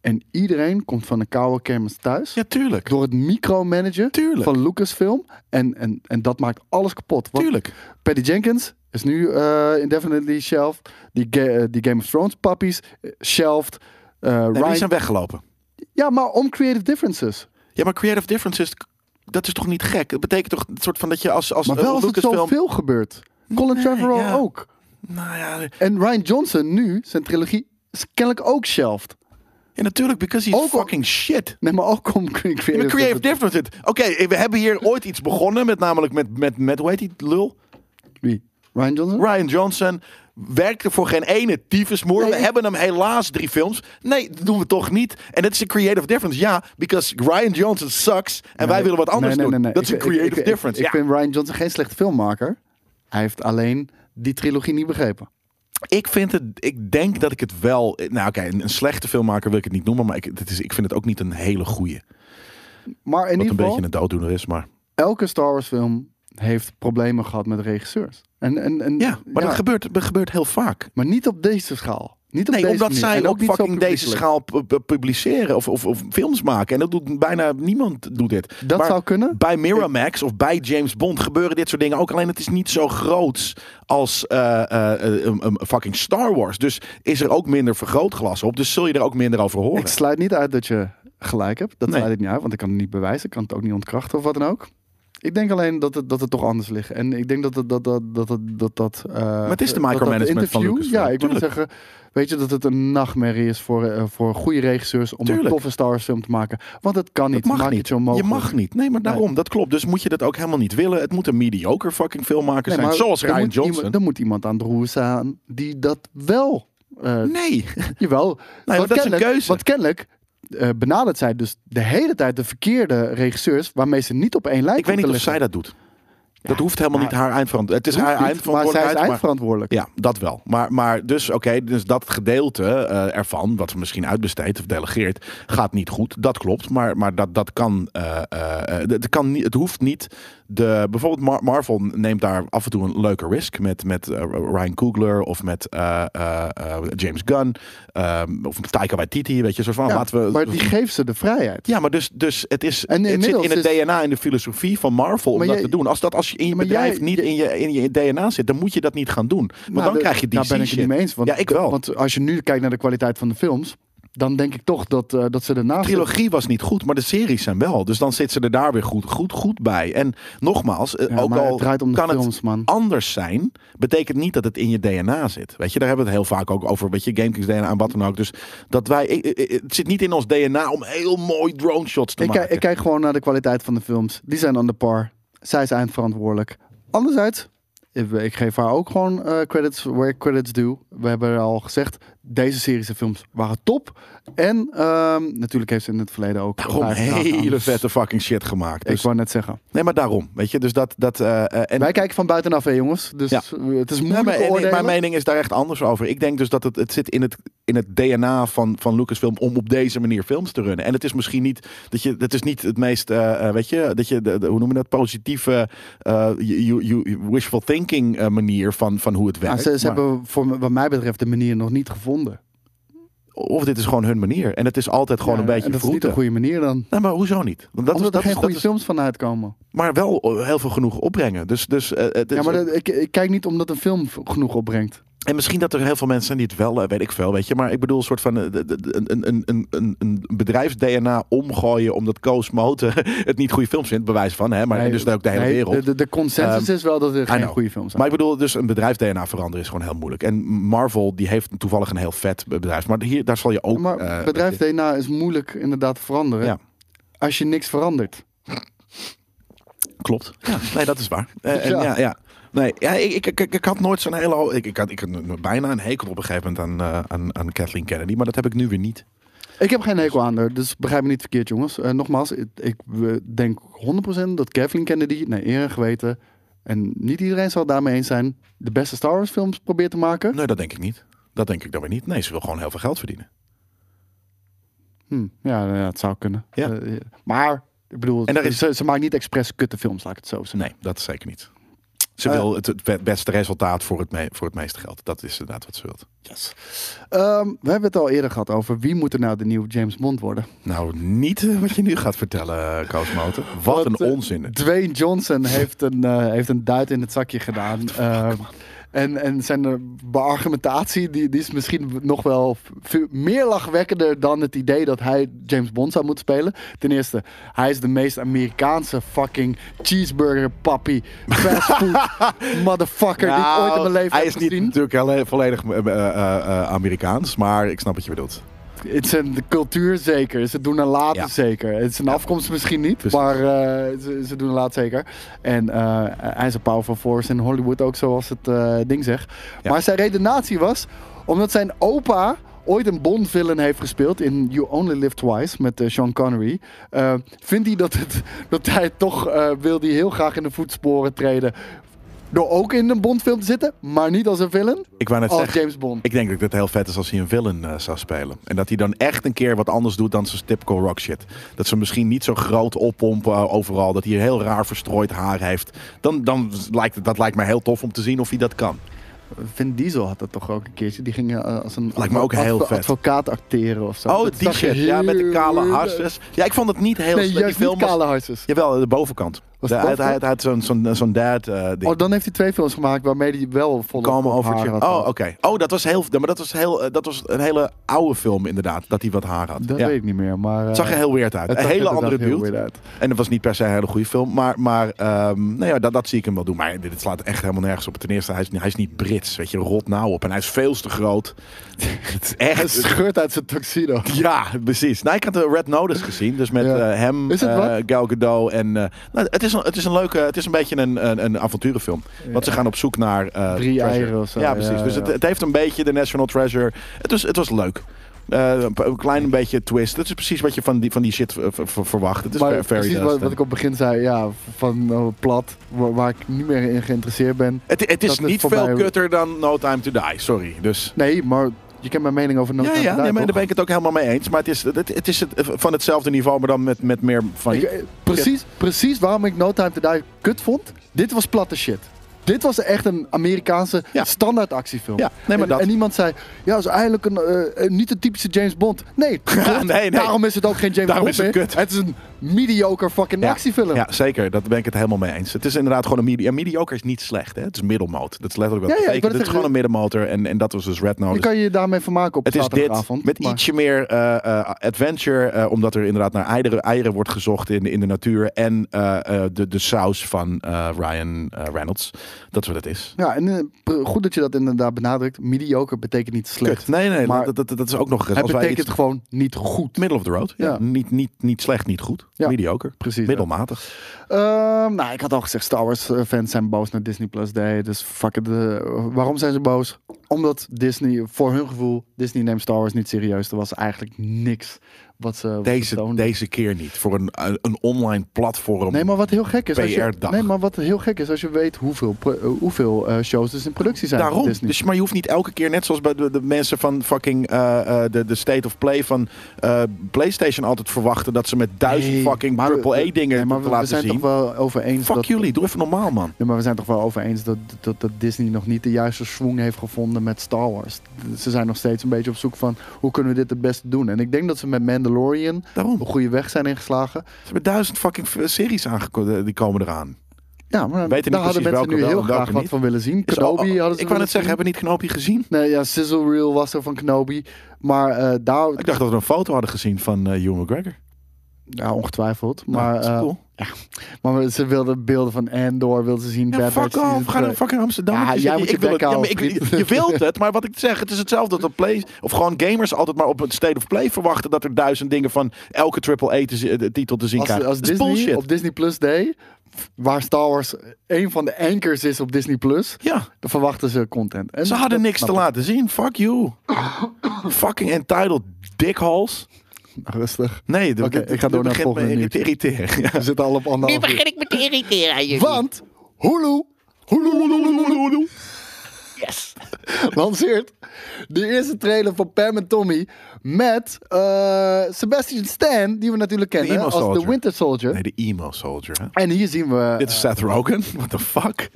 En iedereen komt van de koude kermis thuis. Ja, tuurlijk. Door het micromanagen Tuurlijk. van Lucasfilm. En, en, en dat maakt alles kapot. Want Tuurlijk. Patty Jenkins is nu eh, indefinitely shelved. Die, ga- eh, die Game of Thrones puppies eh, shelved. Eh, Nee, die Ryan- zijn weggelopen. Ja, maar om creative differences. Ja, maar creative differences, dat is toch niet gek? Dat betekent toch het soort van dat je als. als Maar wel eh, als het Lucasfilm- zoveel gebeurt. Colin Trevorrow ja. ook. Nou ja, En Ryan Johnson nu, zijn trilogie, is kennelijk ook shelved. ja, natuurlijk, because he's Ook al- fucking shit. Nee, maar ook om creative, Ja, maar creative differences. difference. Oké, we hebben hier ooit iets begonnen met namelijk met, met, met hoe heet die lul? Wie? Ryan Johnson? Ryan Johnson werkte voor geen ene tyfusmoer. Nee, we ik- hebben hem helaas drie films. Nee, dat doen we toch niet. En dat is een creative difference. Ja, because Ryan Johnson sucks en wij willen wat anders Nee, nee, doen. nee, nee. Dat is Ik- een ik- creative ik- ik- difference. Ik, ja. vind Ryan Johnson geen slechte filmmaker. Hij heeft alleen die trilogie niet begrepen. ik vind het, ik denk dat ik het wel, nou oké, een, een slechte filmmaker wil ik het niet noemen, maar ik, het is, ik vind het ook niet een hele goeie. Maar in Wat een ieder geval, beetje een dooddoener is, maar elke Star Wars film heeft problemen gehad met regisseurs. En, en, en, ja, maar dat gebeurt, dat gebeurt heel vaak. maar niet op deze schaal. Niet op Nee, deze omdat manier. zij En ook niet zo fucking deze publiekelijk. schaal pu- pu- publiceren of, of, of films maken. En dat doet bijna niemand doet dit. Dat zou kunnen. Bij Miramax of bij James Bond gebeuren dit soort dingen ook. Alleen het is niet zo groots als eh, eh, eh, um, um, fucking Star Wars. Dus is er ook minder vergrootglas op. Dus zul je er ook minder over horen. Ik sluit niet uit dat je gelijk hebt. Dat Nee. sluit ik niet uit, want ik kan het niet bewijzen. Ik kan het ook niet ontkrachten of wat dan ook. Ik denk alleen dat het, dat het toch anders ligt. En ik denk dat het, dat, dat, dat, dat, dat, dat eh, Maar het is de dat- dat micromanagement van interview- Lucasfilm. Ja, ik wil Tuurlijk. zeggen, weet je dat het een nachtmerrie is voor, eh, voor goede regisseurs om Tuurlijk. een toffe Star Wars film te maken. Want het kan niet. Dat mag Maak niet. Het zo mogelijk. je mag niet. Nee, maar Nee. daarom. Dat klopt. Dus moet je dat ook helemaal niet willen. Het moet een mediocre fucking filmmaker zijn. Zoals er Ryan moet Johnson. Iemand, er moet iemand aan de roer staan die dat wel Eh, Nee. Jawel. maar dat is want een kennelijk, keuze. Want kennelijk eh, benadert zij dus de hele tijd de verkeerde regisseurs... waarmee ze niet op één lijn Ik weet niet moeten of zij liggen. dat doet. Dat hoeft helemaal maar- niet haar eindverantwoordelijkheid. Het is haar Hoeft niet, maar zij is eindverantwoordelijkheid. maar- eindverantwoordelijk. Ja, dat wel. Maar, maar dus, oké, dus dat gedeelte eh, ervan, wat ze misschien uitbesteedt of delegeert, gaat niet goed. Dat klopt, maar, maar dat, dat kan, eh, eh, eh, dat kan niet, het hoeft niet. De, bijvoorbeeld Mar- Marvel neemt daar af en toe een leuke risk met, met eh, Ryan Coogler of met eh, eh, eh, James Gunn ehm, of Taika Waititi, weet je, zo van. Ja, nou, laten we, maar die geeft ze de vrijheid. ja, maar dus, dus het, is, En het zit in inmiddels het is- DNA, in de filosofie van Marvel om Maar dat jij- te doen. Als dat als je in je Maar bedrijf jij- niet jij- in, je, in je DNA zit, dan moet je dat niet gaan doen. Want Nou, dan de- krijg je die Daar ben ik het niet mee eens. Want, Ja, ik wel. Want als je nu kijkt naar de kwaliteit van de films... dan denk ik toch dat, eh, dat ze ernaast... De trilogie was niet goed, maar de series zijn wel. Dus dan zit ze er daar weer goed, goed, goed bij. En nogmaals, eh, Ja, ook maar al het draait om de kan films, het man. anders zijn, betekent niet dat het in je DNA zit. Weet je, daar hebben we het heel vaak ook over. Weet je, GameKings DNA en wat dan ook. Dus dat wij, ik- ik- ik- het zit niet in ons DNA om heel mooi drone shots te Ik, kijk- maken. ik kijk gewoon naar de kwaliteit van de films. Die zijn aan de par. Zij is eindverantwoordelijk. Anderzijds, ik, ik geef haar ook gewoon eh, credits where credits due. We hebben al gezegd, deze series en films waren top. En ehm, natuurlijk heeft ze in het verleden ook... Daarom vaak gedaan aan- hele vette fucking shit gemaakt. Ik Dus, wou net zeggen. nee, maar daarom. Weet je, dus dat. dat eh, eh, en, Wij kijken van buitenaf, hè jongens. Dus Ja. eh, het Nee, is maar, moeilijk te en- en oordelen. mijn mening is daar echt anders over. Ik denk dus dat het, het zit in het, in het DNA van, van Lucasfilm om op deze manier films te runnen. En het is misschien niet dat je, dat is niet het meest, eh, eh, weet je, dat je, de, de- hoe noem je dat, positieve eh, you- you- you- wishful thinking eh, manier van, van hoe het Ja, werkt. Nou, ze ze Maar- hebben voor m- wat mij betreft de manier nog niet gevonden. Of dit is gewoon hun manier. En het is altijd gewoon Ja, een beetje en dat is niet vroeten. de goede manier dan. Nee, maar hoezo niet? Want dat, is, dat, Omdat er is, geen dat goede is, films van uitkomen. maar wel eh, heel veel genoeg opbrengen. Dus, dus, eh, het is- Ja, maar dat- ik, ik kijk niet omdat een film v- genoeg opbrengt. En misschien dat er heel veel mensen zijn die het wel, eh, weet ik veel, weet je. Maar ik bedoel, een soort van eh, de- de- de- een, een, een, een, een bedrijfs-DNA omgooien omdat Koos Moten het niet goede films vindt, bewijs van, hè. Maar Nee, dus dan ook de hele nee, wereld. Ehm, De, de, de consensus is wel dat er geen know. goede films zijn. Maar ik bedoel, dus een bedrijfs-DNA veranderen is gewoon heel moeilijk. En Marvel, die heeft toevallig een heel vet bedrijf. Maar hier, daar zal je ook... Maar, eh, bedrijf DNA is moeilijk inderdaad te veranderen. Ja. Als je niks verandert. Klopt. Ja, nee, dat is waar. Eh, en Ja. ja. ja, Nee, ja, ik, ik, ik, ik had nooit zo'n hele... ho- Ik, ik, had, ik had n- bijna een hekel op een gegeven moment aan, eh, aan, aan Kathleen Kennedy. Maar dat heb ik nu weer niet. Ik heb geen hekel aan haar, dus begrijp me niet verkeerd, jongens. Eh, nogmaals, ik, ik, eh, denk 100% dat Kathleen Kennedy, nee, eer en geweten, en niet iedereen zal het daarmee eens zijn, de beste Star Wars films probeert te maken. Nee, dat denk ik niet. Dat denk ik dan weer niet. Nee, ze wil gewoon heel veel geld verdienen. Hm, ja, nou ja, het zou kunnen. Ja. Eh, ja. maar, ik bedoel, En daar is- ze, ze maakt niet expres kutte films, laat ik het zo zeggen. Nee, dat is zeker niet. Ze Eh, wil het, het be- beste resultaat voor het, me- voor het meeste geld. Dat is inderdaad wat ze wilt. Yes. Ehm, we hebben het al eerder gehad over wie moet er nou de nieuwe James Bond worden. Nou, niet eh, wat je nu gaat vertellen, eh, Koos Moten. Wat, een eh, onzin. Dwayne Johnson heeft een, eh, heeft een duit in het zakje gedaan. Ehm, en, en zijn eh, beargumentatie die, die is misschien nog wel veel meer lachwekkender dan het idee dat hij James Bond zou moeten spelen. Ten eerste, hij is de meest Amerikaanse fucking cheeseburger pappy fastfood motherfucker die ik Nou, ooit in mijn leven hij heb is niet gezien. natuurlijk hele- volledig eh, eh, eh, Amerikaans, maar ik snap wat je bedoelt. Het is een cultuur zeker. Ze doen een later Ja. zeker. Het is een afkomst misschien niet, Precies. maar eh, ze, ze doen een laat zeker. En eh, hij is een powerful force in Hollywood ook, zoals het eh, ding zegt. Ja. Maar zijn redenatie was omdat zijn opa ooit een Bond-villain heeft gespeeld in You Only Live Twice met eh, Sean Connery. eh, vindt hij dat, het, dat hij toch eh, wil die heel graag in de voetsporen treden door ook in een Bond-film te zitten, maar niet als een villain, Ik wou net als zeggen, James Bond. ik denk dat het heel vet is als hij een villain eh, zou spelen. En dat hij dan echt een keer wat anders doet dan zijn typical rock shit. Dat ze hem misschien niet zo groot oppompen eh, overal. Dat hij een heel raar verstrooid haar heeft. Dan, dan lijkt het, dat lijkt mij heel tof om te zien of hij dat kan. Vin Diesel had dat toch ook een keertje. Die ging eh, als een Lijkt me ook heel vet. advocaat acteren of zo. Oh, Dat die zag je shit. Ja, heel met de kale leuk. harses. Ja, ik vond het niet heel Nee, slecht. Die juist niet film was- kale harses. Jawel, de bovenkant. Was De- het hij, hij, bovenkant? hij had zo'n zo'n zo'n dad eh ding. Oh, dan heeft hij twee films gemaakt waarmee hij wel volop Kalme op haar over. had. Oh, oké. Oh, dat was heel. Maar dat was heel. eh, Dat was een hele oude film inderdaad. Dat hij wat haar had. Dat Ja. weet ik niet meer, maar... eh, Het zag er heel weird uit. Een hele andere dude. beeld. En het was niet per se een hele goede film. Maar, maar ehm, nou ja, dat, dat zie ik hem wel doen. Maar dit slaat echt helemaal nergens op. Ten eerste, hij is, hij is niet Brits. Weet je, rot nou op. En hij is veel te groot. het is Hij echt. scheurt uit zijn tuxedo. Ja, precies. Nou, ik had de Red Notice gezien. Dus met Ja. eh, hem, Is het eh, wat? Gal Gadot en... eh, nou, het is is, een, het is een leuke, het is een beetje een, een, een avonturenfilm. Want ze gaan op zoek naar... eh, Drie treasure. eieren of zo, Ja, precies. ja, dus ja. Het, het heeft een beetje de National Treasure. Het was, het was leuk. Eh, een, pa- een klein beetje twist. Dat is precies wat je van die, van die shit eh, ver- ver- verwacht. Het is maar ver- fairy precies dust wat, en- wat ik op het begin zei, ja, van eh, plat, waar, waar ik niet meer in geïnteresseerd ben. Het, het is Dat het niet voorbij- veel kutter dan No Time to Die, sorry. Dus. Nee, maar je kent mijn mening over No ja, Time ja to Die, nee, maar daar toch? ben ik het ook helemaal mee eens. Maar het is, het, het is het, van hetzelfde niveau, maar dan met, met meer van. Ik- eh, precies, precies waarom ik No Time to Die kut vond. Dit was platte shit. Dit was echt een Amerikaanse Ja. standaard actiefilm. Ja, nee, maar en, dat- en iemand zei, ja, is eigenlijk een, eh, eh, niet de typische James Bond. Nee, klopt. nee. daarom is het ook geen James Daarom Bond is het meer. kut. Het is een mediocre fucking Ja, actiefilm. Ja, zeker. Dat ben ik het helemaal mee eens. Het is inderdaad gewoon een medi- ja, mediocre. is niet slecht, hè? Het is middelmoot. Dat is letterlijk Ja, wat ja, het ik betekent. Het wou net is gewoon een middenmotor. En, en dat was dus Red Je Notice. kan je daarmee vermaken op Het is dit zaterdagavond. met maar- ietsje meer eh, eh, adventure, eh, omdat er inderdaad naar eieren, eieren wordt gezocht in, in de natuur. En eh, eh, de, de saus van eh, Ryan eh, Reynolds. Dat is wat het is. Ja, en eh, pr- goed dat je dat inderdaad benadrukt. Mediocre betekent niet slecht. Kut. Nee, nee, Maar dat, dat, dat is ook nog... Het als wij betekent iets- gewoon niet goed. Middle of the road. Ja. Ja. Niet, niet, niet slecht, niet goed. Ja. Mediocre. Precies, ja. Middelmatig. Ehm, nou, ik had al gezegd, Star Wars eh, fans zijn boos naar Disney Plus Day. Dus fuck it. eh, waarom zijn ze boos? Omdat Disney, voor hun gevoel, Disney neemt Star Wars niet serieus. Er was eigenlijk niks wat ze wat ze Deze, toonden. deze keer niet. Voor een, een online platform. Nee, maar wat heel gek is. Als je, PR-dag. nee, maar wat heel gek is als je weet hoeveel, pro- eh, hoeveel eh, shows dus in productie zijn. Daarom. van Disney. Dus, maar je hoeft niet elke keer, net zoals bij de, de mensen van fucking eh, eh, de, de State of Play van eh, PlayStation altijd verwachten dat ze met duizend Nee, fucking maar we- AAA dingen nee, maar we, te we laten zijn zien. toch wel over eens Fuck dat, jullie, doe even normaal man. Ja, maar we zijn toch wel over eens dat, dat, dat Disney nog niet de juiste swing heeft gevonden met Star Wars. Ze zijn nog steeds een beetje op zoek van hoe kunnen we dit het beste doen. En ik denk dat ze met Mandalorian Daarom. een goede weg zijn ingeslagen. Ze hebben duizend fucking f- series aangekomen, eh, die komen eraan. Ja, maar Weten daar niet precies hadden mensen welke nu wel heel en welke graag wat niet. van willen zien. Is al- Kenobi hadden ze ik wou net willen zeggen, zien. hebben we niet Knoopje gezien? Nee, ja, Sizzle Reel was er van Kenobi. Maar eh, daar... Ik dacht dat we een foto hadden gezien van eh Hugh McGregor. Ja, ongetwijfeld. Nou, Maar, dat is eh, cool. maar ze wilden beelden van Andor, wilden ze zien. Ja, Bad fuck Batch season off. Ga naar twee. fucking Amsterdam. Ja, Ik- jij ik- moet je ik wil bek het- ja, houden, maar ik- vriend. Je wilt het, maar wat ik zeg, het is hetzelfde dat play, of gewoon gamers altijd maar op het State of Play verwachten dat er duizend dingen van elke AAA-titel te zien als, krijgen. als Dat is Disney bullshit. op Disney Plus Day, waar Star Wars een van de anchors is op Disney Plus, Ja, dan verwachten ze content. En ze hadden dat niks te snap ik. laten zien. Fuck you. fucking entitled dickhals. nou, Rustig. Nee, dit- Oké, dit- ik ga door dit naar het begint volgende me te irriteren. Ja. We zitten al op Nu anderhalf uur. begin ik me te irriteren aan jullie. Want Hulu Yes. lanceert de eerste trailer van Pam en Tommy met eh, Sebastian Stan, die we natuurlijk kennen Emo als Soldier. de Winter Soldier. Nee, de emo soldier. hè. En hier zien we... Dit is Seth Rogen. What the fuck?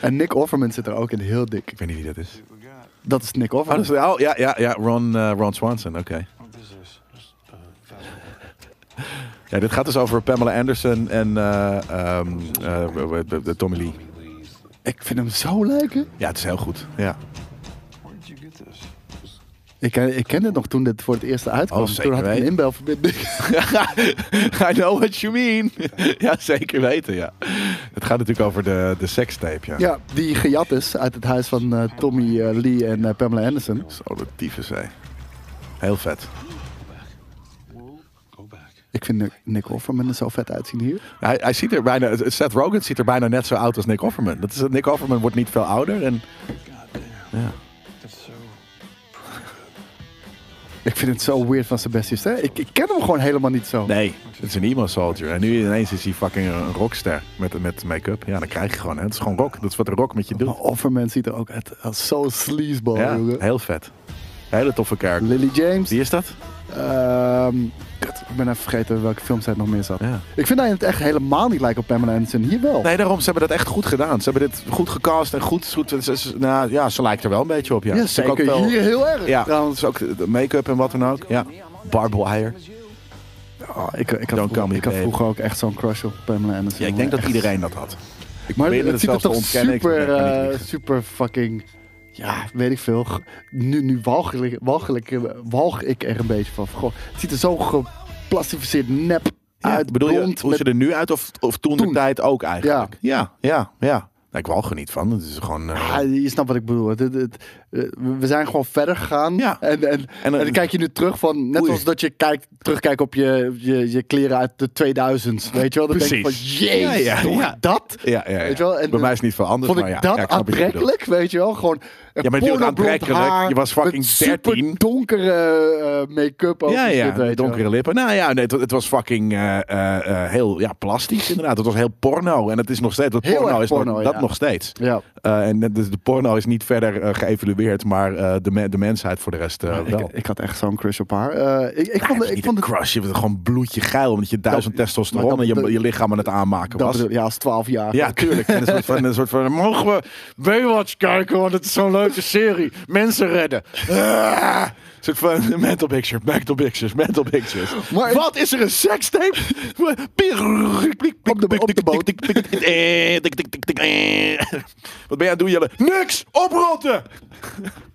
en Nick Offerman zit er ook in, heel dik. Ik weet niet wie dat is. Dat is Nick Oh, dat Offerman. is- oh, ja, ja, ja. Ron, eh, Ron Swanson. Oké. Ja, dit gaat dus over Pamela Anderson en eh, ehm, eh, w- w- w- Tommy Lee. Ik vind hem zo lijken. Ja, het is heel goed. Ja. Ik, ken- ik kende het nog toen dit voor het eerst uitkwam. Oh, zeker toen had ik een weten. inbelverbinding. I know what you mean. ja, zeker weten, ja. Het gaat natuurlijk over de, de sekstape, ja. Ja, die gejat is uit het huis van eh, Tommy eh, Lee en eh, Pamela Anderson. Zo, dat tyfus, hé. Heel vet. Ik vind Nick- Nick Offerman er zo vet uitzien hier. Hij, hij ziet er bijna, Seth Rogen ziet er bijna net zo oud als Nick Offerman. Dat is, Nick Offerman wordt niet veel ouder en Ik vind het zo weird van Sebastian Stan. Ik, ik ken hem gewoon helemaal niet zo. Nee, het is een emo soldier. En nu ineens is hij fucking een rockster met, met make-up. Ja, dan krijg je gewoon. Hè. Het is gewoon rock. Dat is wat de rock met je Maar doet. Offerman ziet er ook uit als zo sleazeball, Ja, Oh, jongen. heel vet. Hele toffe character. Lily James. Wie is dat? Ehm, kut, ik ben even vergeten welke film zij nog meer zat. Ja. Ik vind hij in het echt helemaal niet lijkt op Pamela Anderson. Hier wel. Nee, daarom. Ze hebben dat echt goed gedaan. Ze hebben dit goed gecast en goed... goed ze- ze- nou, ja, ze lijkt er wel een beetje op, ja. ja, Ze is ook zeker. wel- Hier heel erg. Ja, trouwens ook de make-up en wat dan ook. Ja. Barbed wire. Oh, ik, ik, had Don't vroeger, come ik had here, vroeger ook echt zo'n crush op Pamela Anderson. Ja, ik denk dat Echt. iedereen dat had. Ik Maar probeerde het ziet er zelfs te toch ontkennen. Ik super, ben niet eh, liegen. super fucking... Ja, weet ik veel. G- Nu, nu walgelijk, walgelijk, eh, walg ik er een beetje van. Goh, het ziet er zo geplastificeerd nep Ja, uit. bedoel je blond hoe met- ze er nu uit of, of toen de Toen. tijd ook eigenlijk? Ja, ja, ja. Nou, ik wel geniet van. Het is gewoon. eh, Ah, je snapt wat ik bedoel. Het, het, het- eh, we- we zijn gewoon verder gegaan. Ja. En, en, en, eh, dan kijk je nu terug van, net Oei. als dat je kijkt, terugkijkt op je, je, je kleren uit de 2000s. Weet je wel? Dan denk je van, Precies. jezus, Ja, ja, doe ja. ik dat? Ja, ja, ja. Weet je wel, en Bij mij is het niet veel anders. Vond ik maar ja, dat ja, ik snap wat je bedoelt. aantrekkelijk, weet je wel? Gewoon een Ja, maar het is ook pornoblond aantrekkelijk. haar Je was fucking met super 13. donkere eh, make-up over Ja, shit, ja, weet je wel. met donkere lippen. Nou ja, nee, het, het was fucking eh, eh, eh, heel ja, plastisch inderdaad. Het was heel porno. En het is nog steeds, dat Heel porno erg is nog- porno, dat ja. nog steeds. Ja. Eh, en de, de porno is niet verder eh, geëvalueerd, maar eh, de, me- de mensheid voor de rest eh, wel. Ik, ik had echt zo'n crush op haar. Eh, ik, ik Ja, het vond, was ik niet vond een het... crush, je bent gewoon bloedje geil omdat je duizend Dat- testosteron maar en dat- je, dat- je lichaam aan het aanmaken Dat was. bedoel, ja, als 12 jaar. Ja, tuurlijk. En een soort van, een soort van mogen we Baywatch kijken, want het is zo'n leuke serie. Mensen redden. Ah! Een soort van mental pictures, mental pictures, mental pictures. Maar- Wat is er een sekstape? Op de- op de boot. eh, Wat ben je aan het doen, Jelle? Niks! Oprotten!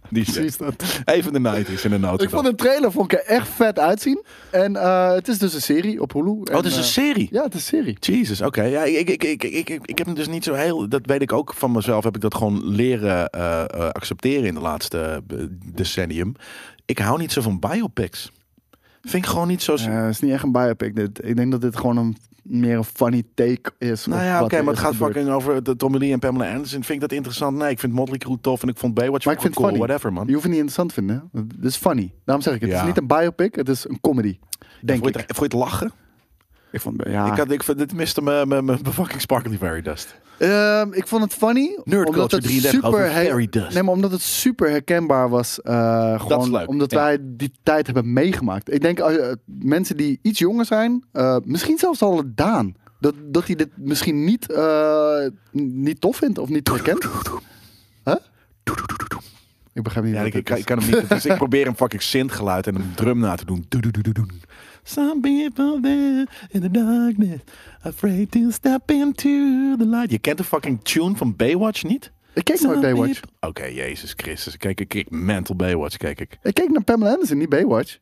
Die shit. Precies dat. Even de 90s in de noten. Ik vond de trailer vond ik er echt vet uitzien. En eh, het is dus een serie op Hulu. eh, Oh, het is een serie? Ja, het is een serie. Jezus, oké. Ja, ik, ik, ik, ik, ik, ik heb hem dus niet zo heel... Dat weet ik ook van mezelf. Heb ik dat gewoon leren eh, eh, accepteren in de laatste eh, decennium. Ik hou niet zo van biopics. Vind ik gewoon niet zo... Eh, het is niet echt een biopic. Dit. Ik denk dat dit gewoon een, meer een funny take is. nou op ja, wat oké, er maar is het gaat gebeurd. fucking over de Tommy Lee en Pamela Anderson. Vind ik dat interessant? Nee, ik vind Motley Crue tof en ik vond Baywatch Maar ik vind cool. het funny. Whatever, man. Je hoeft het niet interessant te vinden. hè? Het is funny. Daarom zeg ik het. Ja. Het is niet een biopic, het is een comedy. Denk vond, ik. Ah. je het, vond je het lachen? Ik vond, ja. Ik, had, ik, vond- dit miste mijn- mijn mijn fucking Sparkly Fairy Dust. Ehm, ik vond het funny. Nerd omdat Culture het 33 super over her- fairy dust. Nee, maar omdat het super herkenbaar was. eh, gewoon is leuk, Omdat ja. wij die tijd hebben meegemaakt. Ik denk als je- eh, mensen die iets jonger zijn, eh, misschien zelfs al Daan. Dat, dat hij dit misschien niet, eh, n- niet tof vindt of niet herkent. Huh? Ik begrijp niet Ja, wat ik, dit ik, kan- is. ik kan hem niet. Dus ik probeer een fucking synthgeluid en een drum na te doen. Doedoedoedoedoen. Some people there in the darkness, afraid to step into the light. Je kent de fucking tune van Baywatch niet? Ik keek nooit Some Baywatch. people- Oké, Jezus Christus. Kijk, ik keek mental Baywatch, kijk ik. Ik keek naar Pamela Anderson, niet Baywatch.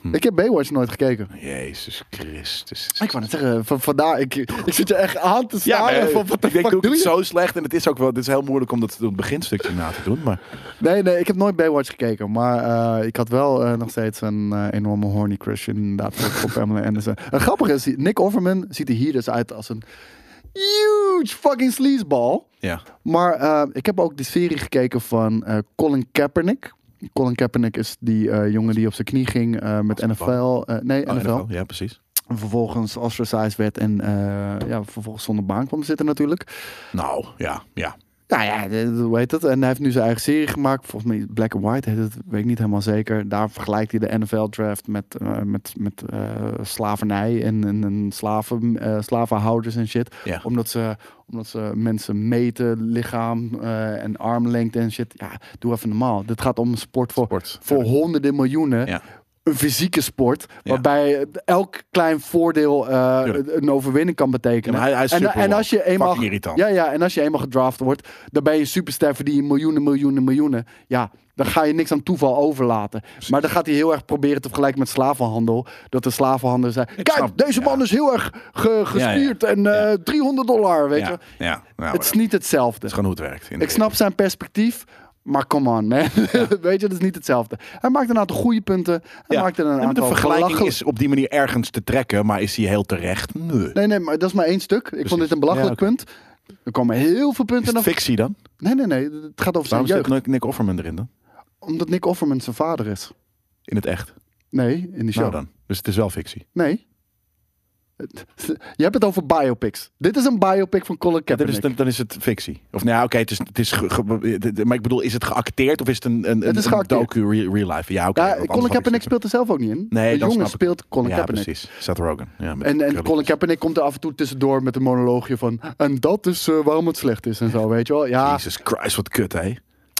Hm. Ik heb Baywatch nooit gekeken. Jezus Christus. Ik wou net zeggen, eh, van, vandaar, ik, ik zit je echt aan te Ja, maar, staren. van, wat de ik denk, fuck doe ik doe het je? zo slecht en het is ook wel, het is heel moeilijk om dat het beginstukje na te doen, maar Nee, nee, ik heb nooit Baywatch gekeken. Maar eh, ik had wel eh, nog steeds een eh, enorme horny crush inderdaad op op Pamela Anderson. En grappig is, Nick Offerman ziet er hier dus uit als een huge fucking sleazeball. ja. Maar eh, ik heb ook die serie gekeken van eh, Colin Kaepernick. Colin Kaepernick is die eh, jongen die op zijn knie ging eh, met NFL. eh, nee, Oh, NFL. NFL, Ja, precies. En vervolgens ostracized werd en eh, ja, vervolgens zonder baan kwam zitten natuurlijk. Nou, ja, ja. Nou ja, de- de- hoe heet dat? En hij heeft nu zijn eigen serie gemaakt. Volgens mij Black and White heet het, weet ik niet helemaal zeker. Daar vergelijkt hij de NFL-draft met, eh, met, met eh, slavernij en, en, en slaven, eh, slavenhouders en shit. Ja. Omdat, ze, omdat ze mensen meten, lichaam eh, en armlengte en shit. Ja, doe even normaal. Dit gaat om een sport voor, Sport, voor tuurlijk. honderden miljoenen. Ja. Een fysieke sport, Ja. waarbij elk klein voordeel eh, Tuurlijk. een overwinning kan betekenen. Ja, maar hij- hij is en, superwoman. en als je eenmaal, Fucking irritant. ja, ja, en als je eenmaal gedraft wordt, dan ben je een superster, verdien je miljoenen, miljoenen, miljoenen. Ja, dan ga je niks aan toeval overlaten. Maar dan gaat hij heel erg proberen te vergelijken met slavenhandel. Dat de slavenhandel zei, kijk, snap- deze ja. man is heel erg ge- gespierd en eh, Ja. 300 dollar, weet ja, je. ja, nou, het is whatever. niet hetzelfde. Het is gewoon hoe het werkt. in de Ik snap zijn perspectief, maar come on, man. weet je, dat is niet hetzelfde. Hij maakt een aantal goede punten. Hij maakt er een Ja, maar aantal de vergelijking belachelijke- is op die manier ergens te trekken, maar is die heel terecht? Nee. Nee, nee, maar dat is maar één stuk. Ik vond dit een belachelijk Ja, punt. Er komen heel veel Is punten het naar fictie dan? Nee, nee, nee. Het gaat over zijn Waarom zit jeugd. Nick- Nick Offerman erin dan? Omdat Nick Offerman zijn vader is. In het echt? Nee, in die show. Nou dan. Dus het is wel fictie. Nee. Het- Je hebt het over biopics. Dit is een biopic van Colin Dan is, Kaepernick. Dus dan, dan is het fictie. Of nou ja, oké, het is, het is ge- ge- de- de- maar ik bedoel, is het geacteerd of is het een, een, Het is een geacteerd. docu real, real life? Ja, oké. want anders ja, Colin had ik Kaepernick zitten. speelt er zelf ook niet in. Nee, dan de jongen snap ik. speelt Colin Ja, Kaepernick. precies. Seth Rogen. Ja, met En, en krulletjes. Colin Kaepernick komt er af en toe tussendoor met een monoloogje van... En dat is eh, waarom het slecht is en zo, weet je wel. Ja, Jesus Christ, wat kut, hè?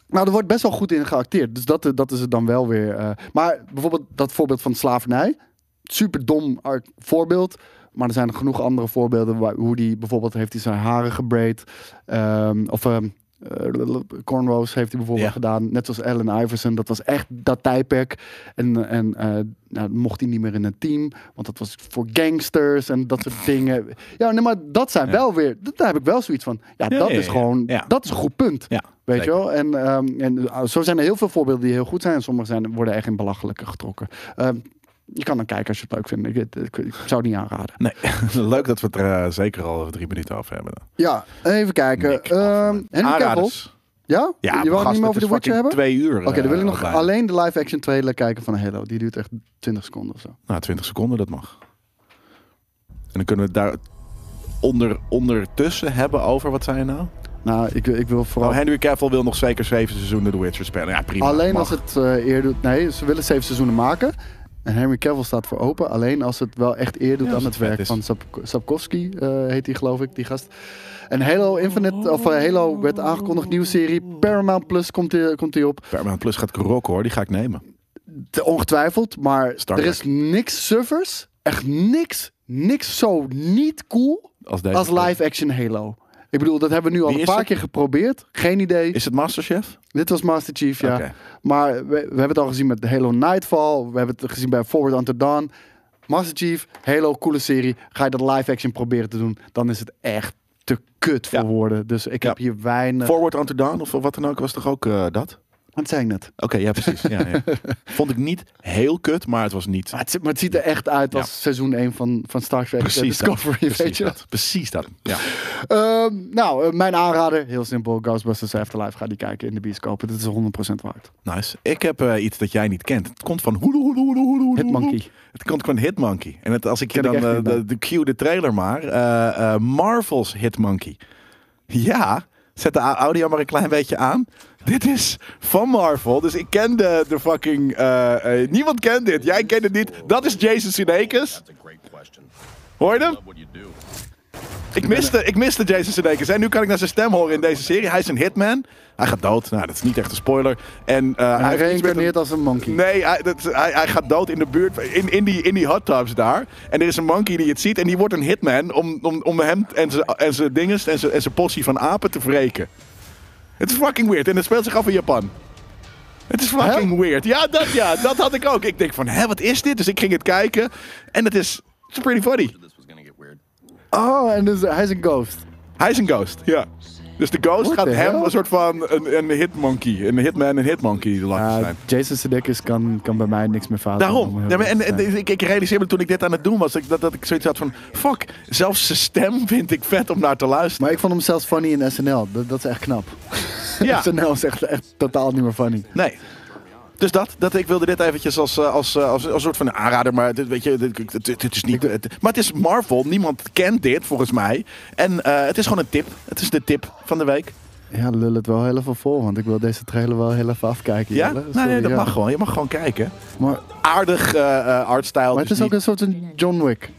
Nou, er wordt best wel goed in geacteerd. Dus dat, eh, dat is het dan wel weer. eh. maar bijvoorbeeld dat voorbeeld van slavernij. Super dom ar- voorbeeld. Maar er zijn genoeg andere voorbeelden. Waar, hoe die bijvoorbeeld heeft hij zijn haren gebreid. Ehm, of ehm, eh, Cornrows heeft hij bijvoorbeeld Ja. gedaan. Net zoals Allen Iverson. Dat was echt dat tijdperk. En, en eh, nou, mocht hij niet meer in een team. Want dat was voor gangsters en dat soort dingen. Ja, nee, maar dat zijn wel weer... Dat, daar heb ik wel zoiets van. Ja, Ja, dat ja, is ja. gewoon... Ja. Dat is een goed punt. Ja, Weet je zeker. wel? En, ehm, en eh, zo zijn er heel veel voorbeelden die heel goed zijn. En sommige zijn, worden echt in belachelijke getrokken. Ehm, je kan dan kijken als je het leuk vindt. Ik, ik- ik zou het niet aanraden. Nee, leuk dat we het er eh, zeker al drie minuten over hebben. Ja, even kijken. Nick Ehm, Offerman. Henry Cavill. Aanraders. Ja? Ja, je maar wou het gast, niet meer het over de is Witcher fucking hebben? Oké, twee uur. eh, dan wil ik nog alleen. alleen de live-action trailer kijken van Halo. Die duurt echt 20 seconden of zo. Nou, 20 seconden, dat mag. En dan kunnen we het daar onder, ondertussen hebben over, wat zei je nou? Nou, ik, ik wil vooral... Oh, Henry Cavill wil nog zeker zeven seizoenen The Witcher spelen. Ja, prima. alleen mag. als het eh, eer doet... Nee, ze willen zeven seizoenen maken. En Henry Cavill staat voor open. Alleen als het wel echt eer doet Ja, als aan het vet het werk is. van Sap- Sapkowski, eh, heet die geloof ik, die gast. En Halo Infinite, of eh, Halo werd aangekondigd, nieuwe serie. Paramount Plus komt die, komt die op. Paramount Plus gaat rocken hoor, die ga ik nemen. Te- Ongetwijfeld, maar Star er Trek. is niks surfers. Echt niks. Niks zo niet cool Als, deze als live-action Halo. Ik bedoel, dat hebben we nu al Wie een is paar het? keer geprobeerd. Geen idee. Is het Masterchef? Dit was Master Chief, ja. Oké. Maar we, we hebben het al gezien met Halo Nightfall. We hebben het gezien bij Forward Unto Dawn. Master Chief, Halo, coole serie. Ga je dat live-action proberen te doen, dan is het echt te kut voor Ja. woorden. Dus ik Ja. heb hier weinig... Forward Unto Dawn of wat dan ook, was toch ook eh, dat? Oké, Wat zei ik net? ja precies. Ja, ja. Vond ik niet heel kut, maar het was niet... Maar het, zit- maar het ziet er echt uit als Ja. seizoen 1 van, van Star Trek eh, Precies dat. Discovery, weet Precies je wel. dat. Precies dat. Ja. Ehm, nou, eh, mijn aanrader, heel simpel. Ghostbusters Afterlife, ga die kijken in de bioscoop. Het is 100% waard. Nice. Ik heb eh, iets dat jij niet kent. Het komt van hoedoe, hoedoe, hoedoe, hoedoe, hoedoe. Hitmonkey. Het komt van Hitmonkey. En het, als ik je Ken ik dan echt eh, niet, de, man. de cue de trailer maar. eh, eh, Marvel's Hitmonkey. Ja, zet de a- audio maar een klein beetje aan. Dit is van Marvel. Dus ik ken de, de fucking... eh, eh, niemand kent dit. Jij kent het niet. Dat is Jason Sudeikis. That's a great question. Hoor je hem? Love what you do. Ik miste, ik miste Jason Sudeikis. En nu kan ik naar zijn stem horen in deze serie. Hij is een hitman. Hij gaat dood. Nou, dat is niet echt een spoiler. En, eh, Hij heeft iets met een- reïncarneert als een monkey. Nee, hij, dat, hij, hij gaat dood in de buurt, in, in, die, in die hot tubs daar. En er is een monkey die het ziet en die wordt een hitman om, om, om hem en zijn- en zijn dinges en zijn- en zijn possie van apen te wreken. Het is fucking weird en het speelt zich af in Japan. Het is fucking weird. Ja dat, ja, dat had ik ook. Ik denk van, hè, wat is dit? Dus ik ging het kijken en het is it's pretty funny. This was gonna get weird. Oh, en dus, hij is een ghost. Hij is een ghost, ja. Dus de ghost What gaat the hem hell? een soort van een, een hitmonkey, een hitman en hitmonkey laten Ja, zijn. Eh, Jason Sudeikis kan, kan bij mij niks meer fouten. om Daarom. heel Ja, maar en, eerlijk te en- zijn. ik, ik realiseerde me toen ik dit aan het doen was, dat, ik- dat, dat ik zoiets had van... Fuck, zelfs zijn stem vind ik vet om naar te luisteren. maar ik vond hem zelfs funny in SNL. Dat, dat is echt knap. Ja. SNL is echt, echt totaal niet meer funny. Nee. Dus dat, dat, ik wilde dit eventjes als, eh, als, eh, als, als een soort van aanrader, maar dit, weet je, dit, dit- dit- dit is niet... het- maar het is Marvel, niemand kent dit volgens mij. En eh, het is gewoon een tip. Het is de tip van de week. Ja, lul het wel heel even vol, want ik wil deze trailer wel heel even afkijken. Ja? Jelle. nee, Sorry, nee, dat ja. mag gewoon. Je mag gewoon kijken. Maar, Aardig eh eh, artstyle. maar het dus is ook niet- een soort van John Wick.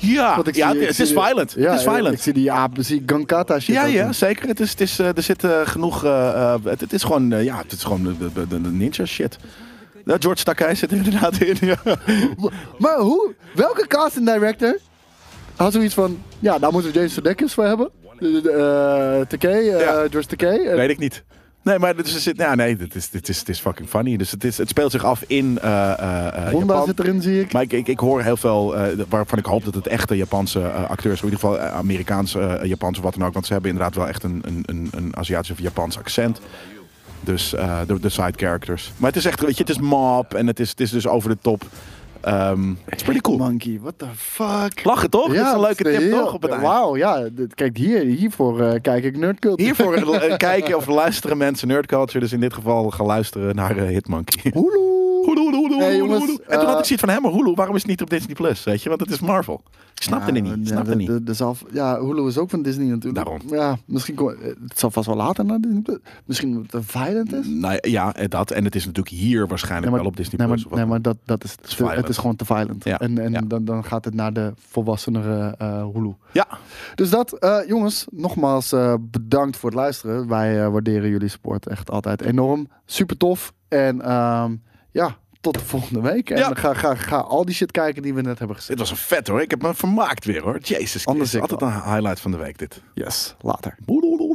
Ja, Want ik ja zie- het, ik het zie is die- violent. Ja, het is violent. Ik zie die aap, ik zie Gankata shit. Ja, ook ja, doen. zeker. Het is, het is, eh, er zit eh, genoeg. eh, eh, het, het is gewoon, eh, ja, het is gewoon de, de, de- de ninja shit. Ja, George Takei zit er inderdaad in. Ja. Eh. Maar hoe? Welke casting director had zoiets van... Ja, daar moeten we James Sudeikis voor hebben. Eh TK, eh, Ja. George TK. eh, Weet ik niet. Nee, maar dus er zit, nou, nee, dit is, dit, is, dit is fucking funny. Dus het, is, het speelt zich af in eh, eh, eh, Honda Japan. zit erin, zie ik. Maar ik, ik, ik hoor heel veel eh, waarvan ik hoop dat het echte Japanse eh, acteurs, of in ieder geval eh, Amerikaanse, eh, Japanse, wat dan ook. Want ze hebben inderdaad wel echt een, een, een, een Aziatisch of Japans accent. Dus eh, de, de side characters. Maar het is echt, weet je, het is mob en het is, het is dus over de top. Ehm, het is pretty cool. Monkey, what the fuck? Lachen toch? dat is een leuke dat tip heel- toch? Op het eind. Wauw, ja. dit- Kijk, hier, hiervoor eh, kijk ik nerdculture. Hiervoor eh, kijken of luisteren mensen Nerd Culture. Dus in dit geval gaan luisteren naar eh, Hitmonkey. Hoeloe. Hoeloe, hoeloe, hoeloe, Hey, hoeloe, jongens, hoeloe. En toen had eh, ik zoiets van, hé, maar Hulu, waarom is het niet op Disney+. Plus? Weet je, want het is Marvel. Ik snapte het niet. Ik Ja, snapte de- het niet. de- de zalf- ja, Hulu is ook van Disney natuurlijk. Daarom. Ja, misschien... kom- eh, Het zal vast wel later naar Disney. Misschien omdat het violent is? Nou ja, eh, dat. En het is natuurlijk hier waarschijnlijk Nee, wel maar, op Disney+. nee, maar, Plus, of wat nee, dan maar dat, dat is, is te- het violent. is gewoon te violent. Ja, En, en ja. Dan, dan gaat het naar de volwassenere eh Hulu. ook. Ja, Dus dat, eh, jongens, nogmaals eh, bedankt voor het luisteren. Wij eh, waarderen jullie support echt altijd enorm. Super tof. En ehm, ja, tot de volgende week. En Ja. ga, ga, ga al die shit kijken die we net hebben gezien. dit was een vet hoor. Ik heb me vermaakt weer hoor. Jezus, Anders Anders ik altijd een highlight van de week dit. Yes, later. Boedoedoe.